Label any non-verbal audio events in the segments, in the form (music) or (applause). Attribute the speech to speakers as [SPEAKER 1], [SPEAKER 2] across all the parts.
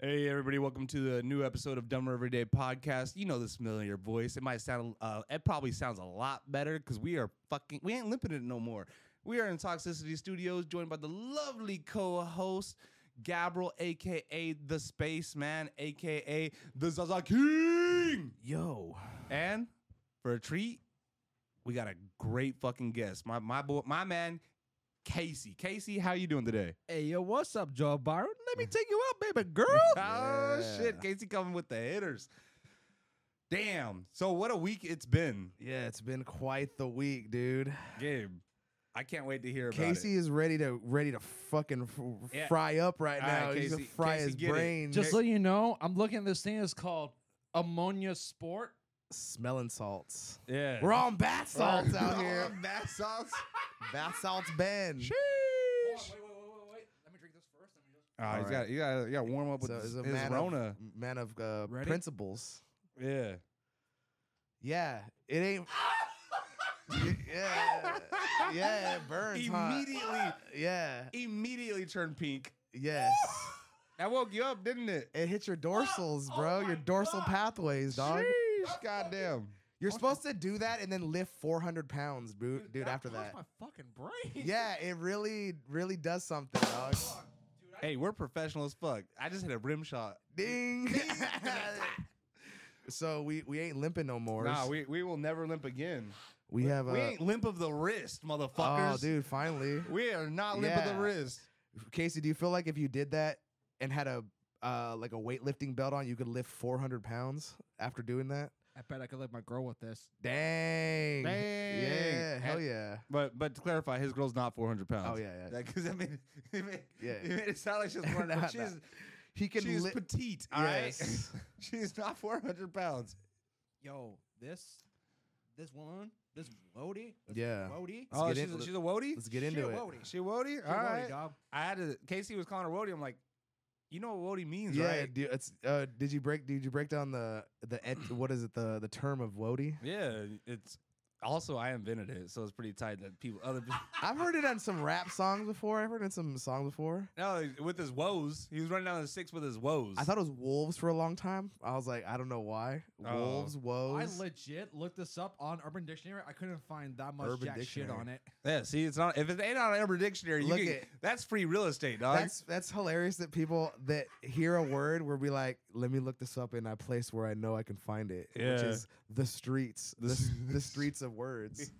[SPEAKER 1] Hey everybody, welcome to the new episode of Dumber Everyday Podcast. You know this familiar voice. It might sound, uh, it probably sounds a lot better because we are fucking, we ain't limping it no more. We are in Toxicity Studios, joined by the lovely co-host Gabriel, aka the Spaceman, aka the Zaza King.
[SPEAKER 2] Yo,
[SPEAKER 1] And for a treat, we got a great fucking guest. My my boy, my man, Casey. Casey, how you doing today?
[SPEAKER 2] hey yo, what's up, Joe Byron? Let me
[SPEAKER 3] Mm.
[SPEAKER 2] take you out, baby girl.
[SPEAKER 1] (laughs) Oh shit, Casey coming with the hitters. Damn. So what a week it's been,
[SPEAKER 2] yeah, it's been quite the week, dude.
[SPEAKER 1] Gabe. I can't wait to hear about
[SPEAKER 2] Casey
[SPEAKER 1] it.
[SPEAKER 2] is ready to ready to fucking f-
[SPEAKER 1] Yeah.
[SPEAKER 2] fry up right
[SPEAKER 1] All
[SPEAKER 2] now.
[SPEAKER 1] right,
[SPEAKER 2] He's
[SPEAKER 1] Casey-
[SPEAKER 2] gonna fry
[SPEAKER 1] Casey,
[SPEAKER 2] his
[SPEAKER 1] get it.
[SPEAKER 2] brain.
[SPEAKER 3] Just so you know, I'm looking at this thing. It's called Ammonia Sport.
[SPEAKER 2] smelling salts.
[SPEAKER 1] Yeah.
[SPEAKER 2] We're on bath
[SPEAKER 1] (laughs)
[SPEAKER 2] salts out
[SPEAKER 1] Oh,
[SPEAKER 2] (laughs) here.
[SPEAKER 1] That sauce.
[SPEAKER 2] bath salts, Ben.
[SPEAKER 1] Sheesh.
[SPEAKER 3] wait, wait, wait, wait. Let me drink this first. Let me just.
[SPEAKER 1] Ah, he's
[SPEAKER 2] right.
[SPEAKER 1] got, you got, you got to warm up with
[SPEAKER 2] So
[SPEAKER 1] his,
[SPEAKER 2] is a
[SPEAKER 1] his
[SPEAKER 2] man
[SPEAKER 1] Rona.
[SPEAKER 2] of man of uh,
[SPEAKER 3] Ready?
[SPEAKER 2] principles.
[SPEAKER 1] yeah.
[SPEAKER 2] Yeah, it
[SPEAKER 1] (laughs)
[SPEAKER 2] ain't. (laughs) yeah, yeah, it burns. hot.
[SPEAKER 1] Immediately,
[SPEAKER 2] Yeah.
[SPEAKER 1] immediately turned pink.
[SPEAKER 2] Yes.
[SPEAKER 1] That woke you up, didn't it?
[SPEAKER 2] It hits
[SPEAKER 1] (gasps)
[SPEAKER 2] your dorsals,
[SPEAKER 1] Oh
[SPEAKER 2] bro.
[SPEAKER 1] my
[SPEAKER 2] your dorsal
[SPEAKER 1] God.
[SPEAKER 2] pathways, dog. (laughs)
[SPEAKER 1] Sheesh. Goddamn.
[SPEAKER 2] You're supposed to do that and then lift 400 pounds, bro- dude, after
[SPEAKER 3] caused
[SPEAKER 2] that.
[SPEAKER 3] my fucking brain.
[SPEAKER 2] Yeah, it really, really does something, dog.
[SPEAKER 1] Hey, we're professional as fuck. I just hit a rim shot.
[SPEAKER 2] Ding. (laughs) so we, we ain't limping no more.
[SPEAKER 1] Nah, we, we will never limp again.
[SPEAKER 2] We have a.
[SPEAKER 1] We ain't limp of the wrist, motherfuckers.
[SPEAKER 2] oh, dude, finally.
[SPEAKER 1] (laughs) We are not limp of
[SPEAKER 2] Yeah.
[SPEAKER 1] the wrist.
[SPEAKER 2] Casey, do you feel like if you did that and had a uh, like a weightlifting belt on, you could lift 400 pounds after doing that?
[SPEAKER 3] I bet I could let my girl with this.
[SPEAKER 2] Dang.
[SPEAKER 1] Dang.
[SPEAKER 2] Yeah, hell
[SPEAKER 1] And-
[SPEAKER 2] yeah.
[SPEAKER 1] But but to clarify, his girl's not 400 pounds.
[SPEAKER 2] Oh, yeah, yeah.
[SPEAKER 1] Because I mean, (laughs) it made,
[SPEAKER 2] Yeah.
[SPEAKER 1] it made it sound
[SPEAKER 2] (laughs)
[SPEAKER 1] like she's 400
[SPEAKER 2] Nah,
[SPEAKER 1] pounds. She's,
[SPEAKER 2] nah. He can
[SPEAKER 1] she's
[SPEAKER 2] lift.
[SPEAKER 1] petite, all right? (laughs)
[SPEAKER 2] Yes.
[SPEAKER 1] she's not 400 pounds.
[SPEAKER 3] Yo, this, this woman, this woody, this
[SPEAKER 2] (laughs) Yeah.
[SPEAKER 3] woody.
[SPEAKER 2] Let's
[SPEAKER 1] oh,
[SPEAKER 2] get
[SPEAKER 1] she's,
[SPEAKER 2] in-
[SPEAKER 1] a, she's a woadie?
[SPEAKER 2] Let's get
[SPEAKER 3] She
[SPEAKER 2] into
[SPEAKER 3] a
[SPEAKER 2] it.
[SPEAKER 3] woadie.
[SPEAKER 1] she a woadie? All
[SPEAKER 3] a woadie,
[SPEAKER 1] right.
[SPEAKER 3] dog.
[SPEAKER 1] I had to, Casey was calling her woadie. I'm like, you know what woadie means,
[SPEAKER 2] Yeah,
[SPEAKER 1] right?
[SPEAKER 2] do, it's uh, did you break did you break down the the
[SPEAKER 1] (clears throat)
[SPEAKER 2] et- what is it the the term of wody?
[SPEAKER 1] Yeah. It's also, I invented it. So it's pretty tight that people, other people,
[SPEAKER 2] I've heard it on some rap songs before. I've heard it in some songs before.
[SPEAKER 1] (laughs) no, with his woes. He was running down the six with his woes.
[SPEAKER 2] I thought it was wolves for a long time. I was like, I don't know why.
[SPEAKER 1] Oh.
[SPEAKER 2] Wolves,
[SPEAKER 3] I
[SPEAKER 2] woes.
[SPEAKER 3] legit looked this up on Urban Dictionary. I couldn't find that much
[SPEAKER 2] Urban
[SPEAKER 3] jack shit
[SPEAKER 2] Dictionary.
[SPEAKER 3] on it.
[SPEAKER 1] Yeah, see, it's not if it ain't on Urban Dictionary. You
[SPEAKER 2] Look
[SPEAKER 1] can,
[SPEAKER 2] it.
[SPEAKER 1] that's free real estate, dog. (laughs)
[SPEAKER 2] that's that's hilarious that people that hear a word will be like, let me look this up in a place where I know I can find it, which
[SPEAKER 1] Yeah.
[SPEAKER 2] is the streets, the, s- the streets of
[SPEAKER 1] (laughs)
[SPEAKER 2] words.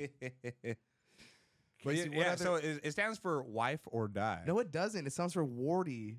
[SPEAKER 1] but yeah,
[SPEAKER 2] Casey, what
[SPEAKER 1] yeah,
[SPEAKER 2] other-
[SPEAKER 1] so it, it stands for wife or die.
[SPEAKER 2] no, it doesn't. It sounds for wardy.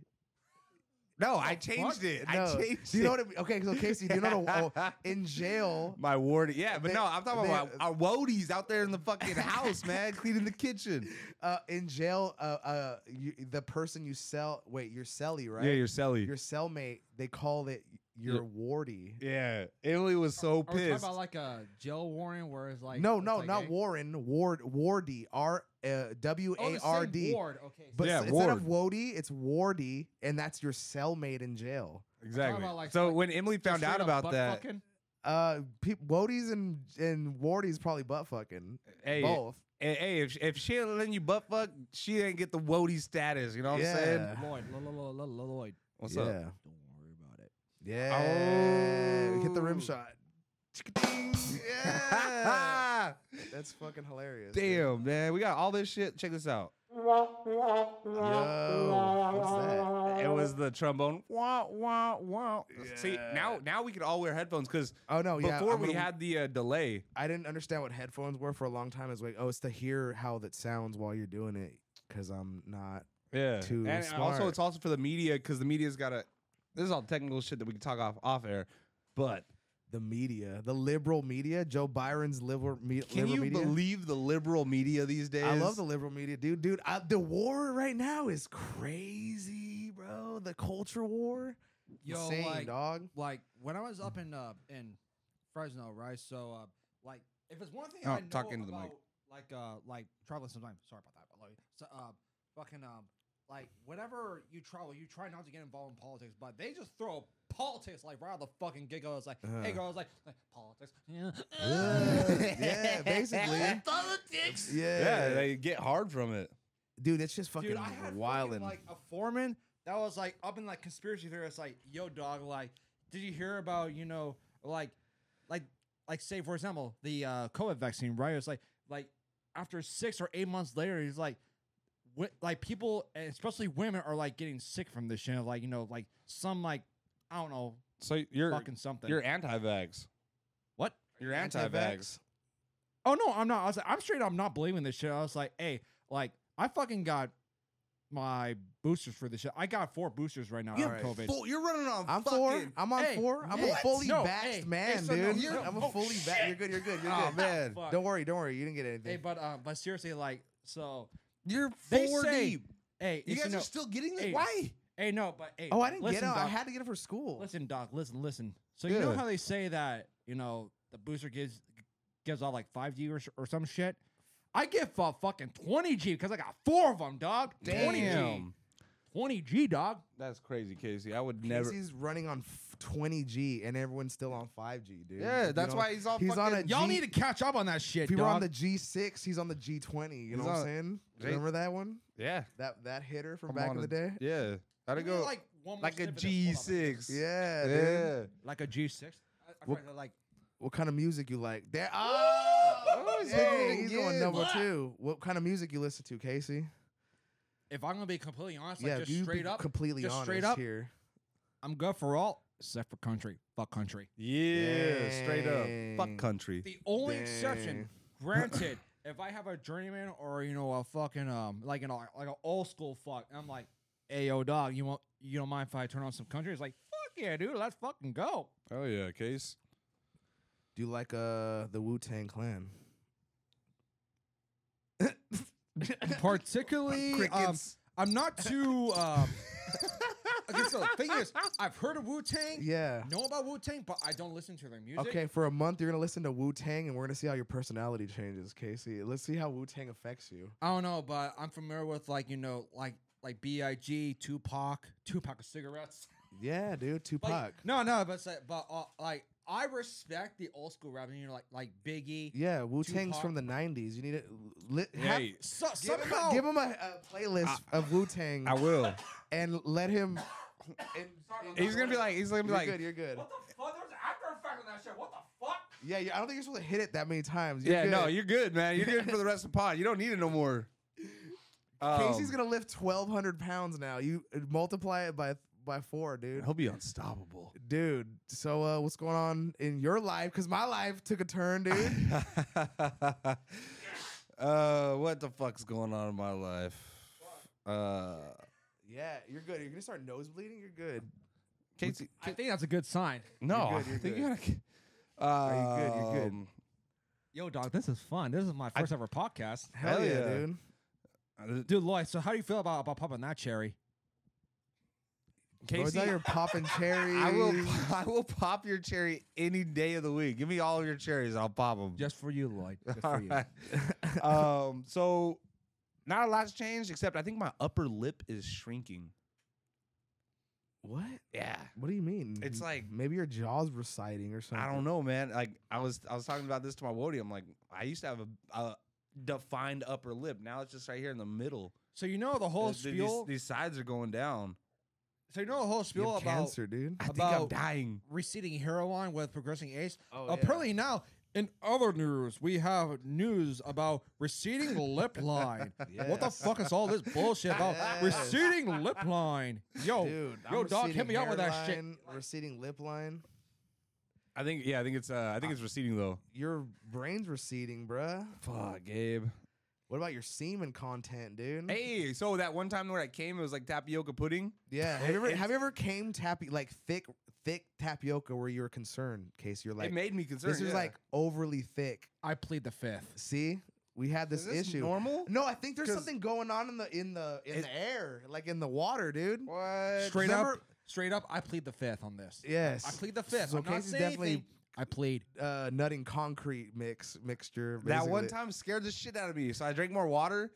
[SPEAKER 1] no, I changed
[SPEAKER 3] fuck?
[SPEAKER 1] it.
[SPEAKER 2] No.
[SPEAKER 1] I changed
[SPEAKER 2] do you know
[SPEAKER 1] it.
[SPEAKER 2] what? It, okay, so Casey, do you
[SPEAKER 1] (laughs)
[SPEAKER 2] know what a- oh, in jail?
[SPEAKER 1] My ward, yeah, but
[SPEAKER 2] They-
[SPEAKER 1] no, I'm talking
[SPEAKER 2] they-
[SPEAKER 1] about our woadies out there in the fucking
[SPEAKER 2] (laughs)
[SPEAKER 1] house, man, cleaning the kitchen.
[SPEAKER 2] uh, in jail, uh, uh, you, the person you sell, wait, your cellie, right?
[SPEAKER 1] Sally.
[SPEAKER 2] your cellmate. They call it your
[SPEAKER 1] Your-
[SPEAKER 2] wardy.
[SPEAKER 1] (laughs) yeah, Emily was so
[SPEAKER 3] Are we talking
[SPEAKER 1] pissed.
[SPEAKER 3] about like a jail warrant where it's like
[SPEAKER 2] no,
[SPEAKER 3] it's
[SPEAKER 2] no,
[SPEAKER 3] like
[SPEAKER 2] not
[SPEAKER 3] a-
[SPEAKER 2] Warren. Ward, wardy. R uh, W
[SPEAKER 3] Oh,
[SPEAKER 2] A
[SPEAKER 3] the
[SPEAKER 2] R
[SPEAKER 3] same
[SPEAKER 2] D.
[SPEAKER 3] ward. Okay,
[SPEAKER 2] But
[SPEAKER 1] Yeah,
[SPEAKER 2] s- instead of wody, it's wardy, and that's your cellmate in jail.
[SPEAKER 1] exactly.
[SPEAKER 3] about, like,
[SPEAKER 1] so
[SPEAKER 3] like,
[SPEAKER 1] when Emily found out about that,
[SPEAKER 2] Uh, pe- wodies and and wardies probably butt fucking.
[SPEAKER 1] hey,
[SPEAKER 2] both.
[SPEAKER 1] hey, hey, if if she ain't letting you butt fuck, she ain't get the woadie status. You know what
[SPEAKER 2] Yeah.
[SPEAKER 1] I'm saying?
[SPEAKER 3] Lloyd, Lloyd, Lloyd, Lloyd, Lloyd.
[SPEAKER 1] What's
[SPEAKER 2] yeah,
[SPEAKER 1] up?
[SPEAKER 3] Don't worry about it.
[SPEAKER 2] yeah. Hit the rim
[SPEAKER 1] Oh.
[SPEAKER 2] shot. Chick-a-ding.
[SPEAKER 1] (laughs)
[SPEAKER 2] Yeah,
[SPEAKER 1] Ah,
[SPEAKER 2] that's fucking hilarious. dude.
[SPEAKER 1] damn, man. We got all this shit. Check this out.
[SPEAKER 2] Yo, what's that?
[SPEAKER 1] It was the trombone. Wah, wah, wah. See, now now we could all wear headphones because
[SPEAKER 2] Oh no, yeah.
[SPEAKER 1] before
[SPEAKER 2] I'm
[SPEAKER 1] we
[SPEAKER 2] gonna-
[SPEAKER 1] had the uh, delay.
[SPEAKER 2] I didn't understand what headphones were for a long time. It's like, oh, it's to hear how that sounds while you're doing it, because I'm not.
[SPEAKER 1] Yeah.
[SPEAKER 2] Too
[SPEAKER 1] and also,
[SPEAKER 2] smart.
[SPEAKER 1] it's also for the media because the media's got to. This is all technical shit that we can talk off off air. But
[SPEAKER 2] The media, the liberal media, Joe Byron's liberal, me-
[SPEAKER 1] can
[SPEAKER 2] liberal
[SPEAKER 1] you
[SPEAKER 2] media.
[SPEAKER 1] believe the liberal media these days?
[SPEAKER 2] I love the liberal media, dude. Dude, I, the war right now is crazy, bro. The culture war,
[SPEAKER 3] Yo,
[SPEAKER 2] insane,
[SPEAKER 3] like,
[SPEAKER 2] dog.
[SPEAKER 3] like when I was up in uh in Fresno, right? So uh like if it's one thing
[SPEAKER 1] Oh,
[SPEAKER 3] I know
[SPEAKER 1] talk into the mic.
[SPEAKER 3] about like uh like traveling sometimes. Sorry about that, but like so, uh fucking um like whenever you travel, you try not to get involved in politics, but they just throw politics like right out of the fucking gig. I was like,
[SPEAKER 1] Uh.
[SPEAKER 3] hey girl, I was like, like
[SPEAKER 1] (laughs)
[SPEAKER 3] politics. Yeah.
[SPEAKER 2] yeah, basically. Yeah,
[SPEAKER 3] (laughs) politics.
[SPEAKER 1] Yeah, they get hard from it.
[SPEAKER 2] dude, it's just fucking
[SPEAKER 3] Dude, I had
[SPEAKER 2] wild.
[SPEAKER 3] fucking, like a foreman that was like up in like conspiracy theory. It's like, yo, dog, like, did you hear about you know like, like, like say for example the uh, COVID vaccine, right? It's like like after six or eight months later, he's like. wi- Like people, and especially women, are like getting sick from this shit. Like you know, like some like I don't know,
[SPEAKER 4] So you're
[SPEAKER 3] fucking something.
[SPEAKER 4] you're anti-vax.
[SPEAKER 3] what?
[SPEAKER 4] You're anti-vax.
[SPEAKER 3] Oh no, I'm not. I was like, I'm straight. I'm not believing this shit. I was like, hey, like I fucking got my boosters for this shit. I got four boosters right now
[SPEAKER 2] You
[SPEAKER 3] for
[SPEAKER 2] have
[SPEAKER 3] COVID.
[SPEAKER 1] Full- you're running on
[SPEAKER 2] I'm
[SPEAKER 1] fucking.
[SPEAKER 2] four. I'm on
[SPEAKER 3] Hey,
[SPEAKER 2] four. I'm a
[SPEAKER 3] what?
[SPEAKER 2] fully
[SPEAKER 3] No,
[SPEAKER 2] vaxxed
[SPEAKER 3] hey,
[SPEAKER 2] man,
[SPEAKER 3] hey, so no,
[SPEAKER 2] dude.
[SPEAKER 3] you're-
[SPEAKER 2] I'm
[SPEAKER 3] oh,
[SPEAKER 2] a fully vaxxed. You're good. You're good. You're
[SPEAKER 1] Oh,
[SPEAKER 2] good.
[SPEAKER 1] man.
[SPEAKER 3] Fuck.
[SPEAKER 2] Don't worry. Don't worry. You didn't get anything.
[SPEAKER 3] Hey, but um, but seriously, like, so
[SPEAKER 1] You're
[SPEAKER 3] They
[SPEAKER 1] four
[SPEAKER 3] say-
[SPEAKER 1] deep.
[SPEAKER 3] hey,
[SPEAKER 1] You
[SPEAKER 3] if
[SPEAKER 1] guys
[SPEAKER 3] know,
[SPEAKER 1] are still getting this?
[SPEAKER 3] hey,
[SPEAKER 1] Why?
[SPEAKER 3] hey, no, but hey,
[SPEAKER 2] oh, I didn't
[SPEAKER 3] listen,
[SPEAKER 2] get it. I
[SPEAKER 3] Doc,
[SPEAKER 2] had to get it for school.
[SPEAKER 3] Listen, doc, listen, listen. So you know
[SPEAKER 1] Yeah.
[SPEAKER 3] how they say that you know the booster gives gives off like five G or, s- or some shit. I give a fucking twenty G because I got four of them, dog. Twenty G,
[SPEAKER 1] Damn.
[SPEAKER 3] twenty G, dog.
[SPEAKER 4] That's crazy, Casey. I would
[SPEAKER 2] Never.
[SPEAKER 4] never.
[SPEAKER 2] He's running on f- 20G and everyone's still on 5G, dude.
[SPEAKER 1] Yeah,
[SPEAKER 2] You
[SPEAKER 1] that's
[SPEAKER 2] know?
[SPEAKER 1] why he's all
[SPEAKER 2] He's on
[SPEAKER 1] fucking-
[SPEAKER 2] a
[SPEAKER 3] Y'all
[SPEAKER 2] G-
[SPEAKER 3] need to catch up on that shit,
[SPEAKER 2] If you were on
[SPEAKER 3] dog.
[SPEAKER 2] the G6, he's on the G20. You know
[SPEAKER 1] He's
[SPEAKER 2] what I'm
[SPEAKER 1] on-
[SPEAKER 2] saying?
[SPEAKER 1] Jay-
[SPEAKER 2] Remember that one?
[SPEAKER 4] Yeah.
[SPEAKER 2] That that hitter from
[SPEAKER 4] I'm
[SPEAKER 2] back
[SPEAKER 4] on
[SPEAKER 2] in the
[SPEAKER 4] a-
[SPEAKER 2] day?
[SPEAKER 4] Yeah. How'd it
[SPEAKER 3] Give me,
[SPEAKER 4] go?
[SPEAKER 3] like one more
[SPEAKER 1] Like a
[SPEAKER 3] snippet of- hold on,
[SPEAKER 1] G six.
[SPEAKER 2] Yeah, dude.
[SPEAKER 4] Yeah.
[SPEAKER 3] like a G six.
[SPEAKER 2] Well-
[SPEAKER 3] Like
[SPEAKER 2] What kind of music you like? There. Oh,
[SPEAKER 1] Oh, he's hitting
[SPEAKER 2] hey,
[SPEAKER 1] it
[SPEAKER 2] he's going
[SPEAKER 1] again.
[SPEAKER 2] number
[SPEAKER 3] What?
[SPEAKER 2] two. What kind of music you listen to, Casey?
[SPEAKER 3] if I'm gonna be completely honest,
[SPEAKER 2] yeah,
[SPEAKER 3] like just
[SPEAKER 2] you
[SPEAKER 3] straight
[SPEAKER 2] be
[SPEAKER 3] up,
[SPEAKER 2] completely
[SPEAKER 3] just
[SPEAKER 2] honest
[SPEAKER 3] straight up,
[SPEAKER 2] here.
[SPEAKER 3] I'm good for all except for country. Fuck country.
[SPEAKER 4] Yeah. Straight up.
[SPEAKER 1] Fuck country.
[SPEAKER 3] The only exception,
[SPEAKER 2] Dang.
[SPEAKER 3] granted, (laughs) if I have a journeyman or you know a fucking um like an like an old school fuck, I'm like, hey yo dog, you want you don't mind if I turn on some country? It's like fuck yeah, dude, let's fucking go.
[SPEAKER 4] Oh yeah, Case.
[SPEAKER 2] Do you like uh the Wu Tang (coughs) Clan?
[SPEAKER 3] Particularly, um, I'm not too. Um, okay, so the thing is, I've heard of Wu Tang,
[SPEAKER 2] Yeah.
[SPEAKER 3] know about Wu Tang, but I don't listen to their music.
[SPEAKER 2] Okay, for a month you're gonna listen to Wu Tang, and we're gonna see how your personality changes, Casey. Let's see how Wu Tang affects you.
[SPEAKER 3] I don't know, but I'm familiar with like you know like like B.I.G. Tupac, Tupac of cigarettes. (laughs)
[SPEAKER 2] Yeah, dude, Tupac.
[SPEAKER 3] Like, No, no, but it's like, but uh, like I respect the old school rap. You know, like like Biggie.
[SPEAKER 2] yeah, Wu Tang's
[SPEAKER 3] Tupac.
[SPEAKER 2] from the '90s. You need to li- have-
[SPEAKER 4] Hey,
[SPEAKER 3] So,
[SPEAKER 2] give him
[SPEAKER 3] somehow,
[SPEAKER 2] a, give him a, a playlist of Wu Tang
[SPEAKER 4] I
[SPEAKER 2] (laughs)
[SPEAKER 4] will.
[SPEAKER 2] and let (coughs) him. and,
[SPEAKER 1] He's gonna be like. He's gonna be
[SPEAKER 2] You're
[SPEAKER 1] like.
[SPEAKER 2] good. You're good.
[SPEAKER 3] what the fuck? There's an after effect on that shit. What the fuck?
[SPEAKER 2] Yeah, you- I don't think you're supposed to hit it that many times. You're
[SPEAKER 1] Yeah, no,
[SPEAKER 2] good.
[SPEAKER 1] you're good, man. You're good for the rest of the pod. You don't need it no more.
[SPEAKER 2] (laughs) Casey's
[SPEAKER 1] Um,
[SPEAKER 2] gonna lift 1,200 pounds now. You uh, multiply it by by four, dude.
[SPEAKER 1] He'll be unstoppable.
[SPEAKER 2] Dude, so uh, what's going on in your life? Because my life took
[SPEAKER 1] (laughs)
[SPEAKER 2] a turn, dude.
[SPEAKER 1] uh, what the fuck's going on in my life? Uh,
[SPEAKER 2] Yeah, you're good. You're gonna start nose bleeding. You're good.
[SPEAKER 1] Casey,
[SPEAKER 3] I think that's a good sign.
[SPEAKER 1] no,
[SPEAKER 2] you're good,
[SPEAKER 1] I
[SPEAKER 2] you're
[SPEAKER 1] think (laughs)
[SPEAKER 2] good.
[SPEAKER 1] you gotta.
[SPEAKER 2] Are you good? You're good.
[SPEAKER 1] Um,
[SPEAKER 3] Yo, dog, this is fun. This is my first ever podcast.
[SPEAKER 2] Hell,
[SPEAKER 1] Hell
[SPEAKER 2] yeah,
[SPEAKER 1] yeah.
[SPEAKER 2] dude. Uh,
[SPEAKER 3] Dude, Lloyd, so how do you feel about about popping that cherry?
[SPEAKER 2] Bro, it's
[SPEAKER 1] Casey,
[SPEAKER 2] out here
[SPEAKER 1] (laughs)
[SPEAKER 2] popping cherries.
[SPEAKER 1] I will, I will pop your cherry any day of the week. Give me all your cherries, I'll pop them.
[SPEAKER 3] Just for you, Lloyd. Just
[SPEAKER 1] All
[SPEAKER 3] for
[SPEAKER 2] (laughs)
[SPEAKER 3] you.
[SPEAKER 1] right. um, so not a lot's changed, except I think my upper lip is shrinking.
[SPEAKER 2] What?
[SPEAKER 1] Yeah.
[SPEAKER 2] What do you mean?
[SPEAKER 1] It's like-
[SPEAKER 2] maybe your jaw's reciting or something.
[SPEAKER 1] I don't know, man. Like I was, I was talking about this to my Wody. I'm like, I used to have a, a defined upper lip. Now it's just right here in the middle.
[SPEAKER 3] So you know the whole
[SPEAKER 1] The- the-
[SPEAKER 3] spiel.
[SPEAKER 1] These, these sides are going down.
[SPEAKER 3] so you know the whole
[SPEAKER 2] You
[SPEAKER 3] spiel
[SPEAKER 2] have
[SPEAKER 3] about
[SPEAKER 2] cancer, dude.
[SPEAKER 1] I think I'm
[SPEAKER 3] About-
[SPEAKER 1] dying.
[SPEAKER 3] receding heroin with progressing AIDS.
[SPEAKER 2] Oh,
[SPEAKER 3] Apparently now, in other news, we have news about receding lip line. What the
[SPEAKER 2] Yes.
[SPEAKER 3] fuck is all this bullshit about
[SPEAKER 2] Yes.
[SPEAKER 3] receding lip line? Yo,
[SPEAKER 1] Oh,
[SPEAKER 2] dude.
[SPEAKER 3] yo,
[SPEAKER 2] I'm
[SPEAKER 3] dog, hit
[SPEAKER 2] receding
[SPEAKER 3] me up with that shit.
[SPEAKER 2] hairline, Receding lip line.
[SPEAKER 4] I think yeah, I think it's uh, I think it's receding though.
[SPEAKER 2] Your brain's receding, bruh.
[SPEAKER 1] Fuck, Gabe.
[SPEAKER 2] What about your semen content, dude?
[SPEAKER 1] Hey, so that one time where I came, it was like tapioca pudding.
[SPEAKER 2] Yeah. Have you ever have you ever came tapi like thick thick tapioca where you were concerned, Casey? You're like
[SPEAKER 1] it made me concerned.
[SPEAKER 2] this is
[SPEAKER 1] yeah.
[SPEAKER 2] like overly thick.
[SPEAKER 3] I plead the fifth.
[SPEAKER 2] See, we had this,
[SPEAKER 1] is this
[SPEAKER 2] issue.
[SPEAKER 1] normal?
[SPEAKER 2] No, I think there's
[SPEAKER 1] 'Cause-
[SPEAKER 2] something going on in the in the in
[SPEAKER 1] It-
[SPEAKER 2] the air, like in the water, dude.
[SPEAKER 1] What?
[SPEAKER 3] Straight up,
[SPEAKER 2] remember-
[SPEAKER 3] straight up, I plead the fifth on this.
[SPEAKER 2] Yes.
[SPEAKER 3] I plead the fifth.
[SPEAKER 2] So
[SPEAKER 3] I'm not
[SPEAKER 2] Casey's
[SPEAKER 3] saying
[SPEAKER 2] definitely-
[SPEAKER 3] anything. I plead.
[SPEAKER 2] Uh, nutting concrete mix mixture.
[SPEAKER 1] That one
[SPEAKER 2] basically.
[SPEAKER 1] time scared the shit out of me, so I drank more water,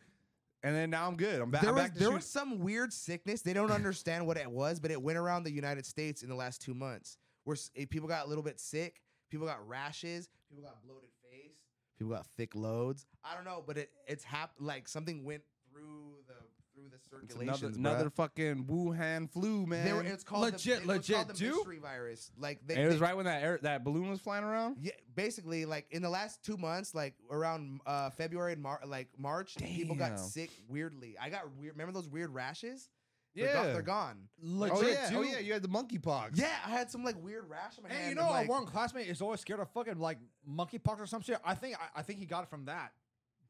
[SPEAKER 1] and then now I'm good. I'm, ba-
[SPEAKER 2] There
[SPEAKER 1] I'm
[SPEAKER 2] was
[SPEAKER 1] back. To
[SPEAKER 2] there
[SPEAKER 1] shoot-
[SPEAKER 2] was some weird sickness. They don't understand what it was, but it went around the United States in the last two months. Where s- eh, people got a little bit sick, people got rashes, people got bloated face, people got thick loads. I don't know, but it it's happened. Like something went through the through the
[SPEAKER 1] It's another,
[SPEAKER 2] miscirculations.
[SPEAKER 1] another
[SPEAKER 2] bruh.
[SPEAKER 1] fucking Wuhan flu, man.
[SPEAKER 2] They were, it's called
[SPEAKER 3] Legit,
[SPEAKER 2] the, it was
[SPEAKER 3] legit,
[SPEAKER 2] called the
[SPEAKER 3] dude.
[SPEAKER 2] mystery virus. Like they,
[SPEAKER 1] And it was
[SPEAKER 2] they-
[SPEAKER 1] right when that air, that balloon was flying around.
[SPEAKER 2] Yeah, basically, like in the last two months, like around uh, February and Mar- like March, people got
[SPEAKER 1] Damn.
[SPEAKER 2] sick weirdly. I got weird. Remember those weird rashes? They're,
[SPEAKER 1] Yeah.
[SPEAKER 2] go- they're gone.
[SPEAKER 3] Legit,
[SPEAKER 1] oh yeah,
[SPEAKER 3] dude.
[SPEAKER 1] oh yeah, you had the monkeypox.
[SPEAKER 2] Yeah, I had some like weird rash on my hand.
[SPEAKER 3] Hey, you
[SPEAKER 2] I'm
[SPEAKER 3] know,
[SPEAKER 2] like,
[SPEAKER 3] our one classmate is always scared of fucking like monkeypox or some shit. I think I, I think he got it from that.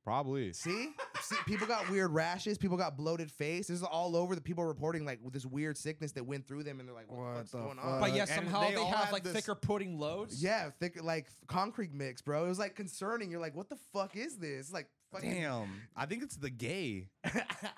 [SPEAKER 4] Probably.
[SPEAKER 2] See, see, people got weird rashes. People got bloated face. This is all over. The people reporting like with this weird sickness that went through them, and they're like, "What,
[SPEAKER 1] What
[SPEAKER 2] the fuck's
[SPEAKER 1] the
[SPEAKER 2] going
[SPEAKER 1] fuck?
[SPEAKER 2] on?"
[SPEAKER 1] But
[SPEAKER 3] But
[SPEAKER 1] Uh, yeah,
[SPEAKER 3] yeah,
[SPEAKER 1] and
[SPEAKER 3] somehow
[SPEAKER 1] they
[SPEAKER 3] they,
[SPEAKER 1] all
[SPEAKER 3] have
[SPEAKER 1] had
[SPEAKER 3] like
[SPEAKER 1] this-
[SPEAKER 3] thicker pudding loads.
[SPEAKER 2] yeah, thick like concrete mix, bro. It was like concerning. You're like, "What the fuck is this?" Like, fucking,
[SPEAKER 1] Damn, I think it's the
[SPEAKER 2] (laughs)
[SPEAKER 1] gay.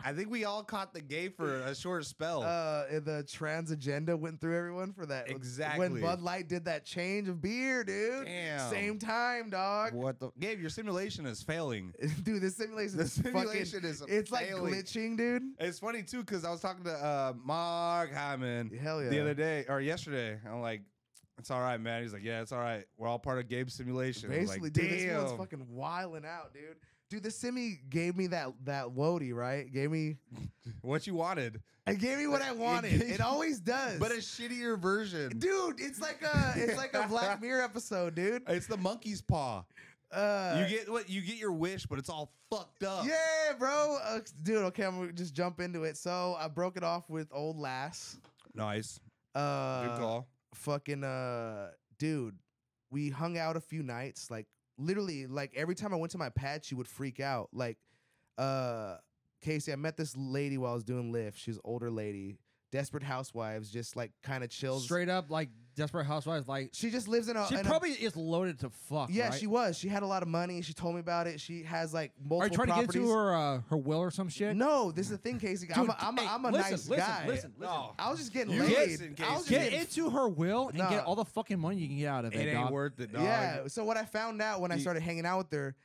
[SPEAKER 1] I think we all caught the gay for a short spell.
[SPEAKER 2] uh, the trans agenda went through everyone for that. When
[SPEAKER 1] Exactly.
[SPEAKER 2] Bud Light did that change of beer, dude.
[SPEAKER 1] Damn.
[SPEAKER 2] Same time, dog.
[SPEAKER 1] what the Gabe? Your simulation is failing.
[SPEAKER 2] (laughs) dude, this simulation
[SPEAKER 1] The
[SPEAKER 2] is fucking.
[SPEAKER 1] simulation is
[SPEAKER 2] It's like
[SPEAKER 1] failing.
[SPEAKER 2] glitching, dude.
[SPEAKER 1] It's funny too because I was talking to uh, Mark Hyman
[SPEAKER 2] Hell yeah.
[SPEAKER 1] the other day or yesterday. I'm like, it's all right, man. He's like, yeah, it's all right. We're all part of Gabe's simulation. I was
[SPEAKER 2] Basically,
[SPEAKER 1] like,
[SPEAKER 2] dude,
[SPEAKER 1] damn.
[SPEAKER 2] this one's fucking wilding out, dude. Dude, the simi gave me that that woody, right? Gave me
[SPEAKER 1] what you wanted,
[SPEAKER 2] it gave me what I wanted.
[SPEAKER 1] gave- (laughs)
[SPEAKER 2] It always does.
[SPEAKER 1] but a shittier version.
[SPEAKER 2] dude, it's like a it's
[SPEAKER 1] (laughs)
[SPEAKER 2] like a Black Mirror episode, dude.
[SPEAKER 1] It's the monkey's paw.
[SPEAKER 2] Uh,
[SPEAKER 1] you get what you get your wish, but it's all fucked up.
[SPEAKER 2] yeah, bro, uh, dude. Okay, I'm gonna just jump into it. So I broke it off with old lass.
[SPEAKER 1] Nice.
[SPEAKER 2] Uh,
[SPEAKER 1] Good call.
[SPEAKER 2] fucking uh dude we hung out a few nights like literally like every time i went to my pad she would freak out like uh casey i met this lady while i was doing lift she's an older lady desperate housewives just like kind of chills
[SPEAKER 3] Straight up like Desperate Housewives. Like
[SPEAKER 2] she just lives in a
[SPEAKER 3] she
[SPEAKER 2] in a-
[SPEAKER 3] probably is loaded to fuck.
[SPEAKER 2] yeah
[SPEAKER 3] right?
[SPEAKER 2] she was she had a lot of money she told me about it she has like multiple
[SPEAKER 3] Are you trying
[SPEAKER 2] properties
[SPEAKER 3] to get to her uh, her will or some shit?
[SPEAKER 2] no this is the thing casey i'm a,
[SPEAKER 3] Dude,
[SPEAKER 2] I'm a,
[SPEAKER 3] hey,
[SPEAKER 2] I'm a
[SPEAKER 3] listen,
[SPEAKER 2] nice
[SPEAKER 3] listen,
[SPEAKER 2] guy
[SPEAKER 3] Listen, listen.
[SPEAKER 1] No.
[SPEAKER 2] i was just getting
[SPEAKER 1] You
[SPEAKER 2] laid
[SPEAKER 1] listen,
[SPEAKER 2] I was just
[SPEAKER 1] Casey.
[SPEAKER 3] Get into her will and
[SPEAKER 2] Nah.
[SPEAKER 3] get all the fucking money you can get out of it.
[SPEAKER 1] It ain't
[SPEAKER 3] dog.
[SPEAKER 1] worth it, dog.
[SPEAKER 2] Yeah. So what I found out when I
[SPEAKER 1] You-
[SPEAKER 2] started hanging out with her,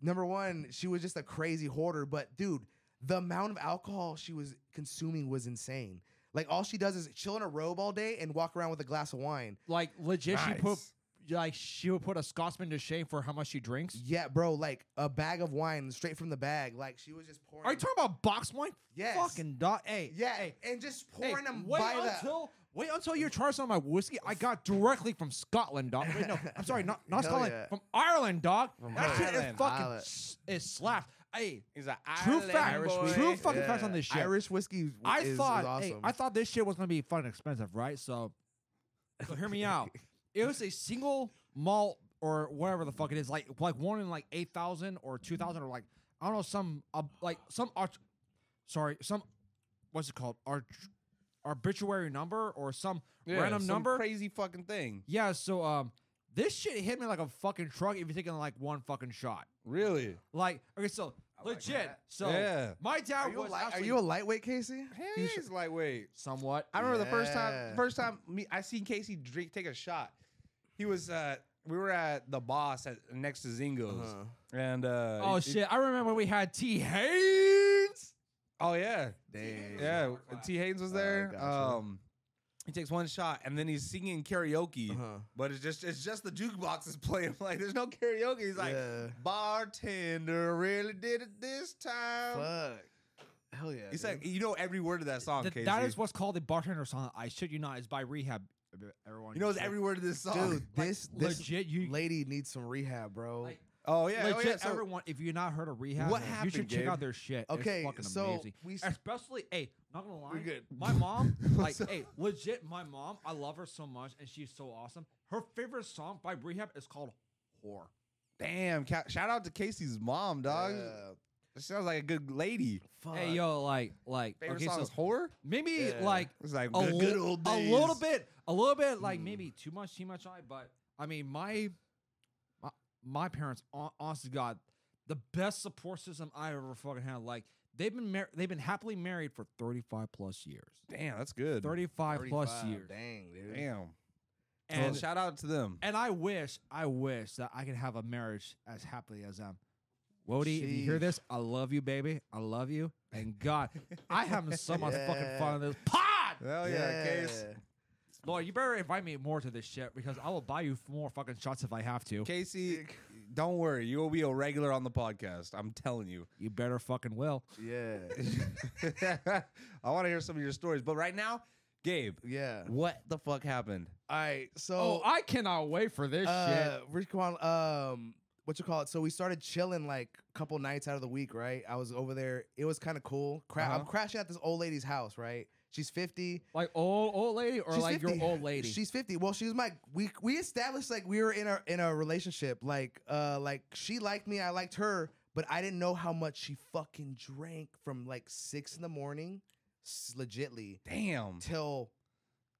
[SPEAKER 2] number one, she was just a crazy hoarder. But dude, the amount of alcohol she was consuming was insane. Like all she does is chill in a robe all day and walk around with a glass of wine.
[SPEAKER 3] Like legit, she put
[SPEAKER 1] Nice.
[SPEAKER 3] like she would put a Scotsman to shame for how much she drinks.
[SPEAKER 2] Yeah, bro, like a bag of wine straight from the bag. Like she was just pouring.
[SPEAKER 3] Are you talking about box wine?
[SPEAKER 2] Yes.
[SPEAKER 3] Fucking dog. Hey,
[SPEAKER 2] Yeah,
[SPEAKER 3] Hey,
[SPEAKER 2] and just
[SPEAKER 3] hey,
[SPEAKER 2] pouring them
[SPEAKER 3] wait
[SPEAKER 2] by the.
[SPEAKER 3] until wait until you're trying some of my whiskey. I got directly from Scotland, dog. Wait, no, I'm sorry, not not
[SPEAKER 2] (laughs) Hell
[SPEAKER 3] Scotland,
[SPEAKER 2] yeah.
[SPEAKER 3] from Ireland, dog. that shit is
[SPEAKER 1] Ireland,
[SPEAKER 3] fucking
[SPEAKER 2] Ireland.
[SPEAKER 3] s- is slapped. Hey,
[SPEAKER 1] He's like,
[SPEAKER 3] True fact,
[SPEAKER 2] Irish
[SPEAKER 1] boy.
[SPEAKER 2] weed.
[SPEAKER 3] true fucking
[SPEAKER 2] Yeah.
[SPEAKER 3] facts on this shit.
[SPEAKER 2] Irish whiskey. w-
[SPEAKER 3] I
[SPEAKER 2] is,
[SPEAKER 3] thought,
[SPEAKER 2] is awesome.
[SPEAKER 3] hey, I thought this shit was gonna be fun and expensive, right?
[SPEAKER 2] (laughs)
[SPEAKER 3] So, so hear me out. It was a single malt or whatever the fuck it is, like like one in like eight thousand or two thousand or like I don't know some uh, like some art- sorry some what's it called Art- arbitrary number or some
[SPEAKER 1] Yeah,
[SPEAKER 3] random
[SPEAKER 1] some
[SPEAKER 3] number.
[SPEAKER 1] Crazy fucking thing.
[SPEAKER 3] yeah. So um, this shit hit me like a fucking truck if you're taking like one fucking shot.
[SPEAKER 1] Really?
[SPEAKER 3] Like okay, so
[SPEAKER 2] like
[SPEAKER 3] legit.
[SPEAKER 2] that.
[SPEAKER 3] so
[SPEAKER 1] Yeah.
[SPEAKER 3] my
[SPEAKER 2] Are
[SPEAKER 3] dad
[SPEAKER 2] you, a
[SPEAKER 3] was
[SPEAKER 2] li- are
[SPEAKER 3] actually
[SPEAKER 2] you a lightweight, Casey? You
[SPEAKER 1] He's lightweight.
[SPEAKER 3] somewhat.
[SPEAKER 1] I remember the first time
[SPEAKER 2] Yeah.
[SPEAKER 1] first time me I seen Casey drink take a shot. He was uh we were at the boss at next to Zingo's.
[SPEAKER 2] Uh-huh.
[SPEAKER 1] And uh
[SPEAKER 3] Oh
[SPEAKER 1] he-
[SPEAKER 3] shit! I remember we had T. Haynes.
[SPEAKER 1] Oh yeah.
[SPEAKER 2] Dang.
[SPEAKER 1] Yeah. T Haynes was
[SPEAKER 2] Oh,
[SPEAKER 1] there.
[SPEAKER 2] gotcha.
[SPEAKER 1] Um he takes one shot and then he's singing karaoke.
[SPEAKER 2] Uh-huh.
[SPEAKER 1] But it's just it's just the jukebox is playing. (laughs) Like there's no karaoke. He's like
[SPEAKER 2] Yeah.
[SPEAKER 1] bartender really did it this time.
[SPEAKER 2] Fuck. Hell yeah.
[SPEAKER 1] He's
[SPEAKER 2] dude.
[SPEAKER 1] like you know every word of that song,
[SPEAKER 3] Th-
[SPEAKER 1] Casey.
[SPEAKER 3] that is what's called the bartender song. I shit you not. Is by Rehab. Everyone.
[SPEAKER 1] he knows
[SPEAKER 3] should-
[SPEAKER 1] every word of this song.
[SPEAKER 2] dude,
[SPEAKER 3] Like,
[SPEAKER 2] this this
[SPEAKER 3] legit. You
[SPEAKER 2] lady needs some rehab, bro.
[SPEAKER 3] Like,
[SPEAKER 1] (laughs) Oh yeah,
[SPEAKER 3] legit.
[SPEAKER 1] oh, yeah. So-
[SPEAKER 3] everyone. If you're not heard of Rehab,
[SPEAKER 1] What
[SPEAKER 3] you
[SPEAKER 1] happened,
[SPEAKER 3] should check
[SPEAKER 1] Gabe?
[SPEAKER 3] out their shit.
[SPEAKER 2] Okay,
[SPEAKER 3] it's fucking
[SPEAKER 2] so
[SPEAKER 3] amazing.
[SPEAKER 2] we s-
[SPEAKER 3] especially. Hey, not gonna lie.
[SPEAKER 2] We're good.
[SPEAKER 1] (laughs)
[SPEAKER 3] My mom, like,
[SPEAKER 1] So-
[SPEAKER 3] hey, legit. My mom. I love her so much, and she's so awesome. Her favorite song by Rehab is called "Whore."
[SPEAKER 1] Damn! Ca- shout out to Casey's mom, dog.
[SPEAKER 2] Yeah.
[SPEAKER 1] She sounds like a good lady.
[SPEAKER 2] Fuck.
[SPEAKER 3] Hey, yo, like, like.
[SPEAKER 1] Favorite
[SPEAKER 3] okay,
[SPEAKER 1] song
[SPEAKER 3] so
[SPEAKER 1] is horror.
[SPEAKER 3] maybe
[SPEAKER 2] Yeah.
[SPEAKER 3] like
[SPEAKER 1] It's like
[SPEAKER 3] a,
[SPEAKER 1] good, good
[SPEAKER 3] li-
[SPEAKER 1] old
[SPEAKER 3] a
[SPEAKER 1] days. Hmm.
[SPEAKER 3] little bit, a little bit, like
[SPEAKER 2] Mm.
[SPEAKER 3] maybe too much, too much. I, but I mean, my, my, my parents, hon- honest to God, the best support system I ever fucking had. Like they've been mar- they've been happily married for thirty five plus years,
[SPEAKER 1] Damn, that's good.
[SPEAKER 3] thirty five plus
[SPEAKER 2] 35,
[SPEAKER 3] years,
[SPEAKER 2] Dang, dude.
[SPEAKER 1] Damn. And
[SPEAKER 3] and
[SPEAKER 1] shout out to them.
[SPEAKER 3] and I wish, I wish that I could have a marriage as happily as them. Wody, if you hear
[SPEAKER 2] Sheesh.
[SPEAKER 3] this, I love you, baby. I love you. And God, I have so much fucking
[SPEAKER 2] Yeah.
[SPEAKER 3] fun
[SPEAKER 1] (laughs)
[SPEAKER 3] in this pod.
[SPEAKER 1] Hell Oh, yeah, Case.
[SPEAKER 3] Lord, you better invite me more to this shit because I will buy you f- more fucking shots if I have to.
[SPEAKER 1] Casey, Don't worry, you will be a regular on the podcast. I'm telling you.
[SPEAKER 3] You better fucking will.
[SPEAKER 2] Yeah. (laughs)
[SPEAKER 1] (laughs) I want to hear some of your stories, but right now, Gabe,
[SPEAKER 2] yeah.
[SPEAKER 1] what the fuck happened?
[SPEAKER 2] All right. So
[SPEAKER 5] Oh, I cannot wait for this
[SPEAKER 2] uh,
[SPEAKER 5] shit.
[SPEAKER 2] Rich Kwan, um, what you call it? So we started chilling like a couple nights out of the week, right? I was over there. It was kind of cool. Cra- I'm
[SPEAKER 5] Uh-huh.
[SPEAKER 2] crashing at this old lady's house, right? She's 50.
[SPEAKER 5] Like old old lady or
[SPEAKER 2] She's
[SPEAKER 5] like
[SPEAKER 2] 50.
[SPEAKER 5] your old lady.
[SPEAKER 2] She's 50. Well, she was my we we established like we were in a in a relationship. Like uh like she liked me, I liked her, but I didn't know how much she fucking drank from like six in the morning, s- legitly,
[SPEAKER 1] Damn.
[SPEAKER 2] till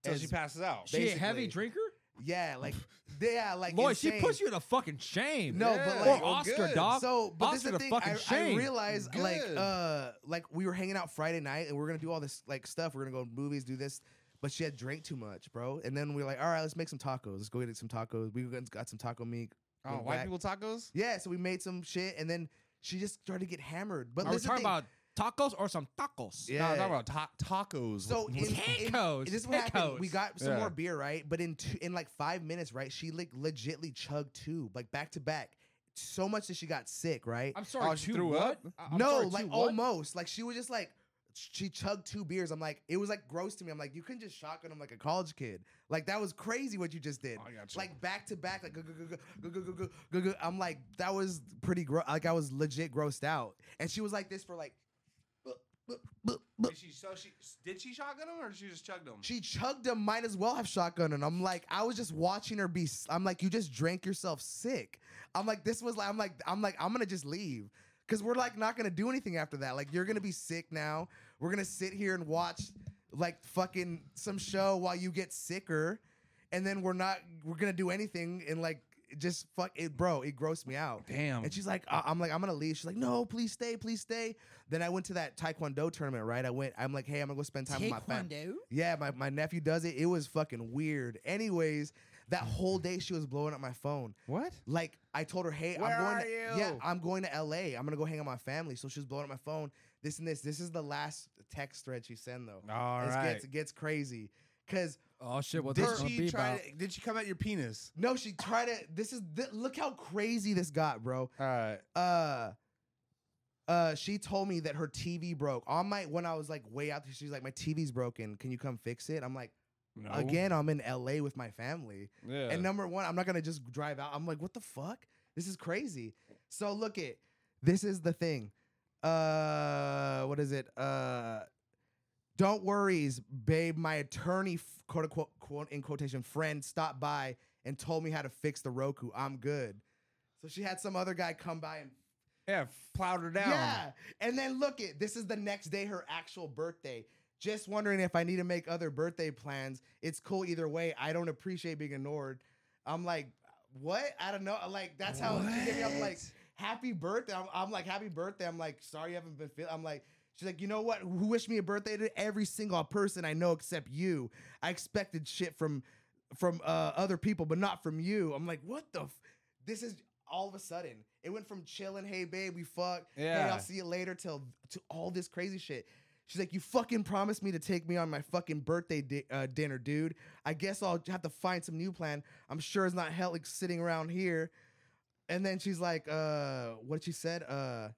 [SPEAKER 1] Till
[SPEAKER 2] as-
[SPEAKER 1] she passes out.
[SPEAKER 5] she a heavy
[SPEAKER 2] basically.
[SPEAKER 5] drinker?
[SPEAKER 2] Yeah, like yeah, like
[SPEAKER 5] Lloyd, she
[SPEAKER 2] insane.
[SPEAKER 5] puts you to fucking shame.
[SPEAKER 2] No,
[SPEAKER 1] Yeah.
[SPEAKER 2] but
[SPEAKER 5] or
[SPEAKER 2] like
[SPEAKER 1] well,
[SPEAKER 5] Oscar,
[SPEAKER 1] good.
[SPEAKER 5] dog.
[SPEAKER 2] So, but
[SPEAKER 5] Oscar
[SPEAKER 2] this is the
[SPEAKER 5] the
[SPEAKER 2] thing.
[SPEAKER 5] fucking
[SPEAKER 2] I, I
[SPEAKER 5] shame.
[SPEAKER 2] realized, like,
[SPEAKER 1] Good.
[SPEAKER 2] uh, like we were hanging out Friday night, and we are gonna do all this like stuff. We're gonna go to movies, do this, but she had drank too much, bro. And then we were like, all right, let's make some tacos. Let's go get some tacos. We went- got some taco meat.
[SPEAKER 1] Oh,
[SPEAKER 2] went
[SPEAKER 1] white
[SPEAKER 2] back.
[SPEAKER 1] people tacos?
[SPEAKER 2] Yeah, so we made some shit, and then she just started to get hammered. But
[SPEAKER 5] Are we
[SPEAKER 2] listen,
[SPEAKER 5] talking about tacos or some tacos?
[SPEAKER 1] No, I'm
[SPEAKER 2] Yeah.
[SPEAKER 1] talking about ta- tacos.
[SPEAKER 2] So in, in-
[SPEAKER 5] Tacos.
[SPEAKER 2] this is what happened.
[SPEAKER 5] tacos.
[SPEAKER 2] We got some
[SPEAKER 1] Yeah.
[SPEAKER 2] more beer, right? But in two, in like five minutes, right? She like legitly chugged two, like back to back, so much that she got sick, right?
[SPEAKER 5] I'm sorry,
[SPEAKER 1] Oh, she
[SPEAKER 5] two
[SPEAKER 1] threw
[SPEAKER 5] what?
[SPEAKER 1] up?
[SPEAKER 5] I- I'm
[SPEAKER 2] no,
[SPEAKER 5] sorry, two
[SPEAKER 2] like oh,
[SPEAKER 5] what?
[SPEAKER 2] almost. Like she was just like she chugged two beers. I'm like, it was like gross to me. I'm like, you couldn't just shotgun him like a college kid. Like that was crazy what you just did.
[SPEAKER 1] I got you.
[SPEAKER 2] Like back to back, like go go go go go go go go go. I'm like, that was pretty gross. Like I was legit grossed out. And she was like this for like, "Buh, buh, buh, buh."
[SPEAKER 1] Did she, so she, did she shotgun them or she just chugged them?
[SPEAKER 2] she chugged him. Might as well have shotgun. And I'm like, I was just watching her be. s- I'm like, you just drank yourself sick. I'm like, this was like, I'm like, I'm like, I'm gonna just leave. Cause we're like not gonna do anything after that. Like you're gonna be sick now. We're gonna sit here and watch like fucking some show while you get sicker, and then we're not we're gonna do anything and like just fuck it, bro. It grossed me out.
[SPEAKER 1] Damn.
[SPEAKER 2] And she's like, I- I'm like, I'm gonna leave. She's like, No, please stay, please stay. Then I went to that taekwondo tournament, right? I went. I'm like, Hey, I'm gonna go spend time with my family. Yeah, my, my nephew does it. It was fucking weird. Anyways, that whole day she was blowing up my phone.
[SPEAKER 1] What?
[SPEAKER 2] Like I told her, hey,
[SPEAKER 1] Where
[SPEAKER 2] I'm going
[SPEAKER 1] are
[SPEAKER 2] to,
[SPEAKER 1] you?
[SPEAKER 2] Yeah, I'm going to LA. I'm gonna go hang out with my family. So she was blowing up my phone. This and this. This is the last text thread she sent though.
[SPEAKER 1] All
[SPEAKER 2] This
[SPEAKER 1] right.
[SPEAKER 2] gets it gets crazy. Cause
[SPEAKER 5] Oh shit, what
[SPEAKER 1] did
[SPEAKER 5] this is gonna
[SPEAKER 1] she
[SPEAKER 5] be
[SPEAKER 1] try
[SPEAKER 5] about?
[SPEAKER 1] to, did she come at your penis?
[SPEAKER 2] no, she tried to this is th- look how crazy this got, bro.
[SPEAKER 1] All right.
[SPEAKER 2] uh uh she told me that her TV broke. On my when I was like way out there, she's like, My TV's broken. Can you come fix it? I'm like,
[SPEAKER 1] No.
[SPEAKER 2] again, I'm in LA with my family.
[SPEAKER 1] Yeah.
[SPEAKER 2] And number one, I'm not gonna just drive out. I'm like, what the fuck? This is crazy. So look it. This is the thing. Uh, what is it? Uh, don't worries, babe. My attorney, f- quote unquote, quote in quotation, friend, stopped by and told me how to fix the Roku. I'm good. So she had some other guy come by and
[SPEAKER 1] yeah, plowed her down.
[SPEAKER 2] yeah. And then look it. This is the next day, her actual birthday. Just wondering if I need to make other birthday plans. It's cool either way. I don't appreciate being ignored. I'm like, what? I don't know. Like that's how she gave me. I'm like, happy birthday. I'm, I'm like, happy birthday. I'm like, sorry you haven't been feeling. I'm like. She's like, you know what? Who wished me a birthday to every single person I know except you? I expected shit from from uh, other people, but not from you. I'm like, what the? F-? This is all of a sudden. It went from chilling, hey babe, we fuck, hey
[SPEAKER 1] Yeah.
[SPEAKER 2] I'll see you later, till to all this crazy shit. She's like, you fucking promised me to take me on my fucking birthday di- uh, dinner, dude. I guess I'll have to find some new plan. I'm sure it's not hell like, sitting around here. And then she's like, uh, what she said? Uh,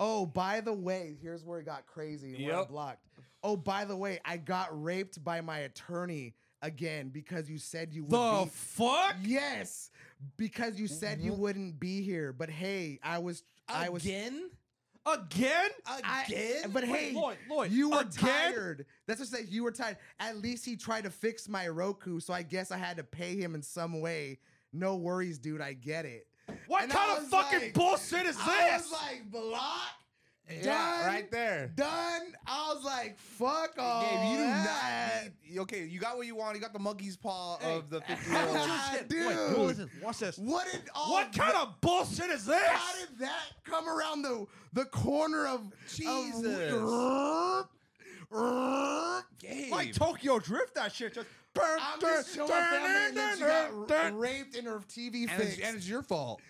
[SPEAKER 2] oh, by the way, here's where it got crazy and where I
[SPEAKER 1] Yep.
[SPEAKER 2] blocked. Oh, by the way, I got raped by my attorney again because you said you would
[SPEAKER 5] The
[SPEAKER 2] be-
[SPEAKER 5] fuck? Mm-hmm.
[SPEAKER 2] Yes, because you said you wouldn't be here. But hey, I was. I was.
[SPEAKER 1] Again?
[SPEAKER 5] Again?
[SPEAKER 2] I- but
[SPEAKER 5] Wait,
[SPEAKER 2] hey,
[SPEAKER 5] Lloyd, Lloyd,
[SPEAKER 2] you were
[SPEAKER 5] again?
[SPEAKER 2] tired. That's what I said. You were tired. At least he tried to fix my Roku, so I guess I had to pay him in some way. No worries, dude. I get it.
[SPEAKER 5] What
[SPEAKER 2] And I
[SPEAKER 5] kind of
[SPEAKER 2] was
[SPEAKER 5] fucking
[SPEAKER 2] like-
[SPEAKER 5] bullshit is
[SPEAKER 2] I was
[SPEAKER 5] this?
[SPEAKER 2] like, block.
[SPEAKER 1] Yeah,
[SPEAKER 2] done.
[SPEAKER 1] right there.
[SPEAKER 2] Done. I was like, fuck all
[SPEAKER 1] Gabe, you do
[SPEAKER 2] that.
[SPEAKER 1] not need, eh, okay, you got what you want. You got the monkey's paw
[SPEAKER 3] Hey,
[SPEAKER 1] of the 50 year (laughs)
[SPEAKER 2] how
[SPEAKER 1] old.
[SPEAKER 2] about your shit? Wait, dude.
[SPEAKER 3] Wait, listen, watch this.
[SPEAKER 2] What did all
[SPEAKER 5] what kind of bullshit is this?
[SPEAKER 2] How did that come around the the corner of
[SPEAKER 1] Jesus.
[SPEAKER 2] Of,
[SPEAKER 1] Gabe.
[SPEAKER 3] Like Tokyo Drift, that shit just.
[SPEAKER 2] I'm just showing family and then she got r- raped in her TV
[SPEAKER 1] and, it's,
[SPEAKER 2] fix.
[SPEAKER 1] and it's your fault.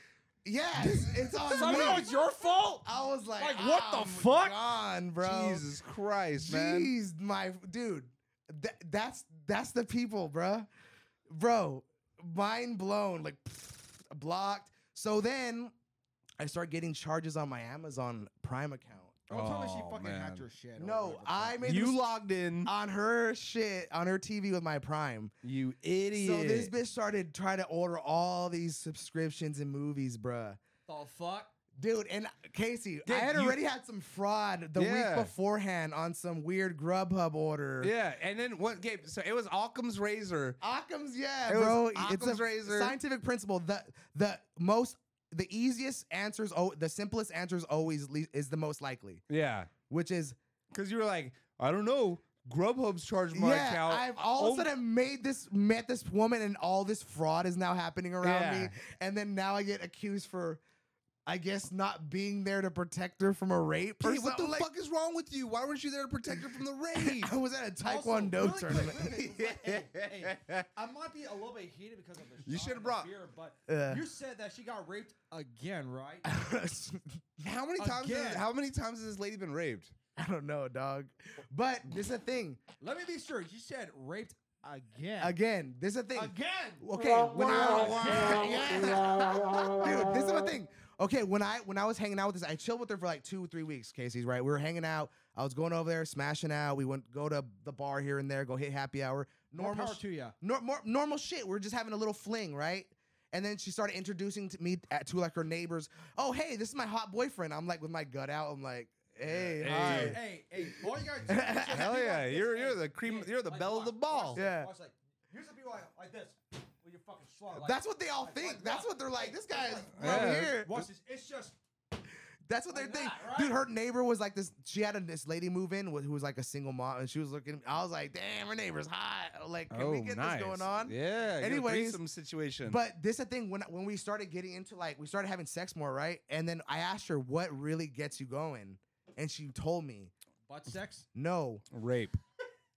[SPEAKER 2] Yes,
[SPEAKER 5] (laughs)
[SPEAKER 2] it's on me.
[SPEAKER 5] Somehow it's your fault?
[SPEAKER 2] I was like,
[SPEAKER 5] Like, what the
[SPEAKER 2] I'm
[SPEAKER 5] fuck?
[SPEAKER 2] gone, bro?
[SPEAKER 1] Jesus Christ, man.
[SPEAKER 2] Jeez, my dude, Th- that's that's the people, bruh. bro. Mind blown, like (sniffs) blocked. So then I start getting charges on my Amazon Prime account.
[SPEAKER 3] Don't tell me she
[SPEAKER 1] Oh,
[SPEAKER 3] fucking
[SPEAKER 1] man.
[SPEAKER 3] hacked your shit. or
[SPEAKER 2] No,
[SPEAKER 3] whatever the fuck.
[SPEAKER 2] I made
[SPEAKER 1] You
[SPEAKER 2] you
[SPEAKER 1] logged in.
[SPEAKER 2] on her shit on her TV with my Prime.
[SPEAKER 1] You idiot.
[SPEAKER 2] So this bitch started trying to order all these subscriptions and movies, bruh.
[SPEAKER 3] The fuck?
[SPEAKER 2] Dude, and Casey,
[SPEAKER 1] Dude,
[SPEAKER 2] I had
[SPEAKER 1] you-
[SPEAKER 2] already had some fraud the
[SPEAKER 1] Yeah.
[SPEAKER 2] week beforehand on some weird Grubhub order.
[SPEAKER 1] Yeah, and then what game? So it was Occam's razor.
[SPEAKER 2] Occam's, yeah,
[SPEAKER 1] It was
[SPEAKER 2] bro. it's
[SPEAKER 1] Occam's
[SPEAKER 2] a
[SPEAKER 1] razor.
[SPEAKER 2] scientific principle. The the most the easiest answers, oh, the simplest answers always le- is the most likely,
[SPEAKER 1] Yeah,
[SPEAKER 2] which is
[SPEAKER 1] because you were like, I don't know. Grubhub's charged my
[SPEAKER 2] yeah.
[SPEAKER 1] account.
[SPEAKER 2] I've all of
[SPEAKER 1] Oh,
[SPEAKER 2] a sudden made this met this woman, and all this fraud is now happening around me,
[SPEAKER 1] Yeah.
[SPEAKER 2] and then now I get accused for. I guess not being there to protect her from a rape or
[SPEAKER 1] Hey, what the
[SPEAKER 2] something like-
[SPEAKER 1] fuck is wrong with you? Why weren't you there to protect her (laughs) from the rape?
[SPEAKER 2] (laughs) I was at a
[SPEAKER 3] Also,
[SPEAKER 2] Taekwondo
[SPEAKER 3] really quick,
[SPEAKER 2] tournament.
[SPEAKER 3] really quick, hey, hey, hey, I might be a little bit heated because of the
[SPEAKER 1] You
[SPEAKER 3] shot
[SPEAKER 1] should've
[SPEAKER 3] and the
[SPEAKER 1] brought-
[SPEAKER 3] beer, but
[SPEAKER 2] Uh.
[SPEAKER 3] you said that she got raped again, right?
[SPEAKER 1] (laughs) how many times? Has,
[SPEAKER 3] Again.
[SPEAKER 1] how many times has this lady been raped?
[SPEAKER 2] (laughs) I don't know, dog. But this is a thing.
[SPEAKER 3] Let me be sure. You said raped again.
[SPEAKER 2] Again, this is a thing.
[SPEAKER 3] Again.
[SPEAKER 2] Okay, when (laughs) I Yeah. dude, this is my thing. Okay, when I when I was hanging out with this, I chilled with her for like two or three weeks. Casey's right. We were hanging out. I was going over there, smashing out. We went go to the bar here and there, go hit happy hour.
[SPEAKER 3] More
[SPEAKER 2] Normal,
[SPEAKER 3] power
[SPEAKER 2] sh-
[SPEAKER 3] to ya.
[SPEAKER 2] nor- more, normal shit. We We're just having a little fling, right? And then she started introducing to me at, to like her neighbors. Oh, hey, this is my hot boyfriend. I'm like with my gut out. I'm like, hey,
[SPEAKER 1] Hey.
[SPEAKER 2] hi.
[SPEAKER 3] Hey, hey, all you gotta
[SPEAKER 2] (laughs)
[SPEAKER 3] do is just
[SPEAKER 2] Hell
[SPEAKER 3] be like
[SPEAKER 1] yeah,
[SPEAKER 3] this,
[SPEAKER 1] you're-
[SPEAKER 3] hey,
[SPEAKER 1] you're the cream-
[SPEAKER 3] hey,
[SPEAKER 1] you're the bell of
[SPEAKER 3] watch-
[SPEAKER 1] the ball.
[SPEAKER 3] watch this,
[SPEAKER 2] Yeah.
[SPEAKER 3] watch, like, here's the people like, like this with your fucking slug. like-
[SPEAKER 2] That's what they all
[SPEAKER 3] like,
[SPEAKER 2] think.
[SPEAKER 3] like,
[SPEAKER 2] That's
[SPEAKER 3] nah,
[SPEAKER 2] what they're like. This guy is
[SPEAKER 3] like,
[SPEAKER 2] from
[SPEAKER 1] Yeah.
[SPEAKER 2] here.
[SPEAKER 3] Watch this. It's just
[SPEAKER 2] That's what they
[SPEAKER 3] Like
[SPEAKER 2] think.
[SPEAKER 3] that, right?
[SPEAKER 2] Dude, her neighbor was like this. She had a, this lady move in wh- who was like a single mom, and she was looking. I was like, damn, her neighbor's hot. Like, can we get this going on?
[SPEAKER 1] Oh, Yeah.
[SPEAKER 2] Anyways,
[SPEAKER 1] some situation.
[SPEAKER 2] But this is the thing when when we started getting into like we started having sex more, right? And then I asked her what really gets you going, and she told me
[SPEAKER 3] butt sex.
[SPEAKER 2] no
[SPEAKER 1] rape.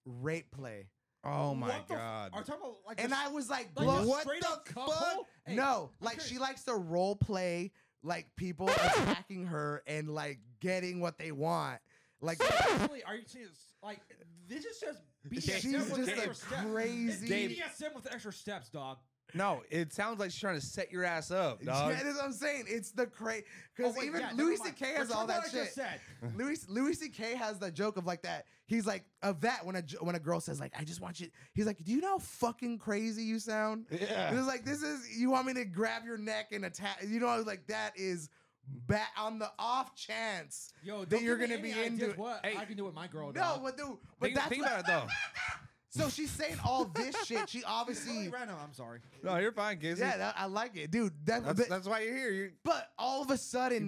[SPEAKER 2] rape play,
[SPEAKER 1] Oh my
[SPEAKER 3] What the f-
[SPEAKER 1] god.
[SPEAKER 3] Are you talking about like
[SPEAKER 2] and
[SPEAKER 3] this-
[SPEAKER 2] I was like,
[SPEAKER 3] like
[SPEAKER 2] bro,
[SPEAKER 3] this
[SPEAKER 2] what
[SPEAKER 3] straight up
[SPEAKER 2] the
[SPEAKER 3] cup
[SPEAKER 2] fuck?
[SPEAKER 3] hole? Hey,
[SPEAKER 2] no,
[SPEAKER 3] I'm
[SPEAKER 2] like
[SPEAKER 3] curious.
[SPEAKER 2] she likes to role play like people attacking her and like getting what they want,
[SPEAKER 3] (laughs)
[SPEAKER 2] (laughs) like.
[SPEAKER 3] Seriously, are you serious? Like this is just BDSM
[SPEAKER 2] She's
[SPEAKER 3] with
[SPEAKER 2] just
[SPEAKER 3] extra
[SPEAKER 2] a
[SPEAKER 3] steps. It's
[SPEAKER 2] crazy.
[SPEAKER 1] Dave-
[SPEAKER 3] BDSM with extra steps, dog. Oh,
[SPEAKER 1] no, it sounds like she's trying to set your ass (laughs) up,
[SPEAKER 2] (laughs)
[SPEAKER 1] dog.
[SPEAKER 2] Yeah, that's what I'm saying. It's the crazy because
[SPEAKER 3] Oh, wait,
[SPEAKER 2] even
[SPEAKER 3] yeah, never
[SPEAKER 2] Louis
[SPEAKER 3] mind.
[SPEAKER 2] C.K. has
[SPEAKER 3] Return what
[SPEAKER 2] all that
[SPEAKER 3] I
[SPEAKER 2] shit.
[SPEAKER 3] just said.
[SPEAKER 2] Louis Louis C.K. has the joke of like that. He's like of that when a jo- when a girl says like I just want you. He's like, do you know how fucking crazy you sound?
[SPEAKER 1] Yeah.
[SPEAKER 2] He's like, this is you want me to grab your neck and attack. You know, I was like that is bat on the off chance. (laughs)
[SPEAKER 3] Yo,
[SPEAKER 2] Then
[SPEAKER 3] don't
[SPEAKER 2] you're
[SPEAKER 3] give me
[SPEAKER 2] gonna be
[SPEAKER 3] any ideas
[SPEAKER 2] into it.
[SPEAKER 3] what
[SPEAKER 1] Hey.
[SPEAKER 3] I can do with my girl.
[SPEAKER 2] No,
[SPEAKER 3] Oh, dog.
[SPEAKER 2] but dude, but
[SPEAKER 1] think
[SPEAKER 2] that's
[SPEAKER 1] think about
[SPEAKER 2] what-
[SPEAKER 1] it (laughs) though.
[SPEAKER 2] So she's saying all
[SPEAKER 1] (laughs)
[SPEAKER 2] this shit. She obviously,
[SPEAKER 3] Really random. I'm sorry.
[SPEAKER 1] No, you're fine, Casey.
[SPEAKER 2] yeah, that, I like it, dude. That,
[SPEAKER 1] that's,
[SPEAKER 2] but,
[SPEAKER 1] that's why you're here. You
[SPEAKER 2] but all of a sudden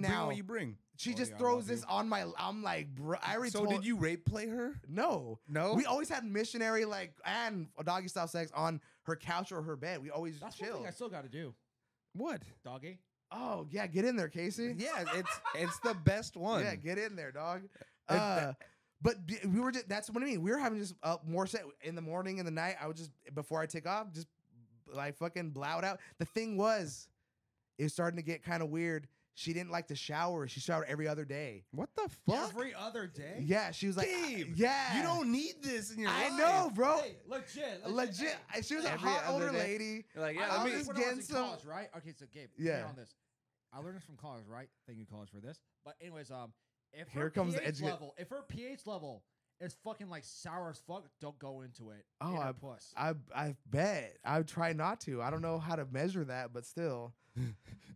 [SPEAKER 1] bring
[SPEAKER 2] now
[SPEAKER 1] what you Oh, bring.
[SPEAKER 2] She just
[SPEAKER 3] yeah, I
[SPEAKER 2] throws
[SPEAKER 3] love
[SPEAKER 2] this
[SPEAKER 3] you.
[SPEAKER 2] on my. I'm like, bro, I already
[SPEAKER 1] So
[SPEAKER 2] told-
[SPEAKER 1] did you Oh. rape play her?
[SPEAKER 2] No,
[SPEAKER 1] No.
[SPEAKER 2] we always had missionary like and doggy style sex on her couch or her bed. We always
[SPEAKER 3] That's one
[SPEAKER 2] chill.
[SPEAKER 3] thing I still got to do,
[SPEAKER 2] (laughs)
[SPEAKER 1] what?
[SPEAKER 3] doggy.
[SPEAKER 2] Oh yeah, get in there, Casey.
[SPEAKER 1] Yeah, it's it's the best one.
[SPEAKER 2] Yeah, get in there, dog.
[SPEAKER 1] Uh,
[SPEAKER 2] Uh, but d- we were just, that's what I mean. We were having just uh, more set in the morning in the night. I would just before I take off, just like fucking blout out. The thing was, it was starting to get kind of weird. She didn't like to shower. She showered every other day.
[SPEAKER 1] what the fuck?
[SPEAKER 3] Every other day.
[SPEAKER 2] Yeah, she was like, I-
[SPEAKER 1] Gabe,
[SPEAKER 2] yeah,
[SPEAKER 1] You don't need this in your
[SPEAKER 2] I
[SPEAKER 1] life.
[SPEAKER 2] know, bro.
[SPEAKER 3] Hey, legit.
[SPEAKER 2] (laughs) legit.
[SPEAKER 3] hey.
[SPEAKER 2] She was a
[SPEAKER 1] Every
[SPEAKER 2] hot
[SPEAKER 1] other
[SPEAKER 2] older
[SPEAKER 1] day.
[SPEAKER 2] lady.
[SPEAKER 1] You're like,
[SPEAKER 3] I
[SPEAKER 1] yeah, let
[SPEAKER 3] learned
[SPEAKER 1] me.
[SPEAKER 2] was
[SPEAKER 3] this when I was
[SPEAKER 2] getting
[SPEAKER 3] in
[SPEAKER 2] some-
[SPEAKER 3] college, right? Okay, so Gabe,
[SPEAKER 2] Yeah.
[SPEAKER 3] yeah. on this. I learned this from college, right? Thank you, college, for this. But anyways, um, if
[SPEAKER 2] Here
[SPEAKER 3] her
[SPEAKER 2] comes the
[SPEAKER 3] pH
[SPEAKER 2] educa-
[SPEAKER 3] level, if her pH level is fucking like sour as fuck, don't go into it.
[SPEAKER 2] Oh,
[SPEAKER 3] in her
[SPEAKER 2] I-
[SPEAKER 3] puss.
[SPEAKER 2] I I bet. I try not to. I don't know how to measure that, but still.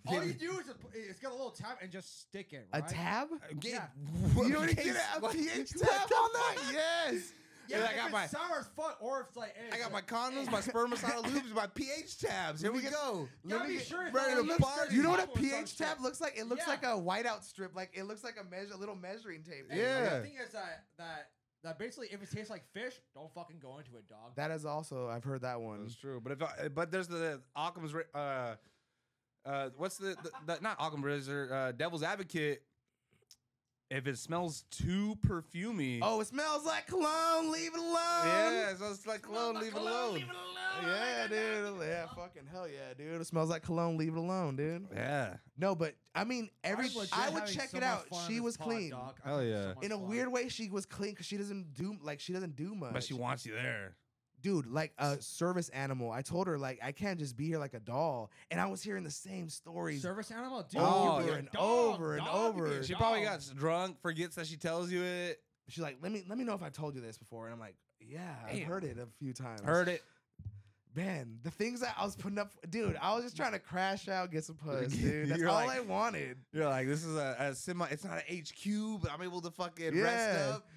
[SPEAKER 3] All you do is just- it's got a little tab and just stick it.
[SPEAKER 2] A
[SPEAKER 3] Right?
[SPEAKER 2] tab?
[SPEAKER 1] Gabe, (laughs)
[SPEAKER 3] Yeah.
[SPEAKER 1] what-
[SPEAKER 2] You don't even
[SPEAKER 1] Gabe,
[SPEAKER 2] get a
[SPEAKER 1] what- (laughs)
[SPEAKER 2] pH
[SPEAKER 1] what
[SPEAKER 2] tab
[SPEAKER 1] the
[SPEAKER 2] on that?
[SPEAKER 1] fuck?
[SPEAKER 2] Yes.
[SPEAKER 3] Yeah,
[SPEAKER 1] Yeah, I
[SPEAKER 3] if
[SPEAKER 1] got
[SPEAKER 3] it's
[SPEAKER 1] my-
[SPEAKER 3] sour as fuck, or if it's like hey,
[SPEAKER 1] I got my
[SPEAKER 3] it's like-
[SPEAKER 1] condoms,
[SPEAKER 2] (laughs)
[SPEAKER 1] my spermicidal lubes, my pH tabs. Here we go.
[SPEAKER 3] Gotta
[SPEAKER 2] Let
[SPEAKER 3] be
[SPEAKER 2] me-
[SPEAKER 3] sure. if
[SPEAKER 1] right
[SPEAKER 3] I
[SPEAKER 1] in
[SPEAKER 3] don't
[SPEAKER 1] the
[SPEAKER 3] use
[SPEAKER 1] bar-
[SPEAKER 3] dirty
[SPEAKER 2] You know what a
[SPEAKER 3] bubbles or some
[SPEAKER 2] pH tab
[SPEAKER 3] shit.
[SPEAKER 2] looks like? It looks
[SPEAKER 3] Yeah.
[SPEAKER 2] like a whiteout strip. Like it looks like a measure, a little measuring tape.
[SPEAKER 3] Hey,
[SPEAKER 1] Yeah.
[SPEAKER 3] The thing is that that that basically, if it tastes like fish, don't fucking go into it, dog.
[SPEAKER 2] That is also I've heard that one.
[SPEAKER 1] That's true. But if I, but there's the Occam's ra- uh uh what's the, the, the not Occam razor uh Devil's Advocate. If it smells too perfumey,
[SPEAKER 2] Oh, it smells like cologne. Leave it alone. (laughs)
[SPEAKER 1] yeah, so it's like cologne, leave it alone.
[SPEAKER 2] Yeah, dude. Yeah, fucking hell yeah, dude. It smells like cologne. Leave it alone, dude.
[SPEAKER 1] Yeah,
[SPEAKER 2] No, but I mean, every
[SPEAKER 3] I'm legit
[SPEAKER 2] I would
[SPEAKER 3] having
[SPEAKER 2] check
[SPEAKER 3] so
[SPEAKER 2] it
[SPEAKER 3] much
[SPEAKER 2] out.
[SPEAKER 3] fun on
[SPEAKER 2] She
[SPEAKER 3] this
[SPEAKER 2] was
[SPEAKER 3] pod,
[SPEAKER 2] clean.
[SPEAKER 3] dog. I'm
[SPEAKER 1] Hell
[SPEAKER 3] having so
[SPEAKER 1] yeah.
[SPEAKER 3] much
[SPEAKER 2] In a
[SPEAKER 3] fun.
[SPEAKER 2] weird way, she was clean because she doesn't do like she doesn't do much.
[SPEAKER 1] but she wants you there.
[SPEAKER 2] dude, like a service animal. I told her like I can't just be here like a doll, and I was hearing the same stories.
[SPEAKER 3] Service animal, dude.
[SPEAKER 2] Oh,
[SPEAKER 3] you be a
[SPEAKER 2] yeah. and
[SPEAKER 3] dog,
[SPEAKER 2] over and
[SPEAKER 3] dog, you be a
[SPEAKER 2] over.
[SPEAKER 1] She probably
[SPEAKER 3] dog.
[SPEAKER 1] got drunk, forgets that she tells you it.
[SPEAKER 2] She's like, let me let me know if I told you this before, and I'm like, yeah, I've
[SPEAKER 1] Damn.
[SPEAKER 2] heard it a few times.
[SPEAKER 1] Heard it.
[SPEAKER 2] man, the things that I was putting up, dude. I was just trying to crash out, get (laughs) some puss, dude. That's
[SPEAKER 1] You're
[SPEAKER 2] all
[SPEAKER 1] like-
[SPEAKER 2] I wanted.
[SPEAKER 1] You're like, this is a, a semi. It's not an HQ, but I'm able to fucking rest
[SPEAKER 2] Yeah.
[SPEAKER 1] up,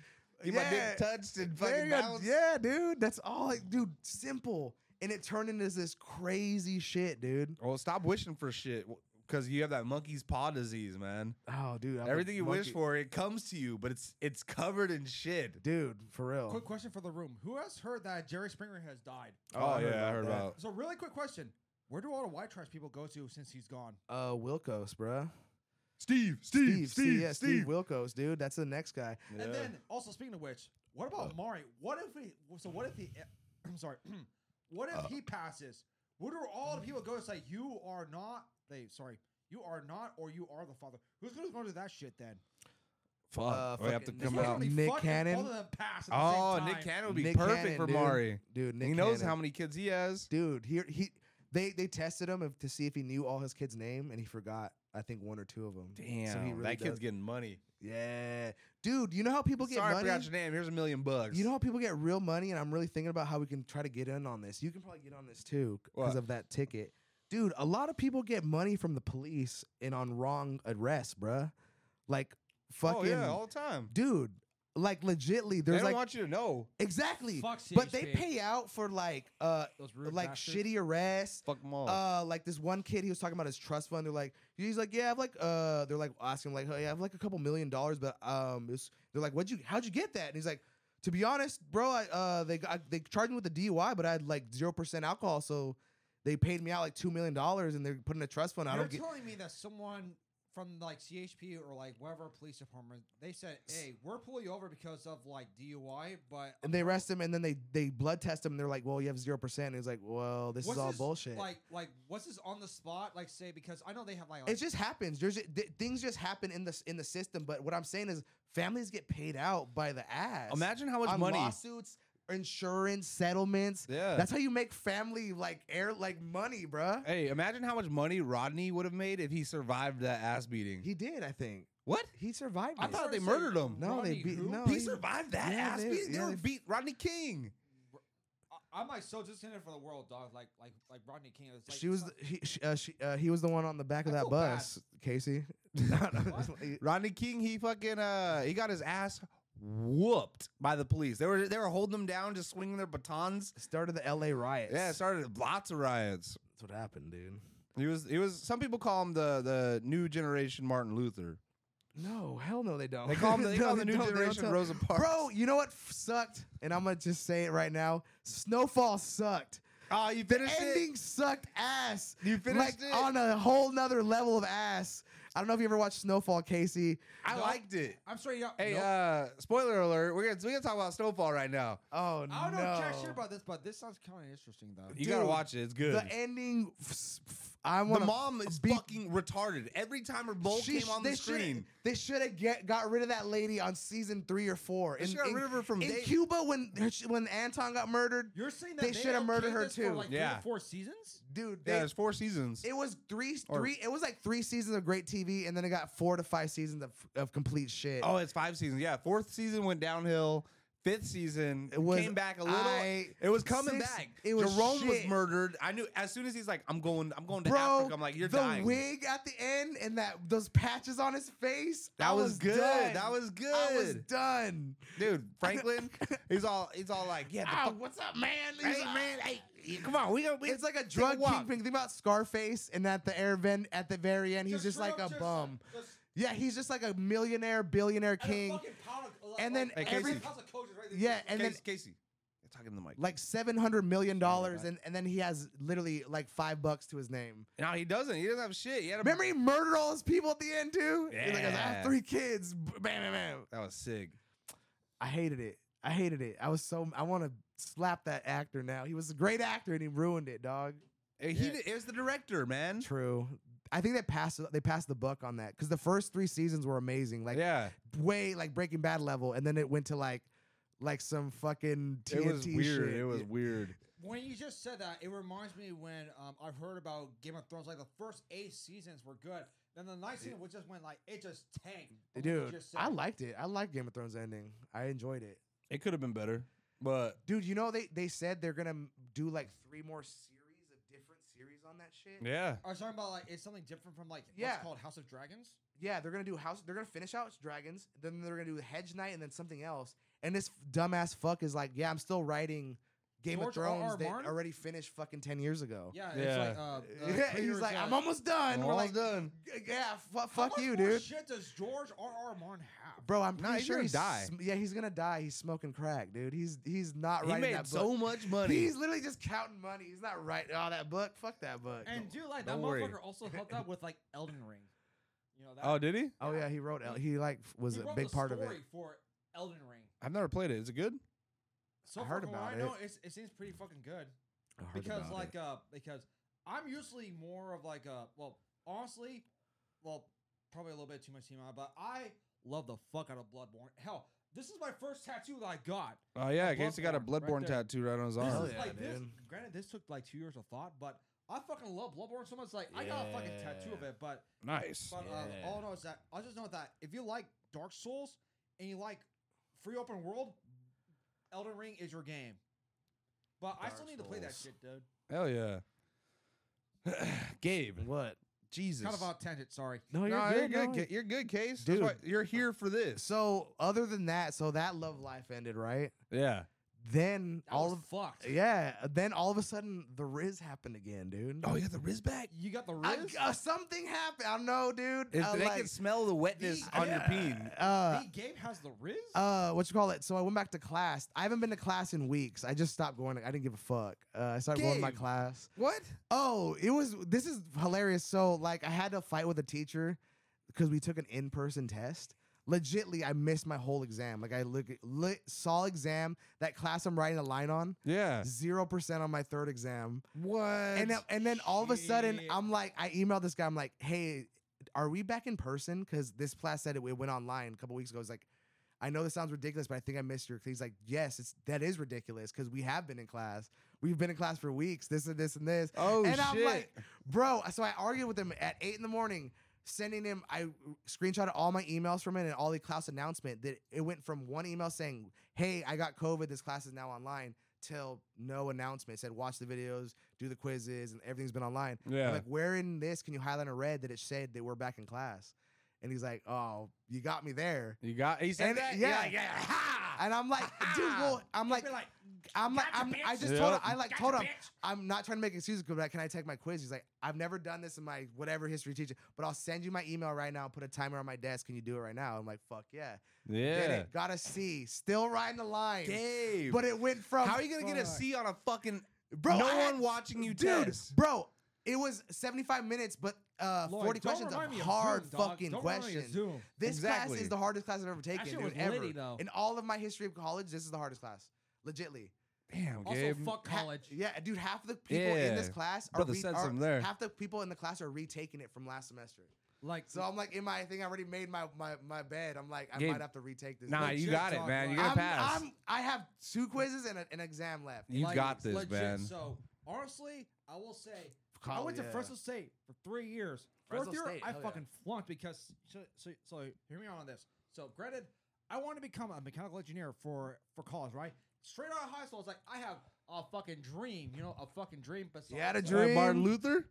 [SPEAKER 1] get my dick touched, and
[SPEAKER 2] There
[SPEAKER 1] fucking
[SPEAKER 2] you go.
[SPEAKER 1] bounce.
[SPEAKER 2] Yeah, dude. That's all, I, dude. Simple, and it turned into this crazy shit, dude.
[SPEAKER 1] Well, stop wishing for shit because you have that monkey's paw disease, man.
[SPEAKER 2] Oh, dude. I'm a
[SPEAKER 1] Everything you wish
[SPEAKER 2] monkey-
[SPEAKER 1] for, it comes to you, but it's it's covered in shit.
[SPEAKER 2] dude, for real.
[SPEAKER 3] Quick question for the room: Who has heard that Jerry Springer has died?
[SPEAKER 2] Oh, I heard about that.
[SPEAKER 3] So, really quick question: Where do all the white trash people go to since he's gone?
[SPEAKER 2] Uh, Wilkos, bruh.
[SPEAKER 1] Steve,
[SPEAKER 2] Steve, Steve, yeah, Steve Wilkos, dude. That's the next guy.
[SPEAKER 3] And then, also speaking of which, what about Mari? What if he? So, what if he? (clears throat) I'm sorry. what if
[SPEAKER 1] Uh.
[SPEAKER 3] he passes? Where do all the people go? It's like you are not. They sorry, you are not, or you are the father. Who's going to go to that shit then?
[SPEAKER 1] Fuck.
[SPEAKER 2] Uh,
[SPEAKER 1] we have to
[SPEAKER 2] fucking
[SPEAKER 1] come
[SPEAKER 2] Nick-
[SPEAKER 1] out.
[SPEAKER 2] Nick
[SPEAKER 3] fucking
[SPEAKER 2] Cannon?
[SPEAKER 3] Both of them pass at the
[SPEAKER 1] Oh,
[SPEAKER 3] same time.
[SPEAKER 1] Nick Cannon would be
[SPEAKER 2] Nick
[SPEAKER 1] perfect
[SPEAKER 2] Cannon,
[SPEAKER 1] for
[SPEAKER 2] dude.
[SPEAKER 1] Mari.
[SPEAKER 2] Dude, Nick
[SPEAKER 1] he knows
[SPEAKER 2] Cannon.
[SPEAKER 1] how many kids he has.
[SPEAKER 2] Dude, he he. They they tested him if, to see if he knew all his kids' name, and he forgot. I think one or two of them.
[SPEAKER 1] Damn,
[SPEAKER 2] so he really
[SPEAKER 1] that kid's
[SPEAKER 2] does-
[SPEAKER 1] getting money.
[SPEAKER 2] Yeah, dude. You know how people get
[SPEAKER 1] Sorry, I
[SPEAKER 2] money.
[SPEAKER 1] forgot your name. Here's a million bucks.
[SPEAKER 2] You know how people get real money, and I'm really thinking about how we can try to get in on this. You can probably get on this too because
[SPEAKER 1] What?
[SPEAKER 2] of that ticket, dude. A lot of people get money from the police and on wrong arrests, bruh. Like fucking,
[SPEAKER 1] oh yeah, all the time.
[SPEAKER 2] dude. Like legitly,
[SPEAKER 1] They
[SPEAKER 2] there's
[SPEAKER 1] don't
[SPEAKER 2] like
[SPEAKER 1] want you to know.
[SPEAKER 2] exactly,
[SPEAKER 5] Fuck
[SPEAKER 2] but they
[SPEAKER 5] CHP.
[SPEAKER 2] pay out for like uh
[SPEAKER 5] Those rude
[SPEAKER 2] like
[SPEAKER 5] bastards.
[SPEAKER 2] shitty arrests.
[SPEAKER 1] Fuck them
[SPEAKER 3] Oh.
[SPEAKER 1] all.
[SPEAKER 2] Uh, like this one kid, he was talking about his trust fund. They're like, he's like, yeah, I've like, uh, they're like asking him like, hey, I have like a couple million dollars, but um, it's, they're like, what'd you, how'd you get that? And he's like, to be honest, bro, I uh, they got they charged me with the DUI, but I had like zero percent alcohol, so they paid me out like two million dollars, and they're putting a trust fund. I
[SPEAKER 3] You're
[SPEAKER 2] don't get.
[SPEAKER 3] telling me that someone from like CHP or like whatever police department they said, "Hey, we're pulling you over because of like DUI," but
[SPEAKER 2] And they arrest him, and then they they blood test him, and they're like, well, you have zero percent. And he's like, well, this
[SPEAKER 3] what's
[SPEAKER 2] is all
[SPEAKER 3] this,
[SPEAKER 2] bullshit.
[SPEAKER 3] Like, like what's this on the spot? Like, say because I know they have like,
[SPEAKER 2] it just happens. There's ju- th- things just happen in the s- in the system. But what I'm saying is, families get paid out by the ass.
[SPEAKER 1] Imagine how much
[SPEAKER 2] on
[SPEAKER 1] money.
[SPEAKER 2] lawsuits, insurance settlements.
[SPEAKER 1] Yeah.
[SPEAKER 2] That's how you make family like air like money, bruh.
[SPEAKER 1] hey, imagine how much money Rodney would have made if he survived that ass beating.
[SPEAKER 2] He did, I think.
[SPEAKER 1] what?
[SPEAKER 2] He survived.
[SPEAKER 1] I
[SPEAKER 2] it.
[SPEAKER 1] thought they murdered him.
[SPEAKER 2] no, they
[SPEAKER 3] Rodney
[SPEAKER 2] beat.
[SPEAKER 3] who?
[SPEAKER 2] No,
[SPEAKER 1] he
[SPEAKER 2] he-
[SPEAKER 1] survived that
[SPEAKER 2] yeah,
[SPEAKER 1] ass
[SPEAKER 2] they-
[SPEAKER 1] beating. They
[SPEAKER 2] yeah,
[SPEAKER 1] were
[SPEAKER 2] they-
[SPEAKER 1] beat Rodney King.
[SPEAKER 3] I, am like so disappointed for the world, dog. Like, like, like Rodney King. It's like,
[SPEAKER 2] she was.
[SPEAKER 3] it's
[SPEAKER 2] The, he, she, uh, she, uh, he was the one on the back of
[SPEAKER 3] I
[SPEAKER 2] that
[SPEAKER 3] feel bad.
[SPEAKER 2] bus, Casey. (laughs) No, no,
[SPEAKER 3] What?
[SPEAKER 2] it's-
[SPEAKER 1] Rodney King, he fucking uh, he got his ass whooped by the police. They were they were holding him down, just swinging their batons.
[SPEAKER 2] started the L.A. riots.
[SPEAKER 1] Yeah, it started lots of riots.
[SPEAKER 2] that's what happened, dude.
[SPEAKER 1] He was he was. Some people call him the the new generation Martin Luther.
[SPEAKER 2] No, hell no, they don't.
[SPEAKER 1] They call him (laughs)
[SPEAKER 2] (laughs)
[SPEAKER 1] the, they
[SPEAKER 2] No,
[SPEAKER 1] call him the
[SPEAKER 2] they
[SPEAKER 1] new
[SPEAKER 2] don't. They don't
[SPEAKER 1] generation
[SPEAKER 2] tell-
[SPEAKER 1] Rosa Parks.
[SPEAKER 2] Bro, you know what f- sucked? And I'm gonna just say it right now. Snowfall sucked.
[SPEAKER 1] oh, you
[SPEAKER 2] The
[SPEAKER 1] finished
[SPEAKER 2] ending sucked ass.
[SPEAKER 1] it. You
[SPEAKER 2] like
[SPEAKER 1] finished it.
[SPEAKER 2] on a whole nother level of ass. I don't know if you ever watched Snowfall, Casey.
[SPEAKER 1] I
[SPEAKER 3] No.
[SPEAKER 1] liked it.
[SPEAKER 3] I'm sorry, y'all.
[SPEAKER 1] Hey,
[SPEAKER 3] nope.
[SPEAKER 1] uh, spoiler alert. We're gonna we're gonna talk about Snowfall right now.
[SPEAKER 2] Oh no!
[SPEAKER 3] I don't know jack shit about this, but this sounds kind of interesting though.
[SPEAKER 1] You gotta
[SPEAKER 2] Dude,
[SPEAKER 1] watch it. It's good.
[SPEAKER 2] the ending. f- s- f- I
[SPEAKER 1] The
[SPEAKER 2] want
[SPEAKER 1] mom is
[SPEAKER 2] beat-
[SPEAKER 1] fucking retarded. Every time her bowl came on the screen,
[SPEAKER 2] They should have get got rid of that lady on season three or four.
[SPEAKER 1] They
[SPEAKER 2] In,
[SPEAKER 1] should got
[SPEAKER 2] in-
[SPEAKER 1] rid of her from
[SPEAKER 2] in
[SPEAKER 1] day-
[SPEAKER 2] Cuba when her, when Anton got murdered,
[SPEAKER 3] You're saying that
[SPEAKER 2] They shoulda
[SPEAKER 3] okayed
[SPEAKER 2] murdered her
[SPEAKER 3] this for,
[SPEAKER 2] too.
[SPEAKER 3] like, three to
[SPEAKER 1] Yeah.
[SPEAKER 3] four seasons.
[SPEAKER 2] dude.
[SPEAKER 1] yeah,
[SPEAKER 2] They,
[SPEAKER 1] there's four seasons.
[SPEAKER 2] it was three
[SPEAKER 1] Or-
[SPEAKER 2] three. It was like three seasons of great TV, and then it got four to five seasons of, of complete shit.
[SPEAKER 1] oh, it's five seasons. Yeah, fourth season went downhill. Fifth season
[SPEAKER 2] It was-
[SPEAKER 1] came back a little.
[SPEAKER 2] I-
[SPEAKER 1] it was coming
[SPEAKER 2] six-
[SPEAKER 1] back.
[SPEAKER 2] it was
[SPEAKER 1] Jerome was
[SPEAKER 2] shit.
[SPEAKER 1] murdered. I knew as soon as he's like, "I'm going, I'm going to
[SPEAKER 2] Bro,
[SPEAKER 1] Africa." I'm like, "You're
[SPEAKER 2] the
[SPEAKER 1] dying."
[SPEAKER 2] wig at the end and that those patches on his face. I
[SPEAKER 1] that was, good.
[SPEAKER 2] done.
[SPEAKER 1] That was good.
[SPEAKER 2] I was done.
[SPEAKER 1] Dude,
[SPEAKER 2] (laughs)
[SPEAKER 1] Franklin, he's all, he's all like, "Yeah, the
[SPEAKER 2] Ow,
[SPEAKER 1] fuck,
[SPEAKER 2] what's up, man?
[SPEAKER 1] hey, man, hey, come on, we gonna, we
[SPEAKER 2] It's like a drug
[SPEAKER 1] walk.
[SPEAKER 2] kingpin. Think about Scarface, and at the air vent, at the very end, he's just
[SPEAKER 3] straight
[SPEAKER 2] like
[SPEAKER 3] up
[SPEAKER 2] a bum.
[SPEAKER 3] just-
[SPEAKER 2] Yeah, he's just like a millionaire, billionaire
[SPEAKER 3] and a
[SPEAKER 2] king.
[SPEAKER 3] fucking pound of- like-
[SPEAKER 2] And then
[SPEAKER 1] Hey,
[SPEAKER 3] like,
[SPEAKER 1] every-
[SPEAKER 3] pounds of coke is right there.
[SPEAKER 2] Yeah, and
[SPEAKER 1] Casey,
[SPEAKER 2] then
[SPEAKER 1] Casey, you're talking to the mic.
[SPEAKER 2] like seven hundred million
[SPEAKER 1] Oh
[SPEAKER 2] dollars, and, and then he has literally like five bucks to his name.
[SPEAKER 1] no, he doesn't. He doesn't have shit. He had a
[SPEAKER 2] Remember, he murdered all his people at the end too. He's like,
[SPEAKER 1] Yeah.
[SPEAKER 2] I have three kids. Bam, bam, bam.
[SPEAKER 1] That was sick.
[SPEAKER 2] I hated it. I hated it. I was so I want to slap that actor now. He was a great actor and he ruined it, dog.
[SPEAKER 1] He
[SPEAKER 2] Yeah.
[SPEAKER 1] did, it was the director, man.
[SPEAKER 2] True. I think they passed they passed the buck on that because the first three seasons were amazing, like
[SPEAKER 1] yeah,
[SPEAKER 2] way like Breaking Bad level, and then it went to like like some fucking TNT
[SPEAKER 1] It was weird.
[SPEAKER 2] shit.
[SPEAKER 1] It was weird.
[SPEAKER 3] When you just said that, it reminds me when um, I've heard about Game of Thrones. Like the first eight seasons were good, then the ninth season was just when like it just tanked. from what you
[SPEAKER 2] dude.
[SPEAKER 3] just said.
[SPEAKER 2] I liked it. I liked Game of Thrones ending. I enjoyed it.
[SPEAKER 1] It could have been better, but
[SPEAKER 2] Dude, you know they they said they're gonna m- do like three more series of different series on that shit.
[SPEAKER 1] yeah,
[SPEAKER 3] I was talking about like it's something different from like
[SPEAKER 2] Yeah.
[SPEAKER 3] what's called House of Dragons.
[SPEAKER 2] Yeah, they're gonna do house. They're gonna finish out dragons. Then they're gonna do Hedge Knight and then something else. And this dumbass fuck is like, yeah, I'm still writing Game of
[SPEAKER 3] George R. R.
[SPEAKER 2] Thrones. They
[SPEAKER 3] Martin?
[SPEAKER 2] already finished fucking ten years ago. (laughs)
[SPEAKER 3] Yeah,
[SPEAKER 1] Oh. Yeah.
[SPEAKER 3] it's like uh, uh,
[SPEAKER 2] Yeah, he's
[SPEAKER 3] Peter's,
[SPEAKER 2] like,
[SPEAKER 3] uh,
[SPEAKER 2] I'm almost done.
[SPEAKER 1] I'm
[SPEAKER 2] We're
[SPEAKER 1] almost
[SPEAKER 2] like,
[SPEAKER 1] done.
[SPEAKER 2] "G- yeah, fu-
[SPEAKER 3] How
[SPEAKER 2] fuck
[SPEAKER 3] much
[SPEAKER 2] you,
[SPEAKER 3] more
[SPEAKER 2] dude.
[SPEAKER 3] Shit, does George R. R. Martin have?
[SPEAKER 2] Bro, I'm pretty
[SPEAKER 1] he's
[SPEAKER 2] sure
[SPEAKER 1] gonna
[SPEAKER 2] he's
[SPEAKER 1] die.
[SPEAKER 2] sm- yeah, he's gonna die. He's smoking crack, dude. He's he's not
[SPEAKER 1] he
[SPEAKER 2] writing
[SPEAKER 1] made
[SPEAKER 2] that
[SPEAKER 1] so
[SPEAKER 2] book.
[SPEAKER 1] much money.
[SPEAKER 2] He's literally just counting money. He's not writing all that book. Fuck that book.
[SPEAKER 3] And dude, like
[SPEAKER 1] Don't
[SPEAKER 3] that
[SPEAKER 1] worry.
[SPEAKER 3] motherfucker also helped out with like Elden Ring. You know that?
[SPEAKER 1] oh, did he?
[SPEAKER 2] oh yeah, he wrote. El- He like f- was
[SPEAKER 3] He
[SPEAKER 2] a
[SPEAKER 3] wrote
[SPEAKER 2] big
[SPEAKER 3] the
[SPEAKER 2] part of it.
[SPEAKER 3] story for Elden Ring.
[SPEAKER 1] I've never played it. Is it good?
[SPEAKER 3] So
[SPEAKER 2] I
[SPEAKER 3] far
[SPEAKER 2] heard
[SPEAKER 3] from what
[SPEAKER 2] about
[SPEAKER 3] I know,
[SPEAKER 2] it.
[SPEAKER 3] it's, it seems pretty fucking good.
[SPEAKER 2] I heard
[SPEAKER 3] because
[SPEAKER 2] about
[SPEAKER 3] like
[SPEAKER 2] it.
[SPEAKER 3] uh because I'm usually more of like a well honestly well probably a little bit too much team out but I love the fuck out of Bloodborne hell this is my first tattoo that I got
[SPEAKER 1] Oh yeah,
[SPEAKER 3] A
[SPEAKER 1] Casey got a
[SPEAKER 3] Bloodborne,
[SPEAKER 1] bloodborne
[SPEAKER 3] right there.
[SPEAKER 1] tattoo right on his
[SPEAKER 3] this
[SPEAKER 1] arm.
[SPEAKER 3] is
[SPEAKER 2] Oh, yeah,
[SPEAKER 3] like this
[SPEAKER 2] dude.
[SPEAKER 3] granted this took like two years of thought but I fucking love Bloodborne so much like I got a fucking tattoo of
[SPEAKER 1] Yeah.
[SPEAKER 3] it but
[SPEAKER 1] Nice.
[SPEAKER 3] but uh, all I know is that I just know that if you like Dark Souls and you like free open world Elden Ring is your game but I still
[SPEAKER 2] Dark
[SPEAKER 3] need to play that
[SPEAKER 2] Souls.
[SPEAKER 3] shit dude
[SPEAKER 1] Hell yeah. (sighs)
[SPEAKER 3] uh,
[SPEAKER 1] Gabe,
[SPEAKER 2] what?
[SPEAKER 1] Jesus.
[SPEAKER 3] kind of off tangent sorry
[SPEAKER 2] No, you're
[SPEAKER 1] Nah,
[SPEAKER 2] good.
[SPEAKER 1] Oh, you're good.
[SPEAKER 2] no.
[SPEAKER 1] Ca- You're good, Case.
[SPEAKER 2] Dude.
[SPEAKER 1] Dude, you're here for this.
[SPEAKER 2] So other than that, so that love life ended, right?
[SPEAKER 1] Yeah.
[SPEAKER 2] Then
[SPEAKER 3] That
[SPEAKER 2] all
[SPEAKER 3] was
[SPEAKER 2] of
[SPEAKER 3] fucked
[SPEAKER 2] yeah, then all of a sudden the Riz happened again, dude.
[SPEAKER 1] Oh yeah, the Riz back.
[SPEAKER 3] You got the
[SPEAKER 2] I-
[SPEAKER 3] Riz?
[SPEAKER 2] uh, something happened. I don't know, dude.
[SPEAKER 1] If
[SPEAKER 2] Uh,
[SPEAKER 1] they
[SPEAKER 2] like,
[SPEAKER 1] can smell the wetness
[SPEAKER 3] The-
[SPEAKER 1] on your peen.
[SPEAKER 2] uh,
[SPEAKER 3] the game has the Riz?
[SPEAKER 2] uh, what you call it? So I went back to class. I haven't been to class in weeks. I just stopped going. I didn't give a fuck. Uh, I started going to my
[SPEAKER 1] Gabe.
[SPEAKER 2] class.
[SPEAKER 1] What?
[SPEAKER 2] Oh, it was. This is hilarious. So like, I had to fight with a teacher because we took an in-person test. Legitly, I missed my whole exam. Like I look, lit, saw exam that class I'm writing a line on.
[SPEAKER 1] Yeah.
[SPEAKER 2] Zero percent on my third exam.
[SPEAKER 1] What?
[SPEAKER 2] and then, and then all of a sudden
[SPEAKER 3] shit.
[SPEAKER 2] I'm like I emailed this guy I'm like hey are we back in person because this class said it, it went online a couple weeks ago He's like I know this sounds ridiculous but I think I missed your he's like yes it's that is ridiculous because we have been in class we've been in class for weeks this and this and this
[SPEAKER 1] oh
[SPEAKER 2] and
[SPEAKER 1] shit.
[SPEAKER 2] I'm like bro so I argued with him at eight in the morning sending him I screenshotted all my emails from it and all the class announcement that it went from one email saying hey I got COVID this class is now online till no announcement it said watch the videos do the quizzes and everything's been online. I'm
[SPEAKER 1] yeah.
[SPEAKER 2] like, where in this can you highlight in red that it said that we're back in class? And he's like, oh, you got me there.
[SPEAKER 1] you got. He said
[SPEAKER 2] And
[SPEAKER 1] that.
[SPEAKER 2] yeah,
[SPEAKER 1] Like, yeah. Ha!
[SPEAKER 2] And I'm like,
[SPEAKER 1] (laughs)
[SPEAKER 2] dude, well, I'm like,
[SPEAKER 3] Be like,
[SPEAKER 2] I'm like,
[SPEAKER 3] gotcha,
[SPEAKER 2] I'm, I
[SPEAKER 3] bitch.
[SPEAKER 2] just told him,
[SPEAKER 1] Yep.
[SPEAKER 2] I like
[SPEAKER 3] "Gotcha,
[SPEAKER 2] told him,
[SPEAKER 3] bitch."
[SPEAKER 2] I'm not trying to make excuses, but like, can I take my quiz? He's like, I've never done this in my whatever history teacher, but I'll send you my email right now. Put a timer on my desk. Can you do it right now? I'm like, fuck yeah. Did
[SPEAKER 1] Yeah.
[SPEAKER 2] it. Got a C. Still riding the line.
[SPEAKER 1] Gabe.
[SPEAKER 2] But it went from
[SPEAKER 1] how are you gonna get a
[SPEAKER 3] Fuck.
[SPEAKER 1] C on a fucking?
[SPEAKER 2] bro,
[SPEAKER 1] no
[SPEAKER 2] I had-
[SPEAKER 1] one watching you
[SPEAKER 2] dude,
[SPEAKER 1] test.
[SPEAKER 2] bro. It was 75 minutes, but uh,
[SPEAKER 3] Lloyd,
[SPEAKER 2] 40
[SPEAKER 3] don't
[SPEAKER 2] questions
[SPEAKER 3] remind
[SPEAKER 2] of
[SPEAKER 3] me of
[SPEAKER 2] hard
[SPEAKER 3] Zoom, dog.
[SPEAKER 2] fucking
[SPEAKER 3] Don't remind me of
[SPEAKER 2] questions.
[SPEAKER 3] Zoom.
[SPEAKER 2] This class
[SPEAKER 1] Exactly.
[SPEAKER 2] is the hardest class I've ever
[SPEAKER 3] That
[SPEAKER 2] taken,
[SPEAKER 3] shit
[SPEAKER 2] dude,
[SPEAKER 3] was
[SPEAKER 2] ever.
[SPEAKER 3] litty, though.
[SPEAKER 2] In all of my history of college, this is the hardest class, legitly.
[SPEAKER 1] Damn,
[SPEAKER 3] Also,
[SPEAKER 1] Gabe.
[SPEAKER 3] fuck
[SPEAKER 2] Ha-
[SPEAKER 3] college.
[SPEAKER 2] yeah, dude, half the people in this
[SPEAKER 1] Yeah.
[SPEAKER 2] class are,
[SPEAKER 1] Brother
[SPEAKER 2] re-
[SPEAKER 1] said
[SPEAKER 2] are-
[SPEAKER 1] something there.
[SPEAKER 2] half the people in the class are retaking it from last semester.
[SPEAKER 3] Like,
[SPEAKER 2] So I'm like, in my thing, I already made my my, my bed. I'm like, I
[SPEAKER 1] Gabe,
[SPEAKER 2] might have to retake this.
[SPEAKER 1] Nah,
[SPEAKER 2] Legit.
[SPEAKER 1] you got it,
[SPEAKER 3] dog,
[SPEAKER 1] man. You
[SPEAKER 3] like-
[SPEAKER 1] gotta
[SPEAKER 2] I'm,
[SPEAKER 1] pass.
[SPEAKER 2] I'm, I have two quizzes and a, an exam left.
[SPEAKER 1] you
[SPEAKER 3] like,
[SPEAKER 1] got this,
[SPEAKER 3] legit.
[SPEAKER 1] man.
[SPEAKER 3] So, honestly, I will say, I
[SPEAKER 2] College,
[SPEAKER 3] went to
[SPEAKER 2] Oh, yeah.
[SPEAKER 3] Fresno State for three years.
[SPEAKER 2] Fresno
[SPEAKER 3] Fourth year,
[SPEAKER 2] State,
[SPEAKER 3] I
[SPEAKER 2] hell yeah.
[SPEAKER 3] fucking flunked because, so, so, so hear me out on this. So, granted, I wanted to become a mechanical engineer for, for college, right? Straight out of high school, I was like, I have a fucking dream, you know, a fucking dream. But so-
[SPEAKER 2] You had a
[SPEAKER 3] so-
[SPEAKER 1] Like
[SPEAKER 2] dream.
[SPEAKER 1] Martin Luther.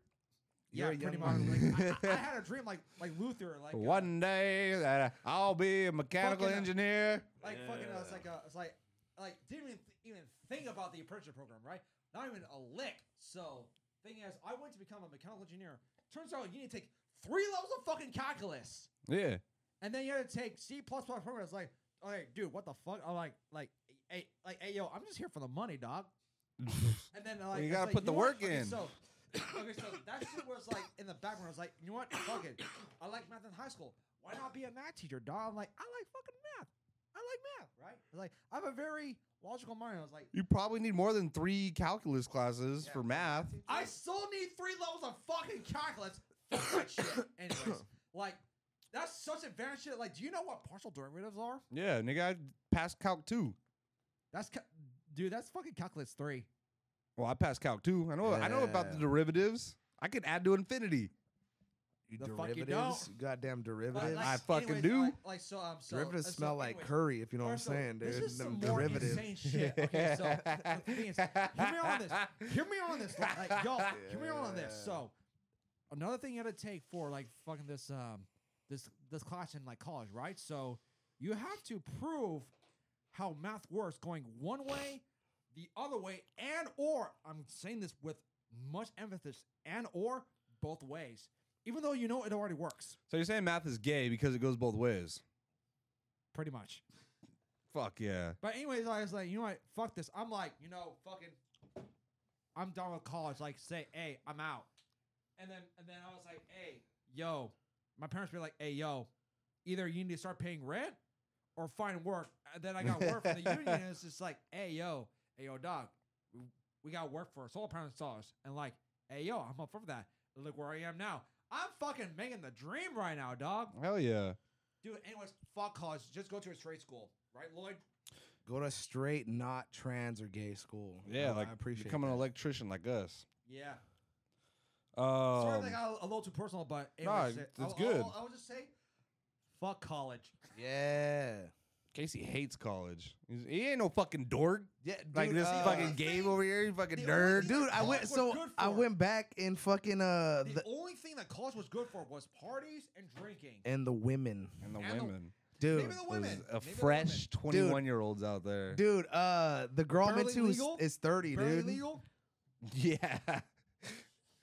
[SPEAKER 3] Yeah,
[SPEAKER 2] You're a
[SPEAKER 3] pretty
[SPEAKER 2] young man.
[SPEAKER 3] much. Like, I, I had a dream like like Luther, like uh,
[SPEAKER 1] One day that I'll be a mechanical
[SPEAKER 3] Fucking-
[SPEAKER 1] engineer.
[SPEAKER 3] like fucking uh, it's like a, it's like like didn't even, even think about the apprenticeship program right not even a lick so thing is i went to become a mechanical engineer turns out you need to take three levels of fucking calculus
[SPEAKER 1] Yeah.
[SPEAKER 3] and then you had to take c++ program it's like okay dude what the fuck i'm like like hey like hey yo i'm just here for the money dog and then like
[SPEAKER 1] you
[SPEAKER 3] it's
[SPEAKER 1] gotta
[SPEAKER 3] like,
[SPEAKER 1] put the
[SPEAKER 3] know
[SPEAKER 1] work
[SPEAKER 3] what? Okay,
[SPEAKER 1] in.
[SPEAKER 3] so okay so that shit was like in the background i was like you know what fuck it i like math in high school why not be a math teacher dog i'm like i like fucking math I like math, right? I was like I have a very logical mind. I was like,
[SPEAKER 1] (laughs) You probably need more than three calculus classes for math.
[SPEAKER 3] I still need three levels of fucking calculus. Fuck that shit.
[SPEAKER 1] (coughs)
[SPEAKER 3] Anyways, like that's such advanced shit. Like, do you know what partial derivatives are?
[SPEAKER 1] Yeah, nigga, I passed calc two.
[SPEAKER 3] That's ca- dude. That's fucking calculus three.
[SPEAKER 1] Well, I passed calc too. I know. I know about the
[SPEAKER 2] Yeah.
[SPEAKER 1] derivatives. I could add to infinity.
[SPEAKER 2] You
[SPEAKER 3] The fuck you
[SPEAKER 2] derivatives,
[SPEAKER 3] don't.
[SPEAKER 2] you goddamn
[SPEAKER 3] But,
[SPEAKER 2] derivatives.
[SPEAKER 3] like,
[SPEAKER 1] I fucking
[SPEAKER 3] anyways,
[SPEAKER 1] do.
[SPEAKER 3] Like, like, so, um, so,
[SPEAKER 2] derivatives
[SPEAKER 3] uh, so
[SPEAKER 2] smell like
[SPEAKER 3] anyways,
[SPEAKER 2] curry, if you know what I'm
[SPEAKER 3] Marshall,
[SPEAKER 2] saying, dude.
[SPEAKER 3] This is
[SPEAKER 2] Them
[SPEAKER 3] some
[SPEAKER 2] derivatives.
[SPEAKER 3] more insane shit. Okay,
[SPEAKER 2] (laughs)
[SPEAKER 3] so the thing is, hear me on this.
[SPEAKER 1] (laughs)
[SPEAKER 3] Hear me on this. Like, like, y'all, hear me on this.
[SPEAKER 2] Yeah.
[SPEAKER 3] So, another thing you had to take for like fucking this um this this class in like college, right? So you have to prove how math works, going one way, the other way, and or I'm saying this with much emphasis, and or both ways, even though you know it already works,
[SPEAKER 1] So you're saying math is gay because it goes both ways?
[SPEAKER 3] pretty much.
[SPEAKER 1] Fuck yeah.
[SPEAKER 3] But anyways, I was like, you know what? Fuck this. I'm like, you know, fucking, I'm done with college. Like, say, hey, I'm out. And then and then I was like, hey, yo, my parents were like, hey, yo, either you need to start paying rent or find work. And then I got work from the union. And it's just like, hey, yo, hey, yo, dog, we, we got work for solar panel installers. And like, hey, yo, I'm up for that. And look where I am now. I'm fucking making the dream right now, dog.
[SPEAKER 1] Hell yeah.
[SPEAKER 3] Dude, anyways, fuck college. Just go to a straight school, right, Lloyd?
[SPEAKER 2] Go to straight, not trans or gay school.
[SPEAKER 1] Yeah,
[SPEAKER 2] Oh,
[SPEAKER 1] like
[SPEAKER 2] I appreciate
[SPEAKER 1] become
[SPEAKER 2] that.
[SPEAKER 1] an electrician like us.
[SPEAKER 3] Yeah.
[SPEAKER 1] Oh,
[SPEAKER 3] Sorry, that got a little too personal, but it
[SPEAKER 1] Nah,
[SPEAKER 3] was, uh,
[SPEAKER 1] it's-
[SPEAKER 3] I,
[SPEAKER 1] it's
[SPEAKER 3] I-
[SPEAKER 1] good.
[SPEAKER 3] I, I, would just say, fuck college.
[SPEAKER 2] yeah,
[SPEAKER 1] Casey hates college. He's- he ain't no fucking dork.
[SPEAKER 2] yeah.
[SPEAKER 1] like
[SPEAKER 2] dude,
[SPEAKER 1] this
[SPEAKER 2] uh,
[SPEAKER 1] fucking game over here, you fucking
[SPEAKER 3] the
[SPEAKER 1] nerd.
[SPEAKER 3] only-
[SPEAKER 2] Dude, I
[SPEAKER 3] College
[SPEAKER 2] went.
[SPEAKER 3] was
[SPEAKER 2] So
[SPEAKER 3] good
[SPEAKER 2] I
[SPEAKER 3] for it.
[SPEAKER 2] went back and fucking uh
[SPEAKER 3] The,
[SPEAKER 2] the,
[SPEAKER 3] only thing that college was good for was parties and drinking.
[SPEAKER 2] and the women,
[SPEAKER 1] and the
[SPEAKER 3] and the-
[SPEAKER 1] women.
[SPEAKER 2] dude.
[SPEAKER 3] Maybe the
[SPEAKER 1] There's
[SPEAKER 3] women.
[SPEAKER 1] a
[SPEAKER 3] Maybe the
[SPEAKER 1] fresh 21 year olds out there.
[SPEAKER 2] Dude, uh, the girl I went
[SPEAKER 3] Barely
[SPEAKER 2] to is,
[SPEAKER 3] legal?
[SPEAKER 2] is thirty,
[SPEAKER 3] women. Barely
[SPEAKER 2] dude.
[SPEAKER 3] legal.
[SPEAKER 1] (laughs) Yeah.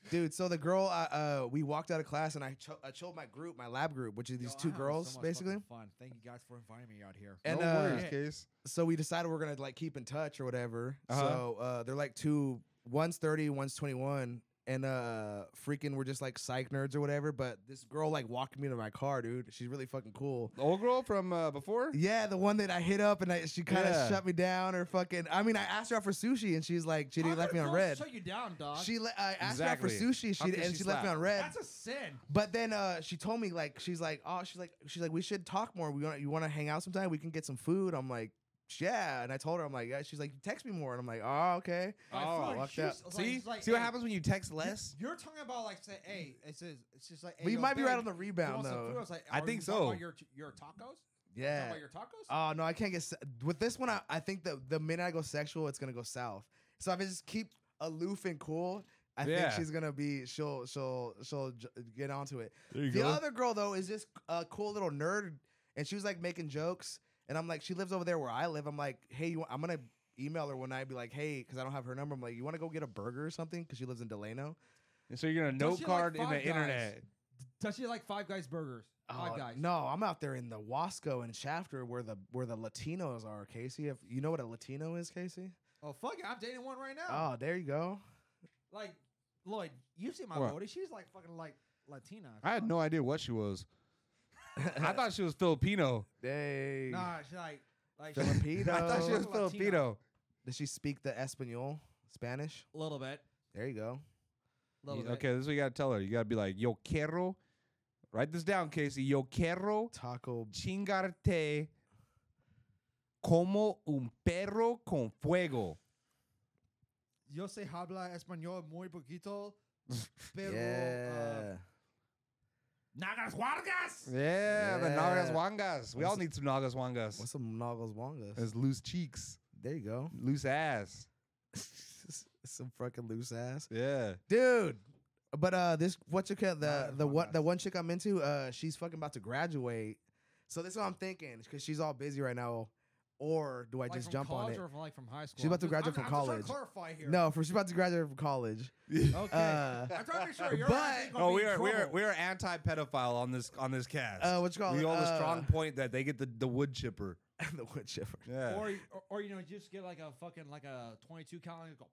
[SPEAKER 2] Dude, so the girl, I, uh, we walked out of class and I, cho- I chose my group, my lab group, which is these
[SPEAKER 3] Yo,
[SPEAKER 2] two
[SPEAKER 3] I'm having so
[SPEAKER 2] girls,
[SPEAKER 3] much fucking
[SPEAKER 2] basically.
[SPEAKER 3] Fun. Thank you guys for inviting me out here.
[SPEAKER 2] And
[SPEAKER 1] no
[SPEAKER 2] uh,
[SPEAKER 1] worries, Case.
[SPEAKER 2] so we decided we're gonna like keep in touch or whatever.
[SPEAKER 1] Uh-huh.
[SPEAKER 2] So uh, they're like two, one's thirty, one's twenty one, and uh, freaking we're just like psych nerds or whatever. But this girl like walked me to my car, dude. She's really fucking cool.
[SPEAKER 1] The old girl from uh, before?
[SPEAKER 2] Yeah, the one that I hit up and I, she kind of
[SPEAKER 1] Yeah.
[SPEAKER 2] shut me down or fucking. I mean, I asked her out for sushi and she's like, she
[SPEAKER 3] How
[SPEAKER 2] didn't
[SPEAKER 3] could
[SPEAKER 2] left me
[SPEAKER 3] a
[SPEAKER 2] on
[SPEAKER 3] girl
[SPEAKER 2] red.
[SPEAKER 3] Shut you down, dog.
[SPEAKER 2] She le- I asked her out for
[SPEAKER 1] Exactly.
[SPEAKER 2] sushi
[SPEAKER 1] How
[SPEAKER 2] she,
[SPEAKER 1] could
[SPEAKER 2] and
[SPEAKER 1] she
[SPEAKER 2] she left me
[SPEAKER 1] slap?
[SPEAKER 2] on red.
[SPEAKER 3] That's a sin.
[SPEAKER 2] But then uh, she told me like she's like oh she's like she's like we should talk more. We want you want to hang out sometime. We can get some food. I'm like yeah, and I told her I'm like yeah. She's like text me more, and I'm like oh okay.
[SPEAKER 3] I
[SPEAKER 1] Oh,
[SPEAKER 3] feel like
[SPEAKER 2] lucked
[SPEAKER 3] she was-
[SPEAKER 2] out.
[SPEAKER 3] like,
[SPEAKER 1] See?
[SPEAKER 3] it's like,
[SPEAKER 1] See what
[SPEAKER 3] hey,
[SPEAKER 1] happens when you text less?
[SPEAKER 3] You're talking about like say, hey, it says it's just like. hey,
[SPEAKER 2] but you
[SPEAKER 3] yo,
[SPEAKER 2] might be right
[SPEAKER 3] babe,
[SPEAKER 2] on the
[SPEAKER 3] you want
[SPEAKER 2] rebound
[SPEAKER 3] some food? I
[SPEAKER 2] though.
[SPEAKER 3] was like,
[SPEAKER 1] I
[SPEAKER 3] are
[SPEAKER 1] think
[SPEAKER 3] you talking
[SPEAKER 1] so.
[SPEAKER 3] About your your tacos. You talking
[SPEAKER 2] Yeah.
[SPEAKER 3] About your tacos.
[SPEAKER 2] Oh no, I can't get se- with this one. I, I think the the minute I go sexual, it's gonna go south. So if I just keep aloof and cool, I
[SPEAKER 1] Yeah.
[SPEAKER 2] think she's gonna be she'll she'll she'll j- get onto it.
[SPEAKER 1] There you
[SPEAKER 2] The other girl though is just a cool little nerd, and she was like making jokes, and I'm like, she lives over there where I live. I'm like, hey, you, wa- I'm gonna email her one night, and be like, hey, because I don't have her number. I'm like, you want to go get a burger or something? Because she lives in Delano.
[SPEAKER 1] so you're going to
[SPEAKER 3] Don't
[SPEAKER 1] note
[SPEAKER 3] you like
[SPEAKER 1] card in
[SPEAKER 3] Five
[SPEAKER 1] the
[SPEAKER 3] Guys?
[SPEAKER 1] internet.
[SPEAKER 3] Does she like Five Guys burgers? Five
[SPEAKER 2] Oh,
[SPEAKER 3] Guys.
[SPEAKER 2] No, I'm out there in the Wasco and Shafter where the where the Latinos are, Casey. If you know what a Latino is, Casey.
[SPEAKER 3] Oh fuck it, I'm dating one right now.
[SPEAKER 2] Oh, there you go.
[SPEAKER 3] like Lloyd, you see my
[SPEAKER 1] What?
[SPEAKER 3] body? She's like fucking like Latina.
[SPEAKER 1] I had no idea what she was. I (laughs) thought she was Filipino.
[SPEAKER 2] Hey.
[SPEAKER 3] Nah, she's like like
[SPEAKER 2] (laughs)
[SPEAKER 1] (laughs)
[SPEAKER 2] Filipino.
[SPEAKER 1] I thought she was
[SPEAKER 3] Latina.
[SPEAKER 1] Filipino.
[SPEAKER 2] Does she speak the Espanol, Spanish?
[SPEAKER 3] a little bit,
[SPEAKER 2] There you go.
[SPEAKER 3] little
[SPEAKER 1] Yeah,
[SPEAKER 3] bit.
[SPEAKER 1] Okay, this is what you got to tell her. You got to be like, yo quiero. Write this down, Casey. Yo quiero
[SPEAKER 2] Taco.
[SPEAKER 1] chingarte como un perro con fuego.
[SPEAKER 3] Yo se habla español muy
[SPEAKER 2] (laughs)
[SPEAKER 3] poquito, pero
[SPEAKER 2] yeah.
[SPEAKER 3] uh, nagas huargas.
[SPEAKER 1] Yeah, the
[SPEAKER 2] Yeah.
[SPEAKER 1] nagas wangas. We
[SPEAKER 2] What's
[SPEAKER 1] all
[SPEAKER 2] it-
[SPEAKER 1] need some nagas wangas.
[SPEAKER 2] What's some Noggles Wongas?
[SPEAKER 1] It's loose cheeks,
[SPEAKER 2] There you
[SPEAKER 1] (laughs)
[SPEAKER 2] go.
[SPEAKER 1] loose ass.
[SPEAKER 2] some fucking loose ass.
[SPEAKER 1] Yeah.
[SPEAKER 2] Dude. But uh this what you call the
[SPEAKER 3] Noggles
[SPEAKER 2] the what
[SPEAKER 3] Wongas.
[SPEAKER 2] the one chick I'm into, uh, she's fucking about to graduate. So this is what I'm thinking, because she's all busy right now. Or do I
[SPEAKER 3] Like
[SPEAKER 2] just
[SPEAKER 3] from
[SPEAKER 2] jump on
[SPEAKER 3] college
[SPEAKER 2] it?
[SPEAKER 3] Or from, like from high school.
[SPEAKER 2] about to
[SPEAKER 3] I'm just-
[SPEAKER 2] graduate
[SPEAKER 3] I'm-
[SPEAKER 2] from
[SPEAKER 3] I'm just
[SPEAKER 2] college.
[SPEAKER 3] trying to clarify here.
[SPEAKER 2] No, for she's about to graduate from college.
[SPEAKER 3] Okay.
[SPEAKER 2] Uh,
[SPEAKER 3] I'm trying to make
[SPEAKER 2] (laughs)
[SPEAKER 3] sure you're
[SPEAKER 2] but-
[SPEAKER 3] not gonna
[SPEAKER 1] Oh,
[SPEAKER 3] be
[SPEAKER 1] we
[SPEAKER 3] in
[SPEAKER 1] are we are
[SPEAKER 3] trouble.
[SPEAKER 1] we are anti-pedophile on this on this cast.
[SPEAKER 2] uh what you call
[SPEAKER 1] we
[SPEAKER 2] it?
[SPEAKER 1] hold a
[SPEAKER 2] Uh, (laughs)
[SPEAKER 1] strong point that they get the, the wood chipper.
[SPEAKER 2] the wood chipper.
[SPEAKER 1] Yeah.
[SPEAKER 3] Or, you- or, or you know, you just get like a fucking like a 22 calendar. Go.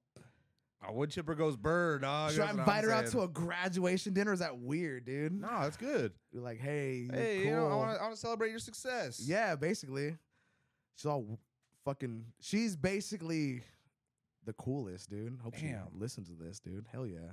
[SPEAKER 1] a wood chipper goes bird, dog.
[SPEAKER 2] Should I invite her out to a graduation dinner? Is that weird, dude?
[SPEAKER 1] No, that's good.
[SPEAKER 2] You're like, hey, you're
[SPEAKER 1] Hey,
[SPEAKER 2] cool.
[SPEAKER 1] you know, I want to I wanna celebrate your success.
[SPEAKER 2] yeah, basically. She's all w- fucking. She's basically the coolest, dude. Hope
[SPEAKER 1] Damn.
[SPEAKER 2] she listens to this, dude. Hell yeah.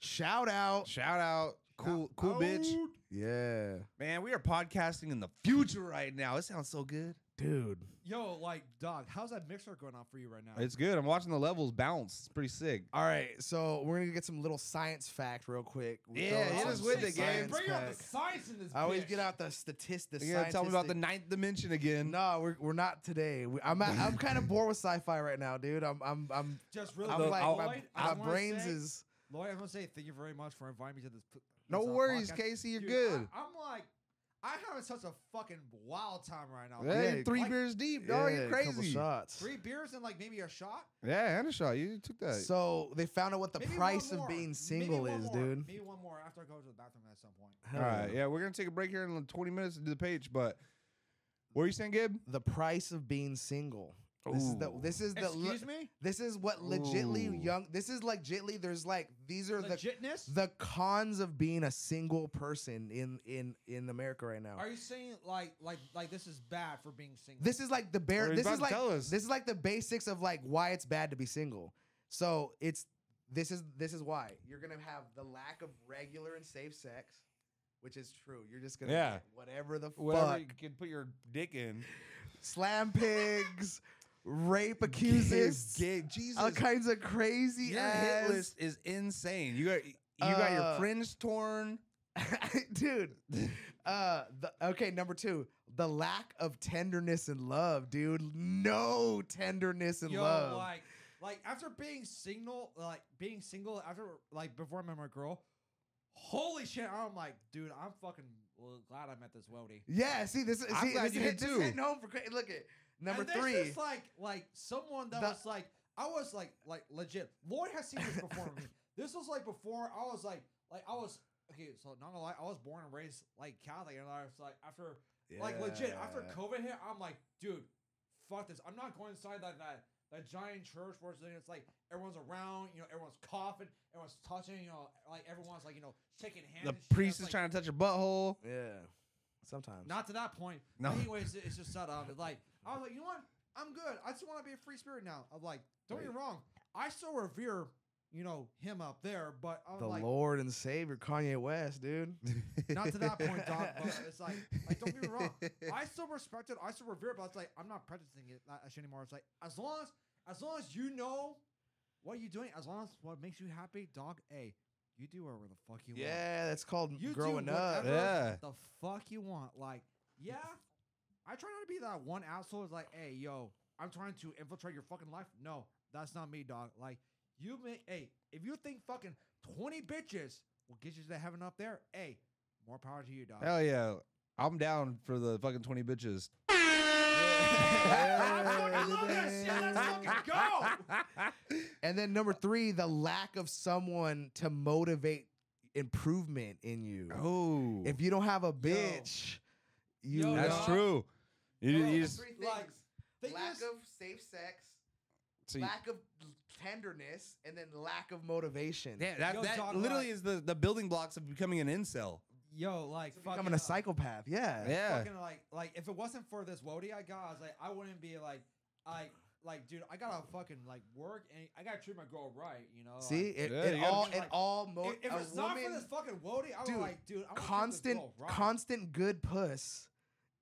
[SPEAKER 2] Shout out.
[SPEAKER 1] Shout out. Cool, cool bitch.
[SPEAKER 2] Yeah.
[SPEAKER 1] Man, we are podcasting in the future right now. It sounds so good.
[SPEAKER 2] dude.
[SPEAKER 3] Yo, like, dog, how's that mixer going on for you right now?
[SPEAKER 1] It's good. I'm watching the levels bounce. It's pretty sick.
[SPEAKER 2] All right, so we're gonna get some little science fact real quick. We're
[SPEAKER 1] Yeah,
[SPEAKER 2] throwing
[SPEAKER 1] hit
[SPEAKER 2] some
[SPEAKER 1] us with it,
[SPEAKER 2] science
[SPEAKER 1] gang.
[SPEAKER 3] Bring out the
[SPEAKER 2] fact.
[SPEAKER 3] science in this.
[SPEAKER 2] I always
[SPEAKER 3] bitch.
[SPEAKER 2] get out the statistics.
[SPEAKER 1] You gotta tell me about the ninth dimension again.
[SPEAKER 2] No, we're, we're not today. We, I'm at, I'm
[SPEAKER 1] (laughs)
[SPEAKER 2] kind of bored with sci-fi right now, dude. I'm I'm I'm
[SPEAKER 3] Just really.
[SPEAKER 2] I'm
[SPEAKER 3] quick,
[SPEAKER 2] like
[SPEAKER 3] Lloyd,
[SPEAKER 2] my,
[SPEAKER 3] I
[SPEAKER 2] my
[SPEAKER 3] wanna
[SPEAKER 2] brains
[SPEAKER 3] say-
[SPEAKER 2] is
[SPEAKER 3] Lloyd, I want to say thank you very much for inviting me to this. p-
[SPEAKER 1] no
[SPEAKER 3] this, uh,
[SPEAKER 1] worries,
[SPEAKER 3] podcast.
[SPEAKER 1] Casey. You're
[SPEAKER 3] Dude,
[SPEAKER 1] good.
[SPEAKER 3] I, am like, I'm having such a fucking wild time right now.
[SPEAKER 1] yeah,
[SPEAKER 2] yeah,
[SPEAKER 1] you're three
[SPEAKER 3] like-
[SPEAKER 1] beers deep, dog.
[SPEAKER 2] yeah,
[SPEAKER 1] you're
[SPEAKER 2] a couple
[SPEAKER 1] crazy.
[SPEAKER 2] shots.
[SPEAKER 3] Three beers and like maybe a shot.
[SPEAKER 1] Yeah, and a shot. You took that.
[SPEAKER 2] So they found out what the
[SPEAKER 3] Maybe one
[SPEAKER 2] price of
[SPEAKER 3] more.
[SPEAKER 2] being
[SPEAKER 3] Maybe
[SPEAKER 2] single
[SPEAKER 3] one
[SPEAKER 2] is,
[SPEAKER 3] more.
[SPEAKER 2] dude.
[SPEAKER 3] Maybe one more after I go to the bathroom at some point.
[SPEAKER 2] Hell
[SPEAKER 1] All right,
[SPEAKER 2] yeah.
[SPEAKER 1] yeah, we're gonna take a break here in like 20 minutes to do the page. But what are you saying, Gib?
[SPEAKER 2] The price of being single. This is the
[SPEAKER 1] Ooh.
[SPEAKER 2] this is the le-
[SPEAKER 3] Excuse me.
[SPEAKER 2] this is what legitly
[SPEAKER 1] Ooh.
[SPEAKER 2] young. This is legitly. There's like these are the
[SPEAKER 3] Legitness.
[SPEAKER 2] the cons of being a single person in in in America right now.
[SPEAKER 3] Are you saying like like like this is bad for being single?
[SPEAKER 2] This is like the
[SPEAKER 1] Well,
[SPEAKER 2] bare.
[SPEAKER 1] he's
[SPEAKER 2] This
[SPEAKER 1] about
[SPEAKER 2] is
[SPEAKER 1] to
[SPEAKER 2] like
[SPEAKER 1] tell us.
[SPEAKER 2] this is like the basics of like why it's bad to be single. So it's this is this is why you're gonna have the lack of regular and safe sex, which is true. You're just gonna
[SPEAKER 1] Yeah.
[SPEAKER 2] get whatever the
[SPEAKER 1] Whatever
[SPEAKER 2] fuck
[SPEAKER 1] you (laughs) can put your dick (laughs) in.
[SPEAKER 2] slam pigs, rape accuses,
[SPEAKER 1] Gib, Jesus.
[SPEAKER 2] all kinds of crazy
[SPEAKER 1] Your
[SPEAKER 2] ass.
[SPEAKER 1] hit list is insane. You got you got your
[SPEAKER 2] Uh,
[SPEAKER 1] fringe torn.
[SPEAKER 2] (laughs) dude. Uh, the, okay, number two, the lack of tenderness and love, dude. No tenderness and
[SPEAKER 3] Yo,
[SPEAKER 2] love.
[SPEAKER 3] like like after being single, like being single after like before I met my girl. Holy shit! I'm like, dude, I'm fucking glad I met this Weldy.
[SPEAKER 2] Yeah, see this. See,
[SPEAKER 1] I'm glad
[SPEAKER 2] this
[SPEAKER 1] you
[SPEAKER 2] hit,
[SPEAKER 1] did
[SPEAKER 2] this
[SPEAKER 1] too.
[SPEAKER 2] hitting home for cra- look at number
[SPEAKER 3] and this
[SPEAKER 2] three.
[SPEAKER 3] is like like someone that
[SPEAKER 2] The-
[SPEAKER 3] was like I was like like legit. Lloyd has seen this before
[SPEAKER 2] (laughs)
[SPEAKER 3] me. This was like before I was like like I was okay. So not gonna lie, I was born and raised like Catholic, and I was like after like legit after
[SPEAKER 2] Yeah.
[SPEAKER 3] COVID hit, I'm like, dude, fuck this. I'm not going inside that that that giant church where it's, it's like everyone's around, you know, everyone's coughing, everyone's touching, you know, like everyone's like you know shaking hands.
[SPEAKER 1] The
[SPEAKER 3] and shit.
[SPEAKER 1] priest
[SPEAKER 3] It's
[SPEAKER 1] is
[SPEAKER 3] like-
[SPEAKER 1] trying to touch your butthole.
[SPEAKER 2] Yeah, sometimes.
[SPEAKER 3] not to that point.
[SPEAKER 1] No.
[SPEAKER 3] Anyways, it- it's just set up. It's Like I was like, you know what? I'm good. I just want to be a free spirit now. I'm like, don't get me wrong. I still revere, you know, him up there, but I'm
[SPEAKER 2] the
[SPEAKER 3] like,
[SPEAKER 2] Lord and Savior Kanye
[SPEAKER 1] (laughs)
[SPEAKER 2] West, dude.
[SPEAKER 3] not to that point, dog. But
[SPEAKER 2] (laughs)
[SPEAKER 3] it's like, like, don't get me wrong. I still respect it. I still revere it, but it's like I'm not practicing it that shit anymore. It's like as long as, as long as you know what you're doing, as long as what makes you happy, dog. A, you do whatever the fuck you want.
[SPEAKER 2] yeah, that's called
[SPEAKER 3] You do
[SPEAKER 2] growing up.
[SPEAKER 3] whatever
[SPEAKER 1] Yeah.
[SPEAKER 3] The fuck you want? Like, yeah. I try not to be that one asshole. It's like, hey, yo, I'm trying to infiltrate your fucking life. No, that's not me, dog. Like, you may, hey, if you think fucking twenty bitches will get you to heaven up there, hey, more power to you, dog.
[SPEAKER 1] Hell yeah. I'm down for the fucking 20 bitches.
[SPEAKER 3] I fucking love that shit. Let's fucking go.
[SPEAKER 1] (laughs)
[SPEAKER 2] And then number three, the lack of someone to motivate improvement in you.
[SPEAKER 1] Oh.
[SPEAKER 2] If you don't have a bitch, you
[SPEAKER 3] Yo,
[SPEAKER 2] know-
[SPEAKER 1] that's
[SPEAKER 3] dog.
[SPEAKER 1] true. You,
[SPEAKER 2] Bro,
[SPEAKER 1] you
[SPEAKER 2] the
[SPEAKER 1] just,
[SPEAKER 2] three
[SPEAKER 3] like,
[SPEAKER 2] things.
[SPEAKER 3] They just-
[SPEAKER 2] safe sex,
[SPEAKER 1] so you-
[SPEAKER 2] of tenderness, and then lack of motivation.
[SPEAKER 1] yeah, that,
[SPEAKER 3] Yo,
[SPEAKER 1] that
[SPEAKER 3] dog,
[SPEAKER 1] literally
[SPEAKER 3] like-
[SPEAKER 1] is the, the building blocks of becoming an incel.
[SPEAKER 3] yo, like, fucking,
[SPEAKER 2] Becoming
[SPEAKER 3] uh,
[SPEAKER 2] a psychopath. Yeah.
[SPEAKER 1] Yeah.
[SPEAKER 3] fucking like like if it wasn't for this Wody I got, I was like I wouldn't be like I like dude, I gotta fucking like work and I gotta treat my girl right, Oh, you know.
[SPEAKER 2] See,
[SPEAKER 3] like,
[SPEAKER 2] it,
[SPEAKER 1] Yeah,
[SPEAKER 2] it
[SPEAKER 1] you gotta
[SPEAKER 2] all
[SPEAKER 3] be
[SPEAKER 2] it
[SPEAKER 3] like-
[SPEAKER 2] all mo-
[SPEAKER 3] if, if
[SPEAKER 2] a
[SPEAKER 3] it's not
[SPEAKER 2] woman,
[SPEAKER 3] for this fucking Wody, I
[SPEAKER 2] Dude,
[SPEAKER 3] was like, dude, I'm
[SPEAKER 2] constant
[SPEAKER 3] right.
[SPEAKER 2] constant good puss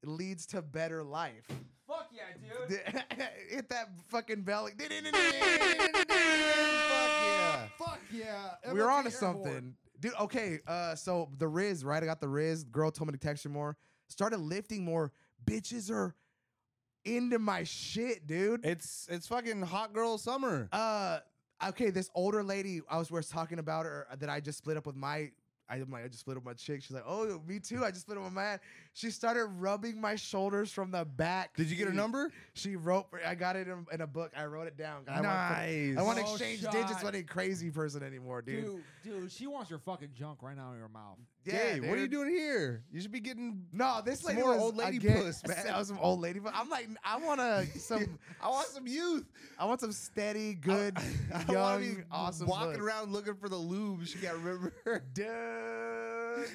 [SPEAKER 2] leads to better life.
[SPEAKER 3] Fuck yeah, dude.
[SPEAKER 2] (laughs) Hit that fucking belly. (laughs)
[SPEAKER 1] yeah.
[SPEAKER 3] Fuck yeah.
[SPEAKER 2] We're
[SPEAKER 3] MLK
[SPEAKER 2] on to
[SPEAKER 3] Airport.
[SPEAKER 2] something. Dude, okay, uh so the Riz, right? I got the Riz. Girl told me to text her more. Started lifting more. Bitches are into my shit, dude.
[SPEAKER 1] It's it's fucking hot girl summer.
[SPEAKER 2] Uh, okay, this older lady I was, was talking about her uh, that I just split up with my. I'm like, I just split up with my chick. She's like, oh, me too. I just split up with my. She started rubbing my shoulders from the back.
[SPEAKER 1] Did you get her
[SPEAKER 2] seat.
[SPEAKER 1] number?
[SPEAKER 2] She wrote. I got it in, in a book. I wrote it down. I Want
[SPEAKER 1] nice.
[SPEAKER 2] I want to
[SPEAKER 3] Oh,
[SPEAKER 2] exchange
[SPEAKER 3] shot.
[SPEAKER 2] digits with a crazy person anymore, dude.
[SPEAKER 3] Dude, dude, she wants your fucking junk right now in your mouth.
[SPEAKER 2] Yeah,
[SPEAKER 1] hey, what are you
[SPEAKER 2] dude.
[SPEAKER 1] doing here? You should be getting.
[SPEAKER 2] No, this
[SPEAKER 1] Some
[SPEAKER 2] lady
[SPEAKER 1] more
[SPEAKER 2] was
[SPEAKER 1] old lady
[SPEAKER 2] again, (laughs)
[SPEAKER 1] puss, man.
[SPEAKER 2] I was some old lady, but I'm like, I want
[SPEAKER 1] (laughs)
[SPEAKER 2] to some.
[SPEAKER 1] I want some youth.
[SPEAKER 2] I want some steady,
[SPEAKER 1] (laughs)
[SPEAKER 2] good,
[SPEAKER 1] I don't wanna
[SPEAKER 2] young, awesome.
[SPEAKER 1] walking
[SPEAKER 2] puss.
[SPEAKER 1] around looking for the lube. She got remember. (laughs)
[SPEAKER 2] Dude,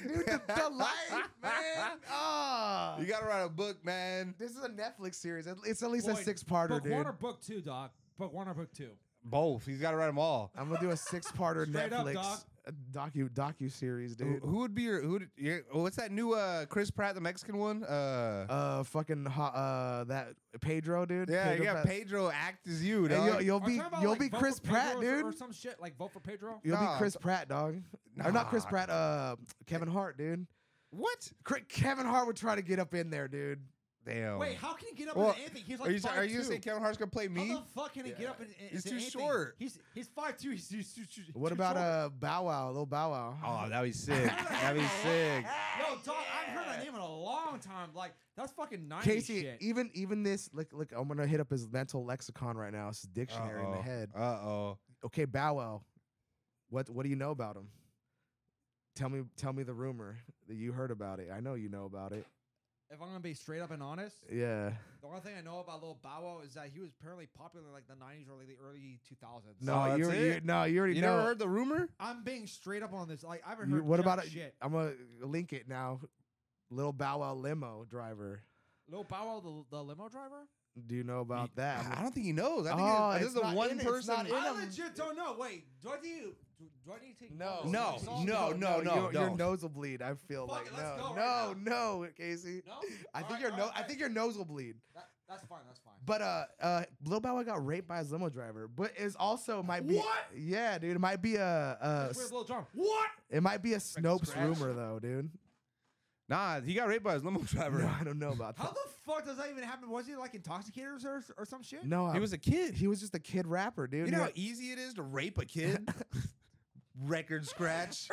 [SPEAKER 2] dude, the, the life, man. Ah,
[SPEAKER 1] you got to write a book, man.
[SPEAKER 2] this is a Netflix series. It- It's at least a
[SPEAKER 3] Boy,
[SPEAKER 2] six-parter,
[SPEAKER 3] Book
[SPEAKER 2] dude.
[SPEAKER 3] one or book two, dog. Book one or book two.
[SPEAKER 1] Both. He's got to write them all.
[SPEAKER 2] I'm gonna do a six-parter
[SPEAKER 3] Straight up,
[SPEAKER 2] Netflix.
[SPEAKER 3] dog.
[SPEAKER 2] a docu docu series,
[SPEAKER 1] Who,
[SPEAKER 2] dude.
[SPEAKER 1] who would be your who? Would, your, what's that new uh, Chris Pratt, the Mexican one? Uh,
[SPEAKER 2] Uh, fucking ho- uh, that Pedro dude.
[SPEAKER 1] yeah,
[SPEAKER 2] Pedro
[SPEAKER 1] you got
[SPEAKER 2] Pas-
[SPEAKER 1] Pedro act as you.
[SPEAKER 2] And
[SPEAKER 1] dog.
[SPEAKER 2] you'll, you'll
[SPEAKER 3] Are
[SPEAKER 2] be
[SPEAKER 3] you talking about,
[SPEAKER 2] you'll
[SPEAKER 3] like,
[SPEAKER 2] be
[SPEAKER 3] vote
[SPEAKER 2] Chris
[SPEAKER 3] for
[SPEAKER 2] Pratt,
[SPEAKER 3] Pedro or-
[SPEAKER 2] dude.
[SPEAKER 3] Or some shit like vote for Pedro.
[SPEAKER 2] You'll
[SPEAKER 1] Nah,
[SPEAKER 2] be Chris
[SPEAKER 1] th-
[SPEAKER 2] Pratt, dog. Or not Chris
[SPEAKER 1] Nah.
[SPEAKER 2] Pratt. Uh, Kevin Hart, dude.
[SPEAKER 1] what?
[SPEAKER 2] Cri- Kevin Hart would try to get up in there, dude.
[SPEAKER 1] Damn.
[SPEAKER 3] Wait, how can he get up
[SPEAKER 1] Well,
[SPEAKER 3] into anything? He's
[SPEAKER 1] are
[SPEAKER 3] like
[SPEAKER 1] you sa-
[SPEAKER 3] five
[SPEAKER 1] are you saying Kevin Hart's gonna play me?
[SPEAKER 3] How the fuck can he get up and, and
[SPEAKER 1] He's
[SPEAKER 3] to
[SPEAKER 1] too
[SPEAKER 3] anything?
[SPEAKER 1] short.
[SPEAKER 3] He's he's five two. He's, he's too, too,
[SPEAKER 2] What
[SPEAKER 3] too (laughs)
[SPEAKER 2] about
[SPEAKER 3] short.
[SPEAKER 2] uh Bow Wow, little Bow Wow?
[SPEAKER 1] Oh, that'd be sick. that'd be sick.
[SPEAKER 3] Yo, dog, I've heard that name in a long time. Like that's fucking ninety
[SPEAKER 2] Casey, E-
[SPEAKER 3] shit.
[SPEAKER 2] even even this, look, look, I'm gonna hit up his mental lexicon right now. It's his dictionary in the head.
[SPEAKER 1] Uh oh.
[SPEAKER 2] Okay, Bow Wow, what what do you know about him? Tell me, tell me the rumor that you heard about it. I know you know about it.
[SPEAKER 3] if I'm gonna be straight up and honest,
[SPEAKER 2] Yeah.
[SPEAKER 3] the only thing I know about Lil Bow Wow is that he was apparently popular in like the nineties or like the early two thousands.
[SPEAKER 2] No,
[SPEAKER 1] Oh, that's
[SPEAKER 2] you, you
[SPEAKER 1] it?
[SPEAKER 2] no, you already
[SPEAKER 1] You
[SPEAKER 2] know.
[SPEAKER 1] never heard the rumor?
[SPEAKER 3] I'm being straight up on this. Like I haven't
[SPEAKER 2] You-
[SPEAKER 3] heard.
[SPEAKER 2] what
[SPEAKER 3] jack
[SPEAKER 2] about it?
[SPEAKER 3] Shit.
[SPEAKER 2] I'm gonna link it now. Little Bow Wow limo driver.
[SPEAKER 3] Lil Bow Wow, the, the limo driver.
[SPEAKER 2] Do you know about that?
[SPEAKER 1] I don't think he knows. I think
[SPEAKER 2] Oh,
[SPEAKER 1] it's,
[SPEAKER 2] it's
[SPEAKER 1] this is the
[SPEAKER 2] not
[SPEAKER 1] one
[SPEAKER 2] in it, it's
[SPEAKER 1] person.
[SPEAKER 2] not in it.
[SPEAKER 3] I
[SPEAKER 2] him.
[SPEAKER 3] legit don't know. Wait, do I need to- do, do I need to take?
[SPEAKER 2] No,
[SPEAKER 3] photos?
[SPEAKER 1] No,
[SPEAKER 3] Like,
[SPEAKER 1] no,
[SPEAKER 3] salt?
[SPEAKER 1] no, no,
[SPEAKER 2] your, your
[SPEAKER 1] no.
[SPEAKER 2] nose will bleed. I feel
[SPEAKER 3] Fuck
[SPEAKER 2] like
[SPEAKER 3] it,
[SPEAKER 2] no,
[SPEAKER 3] let's go
[SPEAKER 2] no,
[SPEAKER 3] right
[SPEAKER 2] no, Casey.
[SPEAKER 3] No?
[SPEAKER 2] I
[SPEAKER 3] All
[SPEAKER 2] think
[SPEAKER 3] right,
[SPEAKER 2] your
[SPEAKER 3] all
[SPEAKER 2] no, I
[SPEAKER 3] right.
[SPEAKER 2] think your nose will bleed.
[SPEAKER 3] That, that's fine. That's fine.
[SPEAKER 2] But uh, uh, Lil Bow Wow got raped by his limo driver, but it's also might be
[SPEAKER 3] What?
[SPEAKER 2] Yeah, dude, it might be a, a
[SPEAKER 3] That's
[SPEAKER 2] s-
[SPEAKER 3] weird little drum. What?
[SPEAKER 2] it might be a Snopes
[SPEAKER 3] scratch.
[SPEAKER 2] rumor though, dude.
[SPEAKER 1] Nah, he got raped by his limo (laughs) driver.
[SPEAKER 2] No, I don't know about
[SPEAKER 3] How
[SPEAKER 2] that.
[SPEAKER 3] the fuck does that even happen? Was he like intoxicated or, s- or some shit?
[SPEAKER 2] No,
[SPEAKER 1] He
[SPEAKER 2] I-
[SPEAKER 1] was a kid.
[SPEAKER 2] (laughs) he was just a kid rapper, dude.
[SPEAKER 1] You
[SPEAKER 2] He
[SPEAKER 1] know how
[SPEAKER 2] had-
[SPEAKER 1] easy it is to rape a
[SPEAKER 3] (laughs)
[SPEAKER 1] kid? Record scratch.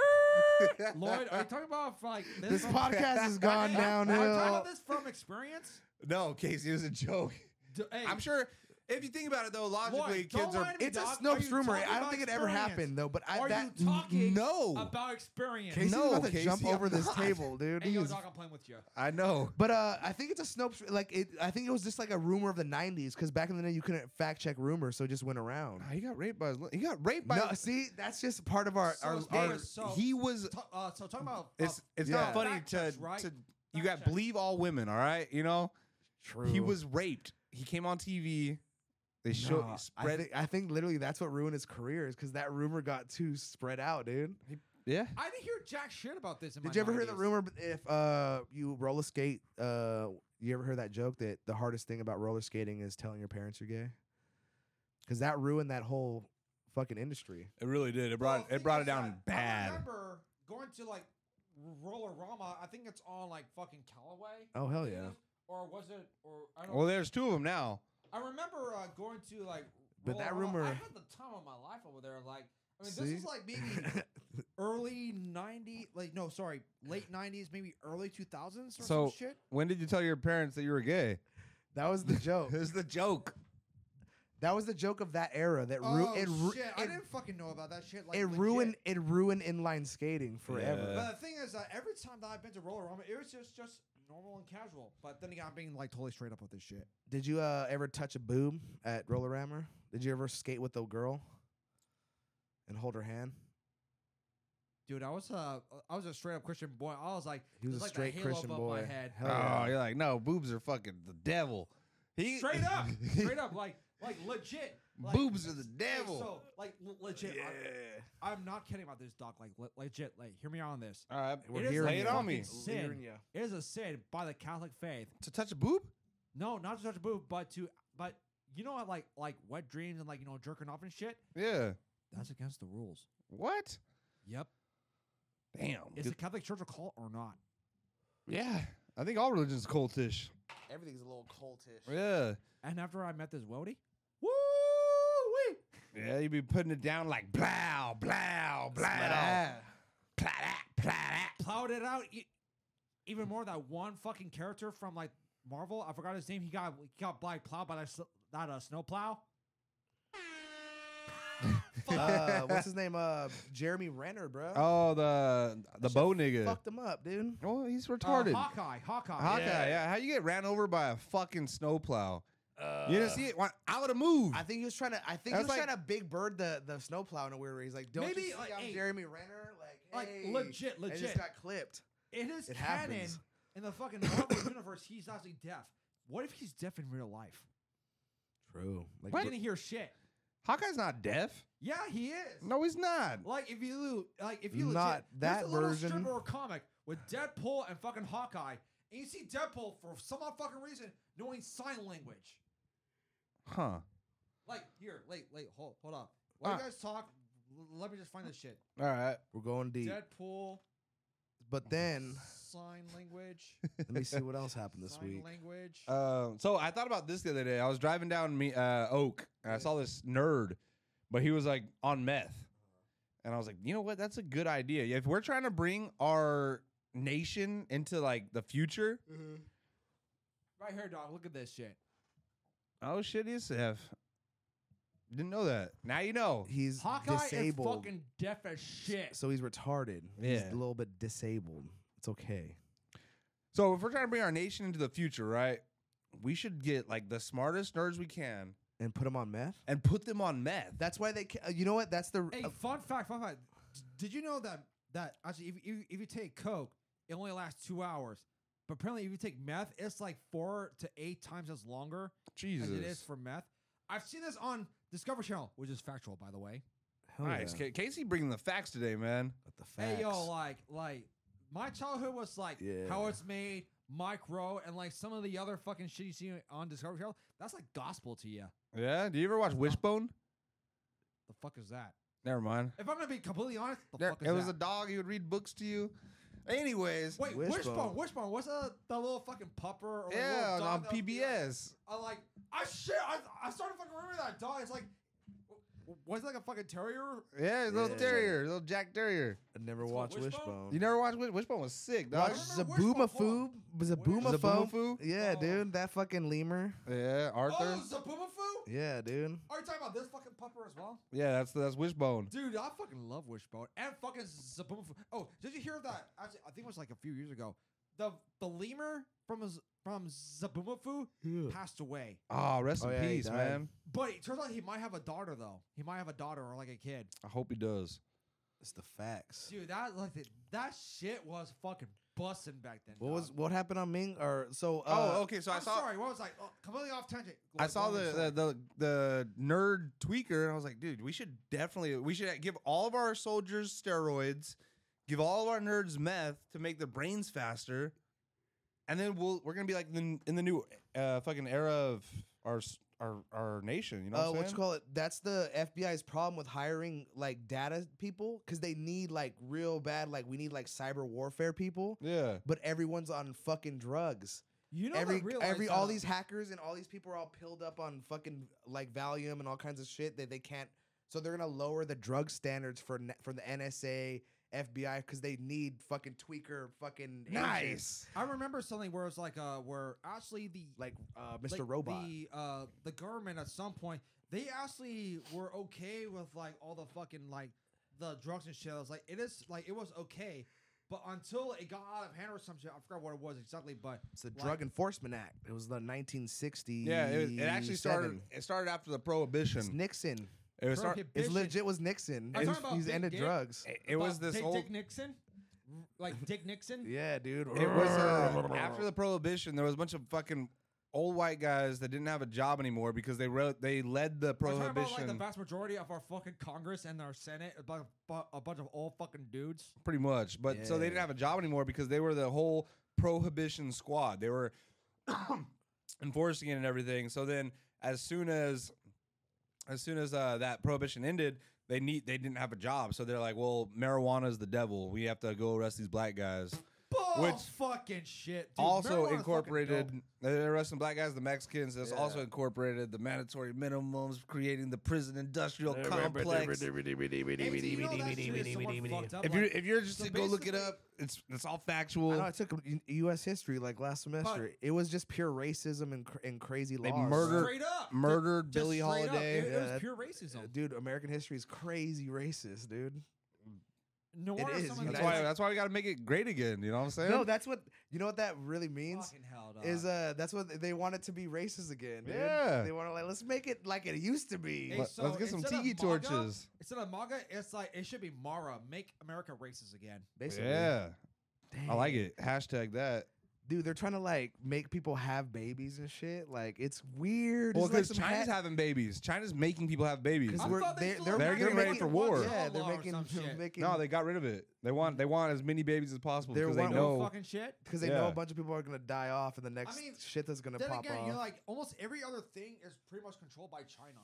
[SPEAKER 3] Lloyd, are you talking about from, like this? (laughs)
[SPEAKER 2] this
[SPEAKER 3] from-
[SPEAKER 2] podcast has gone
[SPEAKER 3] Hey, are- Are you talking
[SPEAKER 2] downhill.
[SPEAKER 3] about this from experience?
[SPEAKER 1] no, Casey, it was a joke.
[SPEAKER 3] D- Er. hey,
[SPEAKER 1] I'm sure if you think about it though, logically
[SPEAKER 3] Lloyd, don't
[SPEAKER 1] kids are
[SPEAKER 3] lie to me,
[SPEAKER 2] It's a
[SPEAKER 3] dog. Are
[SPEAKER 2] Snopes
[SPEAKER 3] you
[SPEAKER 2] rumor.
[SPEAKER 3] talking
[SPEAKER 2] I don't
[SPEAKER 3] about
[SPEAKER 2] think it ever
[SPEAKER 3] experience?
[SPEAKER 2] happened though. But I,
[SPEAKER 3] Are
[SPEAKER 2] that
[SPEAKER 3] you talking
[SPEAKER 1] no.
[SPEAKER 3] about experience?
[SPEAKER 2] Casey's
[SPEAKER 1] No,
[SPEAKER 2] about to jump
[SPEAKER 1] Casey,
[SPEAKER 2] over
[SPEAKER 1] I'm
[SPEAKER 2] this
[SPEAKER 1] not.
[SPEAKER 2] table, dude.
[SPEAKER 3] Hey,
[SPEAKER 2] He
[SPEAKER 3] yo,
[SPEAKER 2] is-
[SPEAKER 3] dog, I'm playing with you.
[SPEAKER 1] I know.
[SPEAKER 2] But uh, I think it's a Snopes. Like it, I think it was just like a rumor of the '90s because back in the day you couldn't fact check rumors, so it just went around.
[SPEAKER 1] Nah, he got raped by his li- he got raped by
[SPEAKER 2] No, see, that's just part of our.
[SPEAKER 3] So
[SPEAKER 2] our,
[SPEAKER 3] it's
[SPEAKER 2] our-
[SPEAKER 3] dangerous. so-
[SPEAKER 1] he was
[SPEAKER 3] Ta- uh, so talking about uh,
[SPEAKER 1] it's it's
[SPEAKER 2] yeah.
[SPEAKER 1] not funny
[SPEAKER 3] Fact
[SPEAKER 1] to,
[SPEAKER 3] checks, right?
[SPEAKER 1] to you
[SPEAKER 3] Fact
[SPEAKER 1] got
[SPEAKER 3] checks.
[SPEAKER 1] believe all women, all right? You know?
[SPEAKER 2] true.
[SPEAKER 1] He was raped. He came on TV. They
[SPEAKER 2] Nah,
[SPEAKER 1] showed
[SPEAKER 2] I
[SPEAKER 1] spread
[SPEAKER 2] think, I think literally that's what ruined his career is because that rumor got too spread out, dude.
[SPEAKER 1] Yeah.
[SPEAKER 3] I didn't hear jack shit about this. In my
[SPEAKER 2] Did you ever hear the
[SPEAKER 3] 90s.
[SPEAKER 2] rumor b- if uh you roller skate uh you ever heard that joke that the hardest thing about roller skating is telling your parents you're gay? Because that ruined that whole fucking industry.
[SPEAKER 1] It really did. It
[SPEAKER 3] Well,
[SPEAKER 1] brought
[SPEAKER 3] the
[SPEAKER 1] it brought it
[SPEAKER 3] thing is
[SPEAKER 1] down
[SPEAKER 3] that I
[SPEAKER 1] bad.
[SPEAKER 3] remember going to like Roller Rama. I think it's on like fucking Callaway.
[SPEAKER 2] Oh hell yeah.
[SPEAKER 3] Or was it? Or I don't.
[SPEAKER 1] Well, there's two of them now.
[SPEAKER 3] I remember uh, going to like.
[SPEAKER 2] But that
[SPEAKER 3] Roller-Rama.
[SPEAKER 2] rumor-
[SPEAKER 3] I had the time of my life over there. Like, I mean, this
[SPEAKER 2] See?
[SPEAKER 3] is like maybe
[SPEAKER 2] (laughs)
[SPEAKER 3] early '90s. Like, no, sorry, late '90s, maybe early 2000s or
[SPEAKER 1] So-
[SPEAKER 3] some shit.
[SPEAKER 1] When did you tell your parents that you were gay?
[SPEAKER 2] (laughs) That was the joke.
[SPEAKER 1] This is the joke.
[SPEAKER 2] That was the joke of that era. That ru-
[SPEAKER 3] oh
[SPEAKER 2] it, ru-
[SPEAKER 3] shit! I
[SPEAKER 2] it,
[SPEAKER 3] didn't fucking know about that shit. Like,
[SPEAKER 2] it
[SPEAKER 3] legit.
[SPEAKER 2] ruined it ruined inline skating forever.
[SPEAKER 1] Yeah.
[SPEAKER 3] But the thing is, that every time that I've been to Roller Rama, it was just just normal and casual. But then again, I'm being like totally straight up with this shit.
[SPEAKER 2] Did you uh, ever touch a boob at Roller Rammer? Did you ever skate with a girl and hold her hand?
[SPEAKER 3] Dude, I was uh, I was a straight up Christian boy. I was like,
[SPEAKER 2] He was
[SPEAKER 3] there's
[SPEAKER 2] a
[SPEAKER 3] like
[SPEAKER 2] straight
[SPEAKER 3] halo
[SPEAKER 2] Christian
[SPEAKER 3] above
[SPEAKER 2] boy.
[SPEAKER 3] My head.
[SPEAKER 2] Hell yeah.
[SPEAKER 1] Oh, you're like, no, boobs are fucking the devil. He
[SPEAKER 3] Straight
[SPEAKER 2] (laughs)
[SPEAKER 1] (laughs)
[SPEAKER 3] up, straight up, like like legit. Like,
[SPEAKER 1] boobs are the
[SPEAKER 3] hey,
[SPEAKER 1] devil.
[SPEAKER 3] So like le- legit, I'm, I'm not kidding about this, doc. Like le- legit, like hear me on this.
[SPEAKER 1] All right,
[SPEAKER 3] It is
[SPEAKER 2] hearing
[SPEAKER 1] lay
[SPEAKER 2] you.
[SPEAKER 1] it on me.
[SPEAKER 3] fucking Sin. It is a sin by the Catholic faith.
[SPEAKER 1] To touch a boob?
[SPEAKER 3] No, not to touch a boob, but to but you know how like like wet dreams and like you know jerking off and shit.
[SPEAKER 1] Yeah.
[SPEAKER 3] That's against the rules.
[SPEAKER 1] What?
[SPEAKER 3] Yep.
[SPEAKER 1] Damn.
[SPEAKER 3] Is the Catholic Church a cult or not?
[SPEAKER 1] yeah. I think all religions cultish.
[SPEAKER 2] Everything's a little cultish.
[SPEAKER 1] Yeah.
[SPEAKER 3] And after I met this Wody,
[SPEAKER 1] Woo wee. Yeah, you be putting it down like blow, blow, blow. Plow that, plow that.
[SPEAKER 3] plowed it out. E- even more that one fucking character from like Marvel, I forgot his name. He got he got black plowed by that s- that uh, snow plow.
[SPEAKER 2] uh, what's his name? Uh, Jeremy Renner, bro.
[SPEAKER 1] Oh, the the
[SPEAKER 2] That
[SPEAKER 1] bow
[SPEAKER 2] shit
[SPEAKER 1] nigga.
[SPEAKER 2] Fucked him up, dude.
[SPEAKER 1] Oh, he's
[SPEAKER 3] Uh,
[SPEAKER 1] retarded.
[SPEAKER 3] Hawkeye, Hawkeye.
[SPEAKER 1] Hawkeye, yeah. How you get ran over by a fucking snowplow?
[SPEAKER 3] Uh,
[SPEAKER 1] you
[SPEAKER 2] Uh.
[SPEAKER 1] didn't see it? Why- I would have moved.
[SPEAKER 2] I think he was trying to. I think
[SPEAKER 1] That's
[SPEAKER 2] he was
[SPEAKER 1] like-
[SPEAKER 2] trying to big bird the the snowplow in a weird way. He's like, don't
[SPEAKER 3] Maybe,
[SPEAKER 2] you see
[SPEAKER 3] like,
[SPEAKER 2] I'm
[SPEAKER 3] hey,
[SPEAKER 2] Jeremy Renner? Like,
[SPEAKER 3] Like
[SPEAKER 2] hey.
[SPEAKER 3] legit,
[SPEAKER 2] And he
[SPEAKER 3] legit.
[SPEAKER 2] just got clipped.
[SPEAKER 3] it is
[SPEAKER 2] it
[SPEAKER 3] canon
[SPEAKER 2] happens.
[SPEAKER 3] in the fucking Marvel (coughs) universe. He's actually deaf. What if he's deaf in real life?
[SPEAKER 2] True. Like,
[SPEAKER 3] He didn't hear shit.
[SPEAKER 1] Hawkeye's not deaf.
[SPEAKER 3] Yeah, he is.
[SPEAKER 1] No, he's not.
[SPEAKER 3] Like if you lo- like if you
[SPEAKER 2] Not
[SPEAKER 3] legit,
[SPEAKER 2] that
[SPEAKER 3] there's a little
[SPEAKER 2] version.
[SPEAKER 3] strip or comic with Deadpool and fucking Hawkeye, and you see Deadpool for some odd fucking reason knowing sign language.
[SPEAKER 1] Huh.
[SPEAKER 3] Like here, wait, wait, hold, hold on. While
[SPEAKER 2] Ah.
[SPEAKER 3] you guys talk, l- let me just find this shit.
[SPEAKER 2] All right, we're going deep.
[SPEAKER 3] Deadpool
[SPEAKER 2] But then
[SPEAKER 3] sign language.
[SPEAKER 2] let me see what else (laughs) happened this
[SPEAKER 3] sign
[SPEAKER 2] week. Uh,
[SPEAKER 3] language.
[SPEAKER 1] Um, so I thought about this the other day. I was driving down me uh, Oak, and I
[SPEAKER 3] Yeah.
[SPEAKER 1] saw this nerd, but he was like on meth, and I was like, you know what? That's a good idea. If we're trying to bring our nation into like the future,
[SPEAKER 3] Mm-hmm. right here, dog. Look at this shit.
[SPEAKER 1] oh shit, SF. Didn't know that. Now you know.
[SPEAKER 2] He's
[SPEAKER 3] Hawkeye
[SPEAKER 2] disabled,
[SPEAKER 3] is fucking deaf as shit.
[SPEAKER 2] so he's retarded. He's
[SPEAKER 1] Yeah.
[SPEAKER 2] a little bit disabled. It's okay.
[SPEAKER 1] So if we're trying to bring our nation into the future, right? We should get like the smartest nerds we can
[SPEAKER 2] And put him on meth.
[SPEAKER 1] and put them on meth.
[SPEAKER 2] That's why they. Ca- uh, you know what? That's the.
[SPEAKER 3] Hey,
[SPEAKER 2] uh,
[SPEAKER 3] fun fact, fun fact. D- Did you know that that actually, if you if you take coke, it only lasts two hours, but apparently, if you take meth, it's like four to eight times as longer
[SPEAKER 1] Jesus.
[SPEAKER 3] as it is for meth. I've seen this on Discovery Channel, which is factual, by the way.
[SPEAKER 2] hell
[SPEAKER 1] Nice.
[SPEAKER 2] oh, yeah.
[SPEAKER 1] Ca- Casey bringing the facts today, man.
[SPEAKER 2] Got the facts.
[SPEAKER 3] Hey, yo, like like my childhood was like
[SPEAKER 2] Yeah.
[SPEAKER 3] how it's made, micro, and like some of the other fucking shit you see on Discovery Channel. That's like gospel to you.
[SPEAKER 1] Yeah. Do you ever watch Wishbone?
[SPEAKER 3] The fuck is that?
[SPEAKER 1] Never mind.
[SPEAKER 3] If I'm gonna be completely honest, the
[SPEAKER 1] There-
[SPEAKER 3] fuck is
[SPEAKER 1] it was
[SPEAKER 3] that?
[SPEAKER 1] a dog. He would read books to you. Anyways,
[SPEAKER 3] Wait,
[SPEAKER 2] Wishbone.
[SPEAKER 3] Wishbone, Wishbone, what's uh, the little fucking pupper? Or like,
[SPEAKER 1] yeah,
[SPEAKER 3] little dog
[SPEAKER 1] on
[SPEAKER 3] that would be like-
[SPEAKER 1] PBS.
[SPEAKER 3] I like, I shit, I, I started fucking remembering that dog. It's like, w- w- was it like a fucking terrier?
[SPEAKER 1] Yeah, his little
[SPEAKER 2] Yeah.
[SPEAKER 1] terrier, little Jack Terrier.
[SPEAKER 2] I never
[SPEAKER 3] It's called
[SPEAKER 2] watched
[SPEAKER 3] uh, Wishbone?
[SPEAKER 2] Wishbone.
[SPEAKER 1] You never watched Wish- Wishbone? Was sick. Dog.
[SPEAKER 2] Watch
[SPEAKER 3] remember Wishbone,
[SPEAKER 2] Zaboomafu.
[SPEAKER 3] hold
[SPEAKER 2] Zaboomafu.
[SPEAKER 1] Zabumafu?
[SPEAKER 2] Yeah,
[SPEAKER 3] Oh.
[SPEAKER 2] dude. That fucking lemur.
[SPEAKER 1] Yeah, Arthur.
[SPEAKER 3] Oh, Zabumafu?
[SPEAKER 2] Yeah, dude.
[SPEAKER 3] Are you talking about this fucking pupper as well?
[SPEAKER 1] Yeah, that's that's Wishbone.
[SPEAKER 3] Dude, I fucking love Wishbone and fucking Zabumafu. Oh, did you hear that? Actually, I think it was like a few years ago. The the lemur from Z- from Zabumafu passed away,
[SPEAKER 1] Oh, rest
[SPEAKER 2] Oh,
[SPEAKER 1] in
[SPEAKER 2] yeah, he
[SPEAKER 1] peace,
[SPEAKER 2] died.
[SPEAKER 1] man.
[SPEAKER 3] but it turns out he might have a daughter though. He might have a daughter or like a kid.
[SPEAKER 1] I hope he does.
[SPEAKER 2] It's the facts.
[SPEAKER 3] Dude, that like that shit was fucking busting back then.
[SPEAKER 2] What
[SPEAKER 3] dog.
[SPEAKER 2] was what happened on Ming? Or so? Uh,
[SPEAKER 1] oh, okay. So
[SPEAKER 3] I'm
[SPEAKER 1] I saw
[SPEAKER 3] sorry. What was like oh, completely off tangent.
[SPEAKER 1] I
[SPEAKER 3] Like,
[SPEAKER 1] saw the,
[SPEAKER 3] what was it?
[SPEAKER 1] the the the nerd tweaker. And I was like, dude, we should definitely we should give all of our soldiers steroids, give all of our nerds meth to make their brains faster, and then we'll we're gonna be like in, in the new uh, fucking era of our s- our our nation. You know
[SPEAKER 2] uh,
[SPEAKER 1] what I'm
[SPEAKER 2] what you
[SPEAKER 1] saying?
[SPEAKER 2] call it? That's the FBI's problem with hiring like data people because they need like real bad like we need like cyber warfare people,
[SPEAKER 1] yeah.
[SPEAKER 2] but everyone's on fucking drugs.
[SPEAKER 3] you know
[SPEAKER 2] every
[SPEAKER 3] I realized
[SPEAKER 2] every
[SPEAKER 3] that,
[SPEAKER 2] all
[SPEAKER 3] uh,
[SPEAKER 2] these hackers and all these people are all pilled up on fucking like Valium and all kinds of shit that they can't. So they're gonna lower the drug standards for N- for the NSA, FBI because they need fucking tweaker fucking agents,
[SPEAKER 1] Nice.
[SPEAKER 3] I remember something where it's like uh where actually the
[SPEAKER 2] like uh, Mr.
[SPEAKER 3] like,
[SPEAKER 2] Robot.
[SPEAKER 3] the uh the government at some point they actually were okay with like all the fucking like the drugs and shit. I was like it is like it was okay, but until it got out of hand or some shit, I forgot what it was exactly. But
[SPEAKER 2] It's the
[SPEAKER 3] like-
[SPEAKER 2] Drug Enforcement Act. It was the 1960.
[SPEAKER 1] Yeah, it, was- it actually started. It started after the
[SPEAKER 2] It's
[SPEAKER 1] prohibition.
[SPEAKER 2] Nixon.
[SPEAKER 1] It was. Start,
[SPEAKER 2] It's
[SPEAKER 3] Prohibition.
[SPEAKER 2] legit was Nixon.
[SPEAKER 3] Are you
[SPEAKER 2] He's,
[SPEAKER 3] talking about
[SPEAKER 2] he's
[SPEAKER 3] Big
[SPEAKER 2] ended
[SPEAKER 3] Dick?
[SPEAKER 2] drugs.
[SPEAKER 1] it, it was
[SPEAKER 3] About
[SPEAKER 1] this
[SPEAKER 3] Dick,
[SPEAKER 1] old.
[SPEAKER 3] Dick Nixon, like
[SPEAKER 1] (laughs)
[SPEAKER 3] Dick Nixon.
[SPEAKER 2] Yeah, dude.
[SPEAKER 1] It was uh, after
[SPEAKER 3] (laughs)
[SPEAKER 1] the prohibition. There was a bunch of fucking old white guys that didn't have a job anymore because they wrote they led the
[SPEAKER 3] We're talking about like the
[SPEAKER 1] prohibition.
[SPEAKER 3] vast majority of our fucking Congress and our Senate, a bunch, a bunch of old fucking dudes.
[SPEAKER 1] pretty much. But so they didn't
[SPEAKER 2] Yeah.
[SPEAKER 1] have a job anymore because they were the whole prohibition squad. They were (coughs) enforcing it and everything. So then, as soon as as soon as uh, that prohibition ended, they need they didn't have a job. So they're like, well, marijuana's the devil. We have to go arrest these black guys.
[SPEAKER 3] Bull
[SPEAKER 1] Which
[SPEAKER 3] fucking shit. Dude,
[SPEAKER 1] also
[SPEAKER 3] marijuana's fucking
[SPEAKER 1] incorporated
[SPEAKER 3] dope.
[SPEAKER 1] the arresting black guys, the Mexicans. That's also incorporated the mandatory minimums, creating the prison industrial complex.
[SPEAKER 3] Hey, do you know that shit is somewhat fucked up?
[SPEAKER 1] If you're
[SPEAKER 3] Like,
[SPEAKER 1] if you're just
[SPEAKER 3] so
[SPEAKER 1] to go look it
[SPEAKER 3] basically-
[SPEAKER 1] up, it's it's all
[SPEAKER 2] I know I
[SPEAKER 1] factual.
[SPEAKER 2] took U- U.S. history like last semester. it was just pure racism and, cr- and crazy
[SPEAKER 1] They
[SPEAKER 2] laws.
[SPEAKER 1] murdered-
[SPEAKER 3] straight up
[SPEAKER 1] murdered
[SPEAKER 3] just
[SPEAKER 1] Billy
[SPEAKER 3] straight up,
[SPEAKER 1] Holiday.
[SPEAKER 3] dude, It,
[SPEAKER 2] Yeah,
[SPEAKER 3] was pure racism.
[SPEAKER 2] Uh, Dude, American history is crazy racist, dude.
[SPEAKER 3] no
[SPEAKER 2] it
[SPEAKER 3] wonder
[SPEAKER 2] is,
[SPEAKER 3] some
[SPEAKER 2] you
[SPEAKER 1] That's
[SPEAKER 3] of these
[SPEAKER 2] guys-
[SPEAKER 1] why
[SPEAKER 3] like,
[SPEAKER 1] that's why we got to make it great again. You know what I'm saying?
[SPEAKER 2] No, that's what you know what that really means
[SPEAKER 3] fucking hell, dog.
[SPEAKER 2] is uh that's what they want it to be racist again. Dude.
[SPEAKER 1] Yeah.
[SPEAKER 2] They want to like let's make it like it used to be.
[SPEAKER 3] Hey,
[SPEAKER 1] Let,
[SPEAKER 3] so
[SPEAKER 1] us get some
[SPEAKER 3] instead of
[SPEAKER 1] tiki
[SPEAKER 3] MAGA,
[SPEAKER 1] torches.
[SPEAKER 3] instead of MAGA, it's like it should be Mara. Make America racist again.
[SPEAKER 2] Basically.
[SPEAKER 1] Yeah, I
[SPEAKER 2] Dang.
[SPEAKER 1] like it. Hashtag that.
[SPEAKER 2] dude, they're trying to like make people have babies and shit. Like it's weird.
[SPEAKER 1] Well,
[SPEAKER 2] It's like
[SPEAKER 1] because
[SPEAKER 2] some
[SPEAKER 1] China's
[SPEAKER 2] ha-
[SPEAKER 1] having babies. China's making people have babies.
[SPEAKER 2] 'cause
[SPEAKER 3] I
[SPEAKER 2] we're-
[SPEAKER 3] thought they
[SPEAKER 2] they're,
[SPEAKER 3] still
[SPEAKER 2] they're,
[SPEAKER 1] They're
[SPEAKER 2] making-
[SPEAKER 1] getting ready
[SPEAKER 2] making-
[SPEAKER 1] for war.
[SPEAKER 2] Yeah, they're
[SPEAKER 3] Law or
[SPEAKER 2] making, (laughs)
[SPEAKER 3] some shit.
[SPEAKER 2] making
[SPEAKER 1] No, they got rid of it. They want they want as many babies as possible
[SPEAKER 2] There
[SPEAKER 1] because they
[SPEAKER 2] weren't-
[SPEAKER 1] know.
[SPEAKER 5] fucking shit.
[SPEAKER 2] because they know
[SPEAKER 1] yeah.
[SPEAKER 2] a bunch of people are gonna die off, and the next
[SPEAKER 3] mean,
[SPEAKER 2] shit that's gonna
[SPEAKER 3] Then
[SPEAKER 2] pop
[SPEAKER 3] again,
[SPEAKER 2] off.
[SPEAKER 3] you know, like almost every other thing is pretty much controlled by China.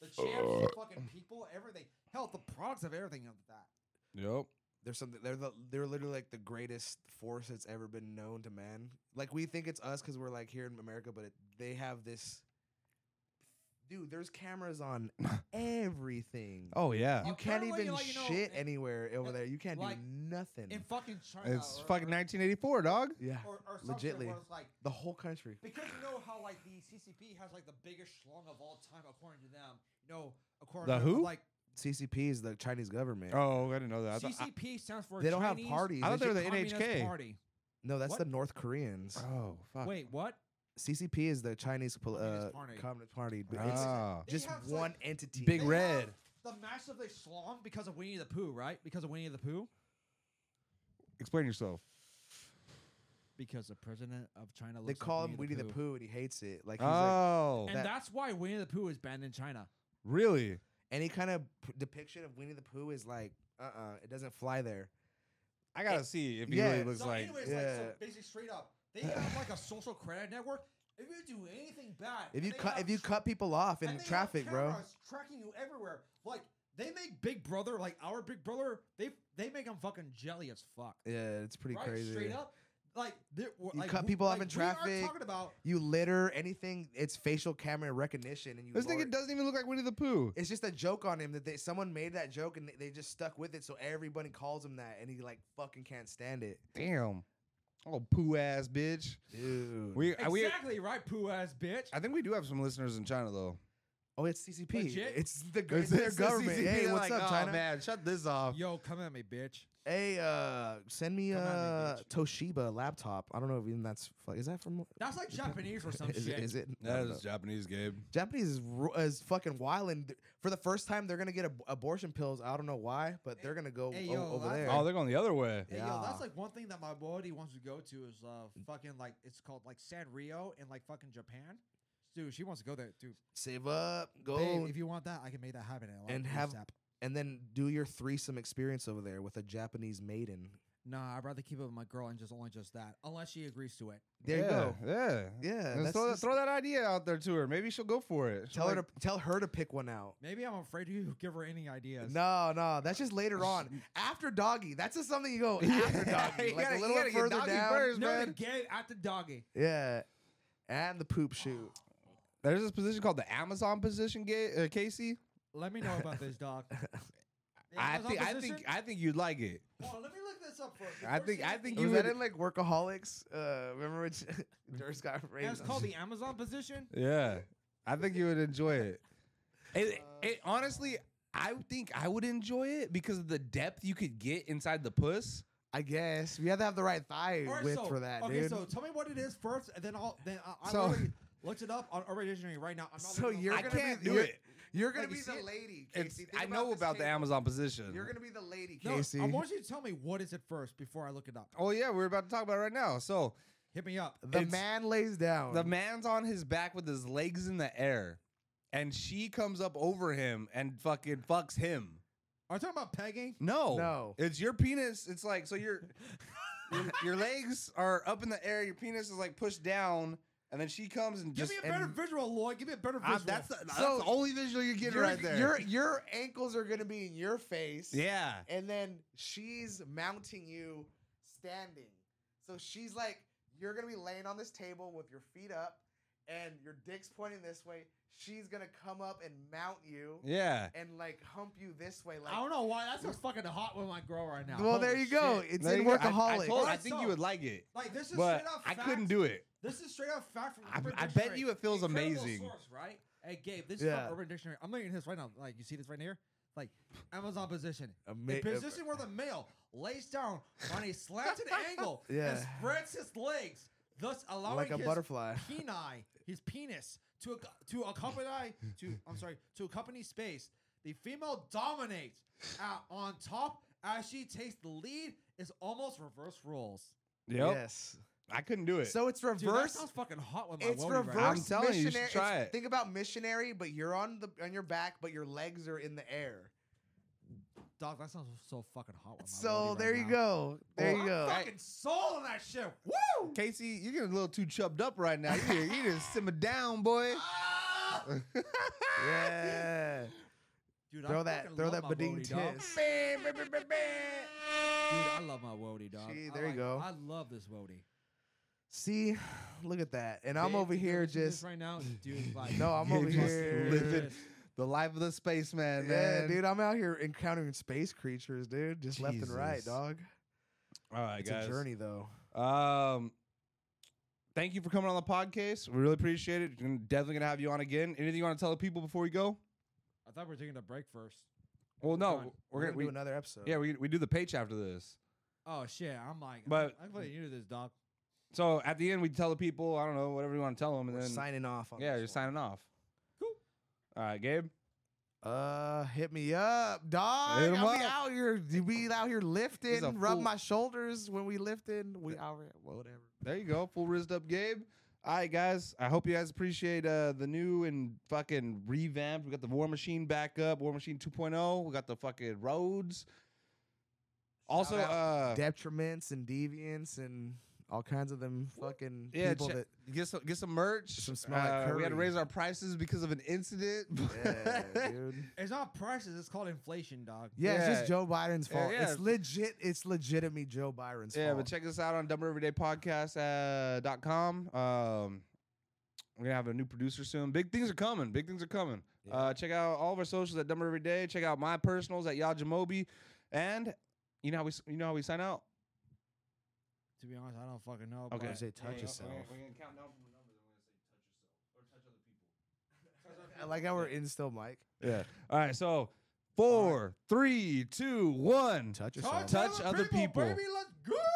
[SPEAKER 3] The champs, the fucking people, everything. Hell, the products of everything of that.
[SPEAKER 1] Yep.
[SPEAKER 2] there's something they're the, they're literally like the greatest force that's ever been known to man. Like we think it's us because we're like here in America, but it, they have this. Dude, there's cameras (laughs) on everything.
[SPEAKER 1] Oh yeah.
[SPEAKER 2] you
[SPEAKER 3] Uh,
[SPEAKER 2] can't
[SPEAKER 3] apparently,
[SPEAKER 2] even
[SPEAKER 3] like, you know,
[SPEAKER 2] shit
[SPEAKER 3] in-
[SPEAKER 2] anywhere over
[SPEAKER 3] in-
[SPEAKER 2] there. You can't
[SPEAKER 3] like,
[SPEAKER 2] do nothing.
[SPEAKER 3] In fucking China.
[SPEAKER 1] It's
[SPEAKER 3] or,
[SPEAKER 1] fucking
[SPEAKER 2] (laughs)
[SPEAKER 3] or-
[SPEAKER 1] 1984, dog.
[SPEAKER 2] yeah,
[SPEAKER 3] Or, or something
[SPEAKER 2] Legitly.
[SPEAKER 3] where it's like,
[SPEAKER 2] the whole country.
[SPEAKER 3] because you know how like the CCP has like the biggest schlong of all time according to them. You know, according
[SPEAKER 1] The
[SPEAKER 3] to
[SPEAKER 1] who?
[SPEAKER 3] like
[SPEAKER 2] CCP is the Chinese government.
[SPEAKER 1] Oh, I didn't know that. I thought, I-
[SPEAKER 3] CCP stands for.
[SPEAKER 2] they don't
[SPEAKER 3] Chinese
[SPEAKER 2] have parties.
[SPEAKER 1] I
[SPEAKER 2] They
[SPEAKER 1] thought they were
[SPEAKER 2] should-
[SPEAKER 1] the
[SPEAKER 3] Communist
[SPEAKER 1] NHK.
[SPEAKER 3] Party.
[SPEAKER 2] no, that's
[SPEAKER 3] What?
[SPEAKER 2] the North Koreans.
[SPEAKER 1] oh fuck.
[SPEAKER 3] Wait, what?
[SPEAKER 2] CCP is the Chinese pol-
[SPEAKER 3] Communist
[SPEAKER 2] uh,
[SPEAKER 3] Party.
[SPEAKER 2] Communist Party. but it's
[SPEAKER 1] Ah.
[SPEAKER 3] They
[SPEAKER 2] just
[SPEAKER 3] have, like,
[SPEAKER 2] one entity.
[SPEAKER 1] Big
[SPEAKER 3] They
[SPEAKER 1] Red.
[SPEAKER 3] have The massively schlong because of Winnie the Pooh, right? Because of Winnie the Pooh.
[SPEAKER 1] Explain yourself.
[SPEAKER 3] Because the president of China. Looks
[SPEAKER 2] They call
[SPEAKER 3] like
[SPEAKER 2] him
[SPEAKER 3] Winnie Ah.
[SPEAKER 2] Winnie the Pooh, and he hates it. Like he's like
[SPEAKER 1] Oh,
[SPEAKER 3] And
[SPEAKER 2] That-
[SPEAKER 3] that's why Winnie the Pooh is banned in China.
[SPEAKER 1] really?
[SPEAKER 2] any kind of p- depiction of Winnie the Pooh is like, uh, uh it doesn't fly there.
[SPEAKER 1] I gotta see if he
[SPEAKER 2] yeah.
[SPEAKER 1] really looks
[SPEAKER 3] so
[SPEAKER 1] like.
[SPEAKER 3] anyways, like so
[SPEAKER 2] yeah.
[SPEAKER 3] basically straight up, they have like a social credit network. If you do anything bad,
[SPEAKER 2] If you
[SPEAKER 3] they
[SPEAKER 2] cut
[SPEAKER 3] have
[SPEAKER 2] if you cut people off in
[SPEAKER 3] And they have
[SPEAKER 2] traffic, bro,
[SPEAKER 3] cameras Tracking you everywhere. Like they make Big Brother, like our Big Brother, they they make them fucking jelly as fuck.
[SPEAKER 2] yeah, it's pretty
[SPEAKER 3] right?
[SPEAKER 2] crazy.
[SPEAKER 3] Straight up. Like they're- we're-
[SPEAKER 2] You
[SPEAKER 3] like,
[SPEAKER 2] cut
[SPEAKER 3] we-
[SPEAKER 2] people off
[SPEAKER 3] like,
[SPEAKER 2] in
[SPEAKER 3] we are
[SPEAKER 2] traffic.
[SPEAKER 3] talking about
[SPEAKER 2] You litter anything, it's facial camera recognition, and you.
[SPEAKER 1] This
[SPEAKER 2] lower-
[SPEAKER 1] nigga doesn't even look like Winnie the Pooh.
[SPEAKER 2] It's just a joke on him that they, someone made that joke and they- they just stuck with it, so everybody calls him that, and he like fucking can't stand it,
[SPEAKER 1] Damn. Oh, poo ass bitch.
[SPEAKER 2] dude.
[SPEAKER 1] We, I- we,
[SPEAKER 3] exactly right, poo ass bitch.
[SPEAKER 1] I think we do have some listeners in China
[SPEAKER 2] (laughs)
[SPEAKER 1] though.
[SPEAKER 2] oh, it's CCP.
[SPEAKER 3] Legit?
[SPEAKER 2] It's the gov- it's their
[SPEAKER 1] It's the
[SPEAKER 2] government.
[SPEAKER 1] CCP,
[SPEAKER 2] hey,
[SPEAKER 1] they're
[SPEAKER 2] what's
[SPEAKER 1] like,
[SPEAKER 2] up,
[SPEAKER 1] "Oh,
[SPEAKER 2] China?
[SPEAKER 1] man, shut this off.
[SPEAKER 3] Yo, come at me, bitch.
[SPEAKER 2] Hey, uh, send me
[SPEAKER 3] Come
[SPEAKER 2] uh
[SPEAKER 3] at me,
[SPEAKER 2] Toshiba laptop. I don't know if even that's fu- (laughs) is that from
[SPEAKER 3] That's like Japanese or some
[SPEAKER 2] is,
[SPEAKER 3] shit.
[SPEAKER 2] It, is it? I
[SPEAKER 1] That
[SPEAKER 2] don't
[SPEAKER 1] is
[SPEAKER 2] know.
[SPEAKER 1] Japanese, Gabe.
[SPEAKER 2] Japanese is, ru- is fucking wild, and th- for the first time they're gonna get ab- abortion pills. I don't know why, but they're gonna go
[SPEAKER 3] Hey,
[SPEAKER 2] o-
[SPEAKER 3] yo,
[SPEAKER 2] over
[SPEAKER 3] I-
[SPEAKER 2] there.
[SPEAKER 1] Oh, they're going the other way.
[SPEAKER 3] Hey, yo, that's
[SPEAKER 2] Yeah.
[SPEAKER 3] like one thing that my buddy wants to go to is uh fucking like it's called like Sanrio in like fucking Japan. Dude, she wants to go there, dude.
[SPEAKER 2] Save up, go,
[SPEAKER 3] Babe, if you want that, I can make that happen. in, like,
[SPEAKER 2] and have-
[SPEAKER 3] ASAP.
[SPEAKER 2] and then do your threesome experience over there with a Japanese maiden.
[SPEAKER 3] Nah, I'd rather keep it with my girl and just only just that, unless she agrees to it.
[SPEAKER 2] There
[SPEAKER 1] yeah,
[SPEAKER 2] you go.
[SPEAKER 1] Yeah.
[SPEAKER 2] Yeah,
[SPEAKER 1] Let's
[SPEAKER 2] that's
[SPEAKER 1] throw, that,
[SPEAKER 2] just-
[SPEAKER 1] throw that idea out there to her. Maybe she'll go for it.
[SPEAKER 2] Tell her to tell her to pick one out.
[SPEAKER 3] Maybe I'm afraid you (laughs) give her any ideas.
[SPEAKER 2] No, no, that's just later on. After doggy, that's just something you
[SPEAKER 1] (laughs)
[SPEAKER 2] go after doggy,
[SPEAKER 1] You
[SPEAKER 2] like
[SPEAKER 1] gotta-
[SPEAKER 2] a
[SPEAKER 1] you
[SPEAKER 2] little
[SPEAKER 1] gotta
[SPEAKER 2] bit
[SPEAKER 1] get
[SPEAKER 2] further
[SPEAKER 1] doggy
[SPEAKER 2] down.
[SPEAKER 1] first,
[SPEAKER 3] no,
[SPEAKER 1] man.
[SPEAKER 3] to get it at the doggy.
[SPEAKER 2] Yeah. And the poop shoot.
[SPEAKER 1] There's this position called the Amazon position, Ga- uh, Casey.
[SPEAKER 3] Let me know about
[SPEAKER 1] (laughs)
[SPEAKER 3] this dog.
[SPEAKER 1] I think I think I think you'd like it.
[SPEAKER 3] Hold on, let me look this up first.
[SPEAKER 1] I
[SPEAKER 3] before
[SPEAKER 1] think-
[SPEAKER 3] she
[SPEAKER 1] I
[SPEAKER 3] even
[SPEAKER 1] think
[SPEAKER 3] goes-
[SPEAKER 1] you
[SPEAKER 2] was
[SPEAKER 1] would-
[SPEAKER 2] that in like workaholics? Uh, remember when (laughs) Durst got
[SPEAKER 3] And
[SPEAKER 2] raised?
[SPEAKER 3] it's called the Amazon position.
[SPEAKER 1] Yeah, I think you would enjoy it. (laughs) It, it honestly, I think I would enjoy it because of the depth you could get inside the puss.
[SPEAKER 2] I guess you have to have the right thigh
[SPEAKER 3] All right,
[SPEAKER 2] width
[SPEAKER 3] so,
[SPEAKER 2] for that,
[SPEAKER 3] okay,
[SPEAKER 2] dude.
[SPEAKER 3] so tell me what it is first, and then I'll then I, I
[SPEAKER 1] So-
[SPEAKER 3] literally looked it up on Urban Dictionary right now. I'm not
[SPEAKER 2] So
[SPEAKER 3] looking at-
[SPEAKER 2] you're
[SPEAKER 1] I
[SPEAKER 2] gonna be-
[SPEAKER 1] can't do
[SPEAKER 2] you're-
[SPEAKER 1] it.
[SPEAKER 2] You're gonna
[SPEAKER 3] Like, you
[SPEAKER 2] be
[SPEAKER 3] see
[SPEAKER 2] the
[SPEAKER 3] it?
[SPEAKER 2] lady,
[SPEAKER 1] It's,
[SPEAKER 2] Casey. Think
[SPEAKER 1] I know
[SPEAKER 2] this
[SPEAKER 1] about the
[SPEAKER 2] table.
[SPEAKER 1] Amazon position.
[SPEAKER 2] You're gonna be the lady,
[SPEAKER 3] no,
[SPEAKER 2] Casey.
[SPEAKER 3] I want you to tell me what is it first before I look it up.
[SPEAKER 1] oh yeah, we're about to talk about it right now. So
[SPEAKER 3] Hit me up.
[SPEAKER 2] the
[SPEAKER 1] it's-
[SPEAKER 2] man lays down.
[SPEAKER 1] the man's on his back with his legs in the air, and she comes up over him and fucking fucks him.
[SPEAKER 3] Are you talking about pegging?
[SPEAKER 2] Mm,
[SPEAKER 1] No,
[SPEAKER 2] No.
[SPEAKER 1] it's your penis. It's like so your your, your legs are up in the air. Your penis is like pushed down, and then she comes and
[SPEAKER 3] Give
[SPEAKER 1] just
[SPEAKER 3] me a better
[SPEAKER 1] and-
[SPEAKER 3] visual, Lloyd. Give me a better
[SPEAKER 1] Ah,
[SPEAKER 3] visual.
[SPEAKER 1] that's the, that's
[SPEAKER 2] So
[SPEAKER 1] the only visual you're getting
[SPEAKER 2] Your-
[SPEAKER 1] right there.
[SPEAKER 2] Your your ankles are gonna be in your face.
[SPEAKER 1] yeah.
[SPEAKER 2] and then she's mounting you standing. So she's like, you're gonna be laying on this table with your feet up, and your dick's pointing this way. She's gonna come up and mount you
[SPEAKER 1] Yeah.
[SPEAKER 2] and like hump you this way. Like,
[SPEAKER 3] I don't know why. That's what's fucking hot with my girl right now.
[SPEAKER 2] well, there
[SPEAKER 3] Holy
[SPEAKER 2] you go.
[SPEAKER 3] shit.
[SPEAKER 2] It's
[SPEAKER 1] There
[SPEAKER 2] in
[SPEAKER 1] you go. I- I,
[SPEAKER 2] workaholics.
[SPEAKER 1] told, I
[SPEAKER 3] Alright,
[SPEAKER 1] think
[SPEAKER 3] so-
[SPEAKER 1] you would like it,
[SPEAKER 3] Like this is
[SPEAKER 1] but
[SPEAKER 3] straight off.
[SPEAKER 1] I
[SPEAKER 3] fact.
[SPEAKER 1] couldn't do it.
[SPEAKER 3] This is straight off fact from
[SPEAKER 1] I-
[SPEAKER 3] Urban
[SPEAKER 1] I bet
[SPEAKER 3] Dictionary.
[SPEAKER 1] you it feels
[SPEAKER 3] Incredible
[SPEAKER 1] amazing.
[SPEAKER 3] source, right? Hey, Gabe, this is
[SPEAKER 2] Yeah.
[SPEAKER 3] from Urban Dictionary. I'm looking at this right now. Like you see this right here. Like Amazon position.
[SPEAKER 2] Ama-
[SPEAKER 3] A position where the male lays down on a slanted
[SPEAKER 2] (laughs)
[SPEAKER 3] angle and
[SPEAKER 2] Yeah.
[SPEAKER 3] spreads his legs, thus allowing
[SPEAKER 2] Like a
[SPEAKER 3] his
[SPEAKER 2] butterfly.
[SPEAKER 3] peni, his penis, to ac- to accompany to I'm sorry to accompany space. The female dominates uh, on top as she takes the lead. Is almost reverse roles.
[SPEAKER 1] Yep.
[SPEAKER 2] Yes.
[SPEAKER 1] I couldn't do it.
[SPEAKER 2] So it's reverse.
[SPEAKER 3] Dude, that sounds fucking hot with my
[SPEAKER 2] It's
[SPEAKER 3] Wody right
[SPEAKER 2] reverse
[SPEAKER 3] now.
[SPEAKER 1] I'm telling you, you should
[SPEAKER 2] missionary.
[SPEAKER 1] try
[SPEAKER 2] it's-
[SPEAKER 1] it.
[SPEAKER 2] Think about missionary, but you're on the on your back, but your legs are in the air.
[SPEAKER 3] Dog, that sounds so fucking hot with my
[SPEAKER 2] So
[SPEAKER 3] Wody
[SPEAKER 2] there
[SPEAKER 3] right
[SPEAKER 2] you
[SPEAKER 3] now. Oh,
[SPEAKER 2] go. There you
[SPEAKER 3] I'm
[SPEAKER 2] go.
[SPEAKER 3] fucking sold on that shit. Woo!
[SPEAKER 1] Casey, you're getting a little too chubbed up right now. You need, you need to simmer down,
[SPEAKER 3] (laughs)
[SPEAKER 1] boy. (laughs)
[SPEAKER 2] Yeah.
[SPEAKER 3] Dude,
[SPEAKER 2] Throw
[SPEAKER 3] I
[SPEAKER 2] that-
[SPEAKER 3] fucking
[SPEAKER 2] throw
[SPEAKER 3] love
[SPEAKER 2] that
[SPEAKER 3] my
[SPEAKER 2] Bading
[SPEAKER 3] Wody, dog.
[SPEAKER 2] Tiss.
[SPEAKER 3] Dude, I love my Wody, dog.
[SPEAKER 2] Gee,
[SPEAKER 3] I
[SPEAKER 2] there you
[SPEAKER 3] like-
[SPEAKER 2] go.
[SPEAKER 3] I love this Wody.
[SPEAKER 2] See, (sighs) look at that. And I'm
[SPEAKER 3] Babe,
[SPEAKER 2] over
[SPEAKER 3] you know
[SPEAKER 2] here
[SPEAKER 3] what she is
[SPEAKER 2] just
[SPEAKER 3] right now,
[SPEAKER 2] (laughs)
[SPEAKER 3] dude. Like,
[SPEAKER 2] no,
[SPEAKER 1] (laughs)
[SPEAKER 2] I'm
[SPEAKER 1] You
[SPEAKER 2] over
[SPEAKER 1] just
[SPEAKER 2] here
[SPEAKER 1] living the life of the spaceman,
[SPEAKER 2] Yeah,
[SPEAKER 1] man.
[SPEAKER 2] dude, I'm out here encountering space creatures, dude, just left and right,
[SPEAKER 1] Jesus.
[SPEAKER 2] dog.
[SPEAKER 1] All right,
[SPEAKER 2] It's
[SPEAKER 1] guys.
[SPEAKER 2] a journey though.
[SPEAKER 1] Um, thank you for coming on the podcast. We really appreciate it. We're definitely gonna have you on again. Anything you want to tell the people before we go?
[SPEAKER 3] I thought we were taking a break first.
[SPEAKER 1] Well,
[SPEAKER 3] done.
[SPEAKER 1] no, we're, gonna,
[SPEAKER 2] do
[SPEAKER 1] we,
[SPEAKER 2] another episode.
[SPEAKER 1] yeah, we, we do the page after this.
[SPEAKER 3] Oh shit! I'm like,
[SPEAKER 1] But-
[SPEAKER 3] I completely knew this, dog.
[SPEAKER 1] So at the end, we tell the people, I don't know, whatever you want to tell them, and
[SPEAKER 2] we're
[SPEAKER 1] then
[SPEAKER 2] signing off on
[SPEAKER 1] yeah,
[SPEAKER 2] this
[SPEAKER 1] you're
[SPEAKER 2] one.
[SPEAKER 1] signing off.
[SPEAKER 3] Cool.
[SPEAKER 1] All right, Gabe.
[SPEAKER 2] Uh, hit me up, dog.
[SPEAKER 1] Hit
[SPEAKER 2] Hit
[SPEAKER 1] 'em
[SPEAKER 2] I'll be
[SPEAKER 1] up.
[SPEAKER 2] out here. We out here lifting. Rub
[SPEAKER 1] fool.
[SPEAKER 2] my shoulders when we lifting. We out here, whatever.
[SPEAKER 1] There you go, full rizzed up Gabe. All right, guys. I hope you guys appreciate uh, the new and fucking revamped. We got the War Machine back up, War Machine 2.0. We got the fucking roads. Also,
[SPEAKER 2] out.
[SPEAKER 1] uh,
[SPEAKER 2] Detriments and deviants and all kinds of them fucking
[SPEAKER 1] yeah,
[SPEAKER 2] people
[SPEAKER 1] che-
[SPEAKER 2] that.
[SPEAKER 1] get some get some merch. Uh,
[SPEAKER 2] Some smell like
[SPEAKER 1] We had to
[SPEAKER 2] curry.
[SPEAKER 1] raise our prices because of an incident.
[SPEAKER 2] (laughs) Yeah, dude.
[SPEAKER 1] (laughs)
[SPEAKER 3] It's not prices. It's called inflation, dog.
[SPEAKER 2] Yeah, it's
[SPEAKER 1] Yeah.
[SPEAKER 2] just Joe Biden's
[SPEAKER 1] Yeah,
[SPEAKER 2] fault.
[SPEAKER 1] yeah.
[SPEAKER 2] It's legit. It's legitimately Joe
[SPEAKER 1] (laughs)
[SPEAKER 2] Biden's
[SPEAKER 1] Yeah, but
[SPEAKER 2] fault.
[SPEAKER 1] check us out on dumbreverydaypodcast.com. Uh, .com. um, we're gonna have a new producer soon. Big things are coming. Big things are coming.
[SPEAKER 2] Yeah.
[SPEAKER 1] Uh, check out all of our socials at Dumber Every Day. Check out my personals at Yajamobi, and you know how we s- you know how we sign out.
[SPEAKER 3] To be honest, I don't fucking know.
[SPEAKER 1] Okay.
[SPEAKER 3] but-
[SPEAKER 2] Say touch
[SPEAKER 3] Yeah,
[SPEAKER 2] yourself.
[SPEAKER 1] We're gonna count down from the numbers.
[SPEAKER 2] I like how we're in still, Mike.
[SPEAKER 1] Yeah. All right. So four, three, two, one.
[SPEAKER 2] Touch
[SPEAKER 3] yeah.
[SPEAKER 2] yourself.
[SPEAKER 1] Touch other people.
[SPEAKER 3] baby, let's go.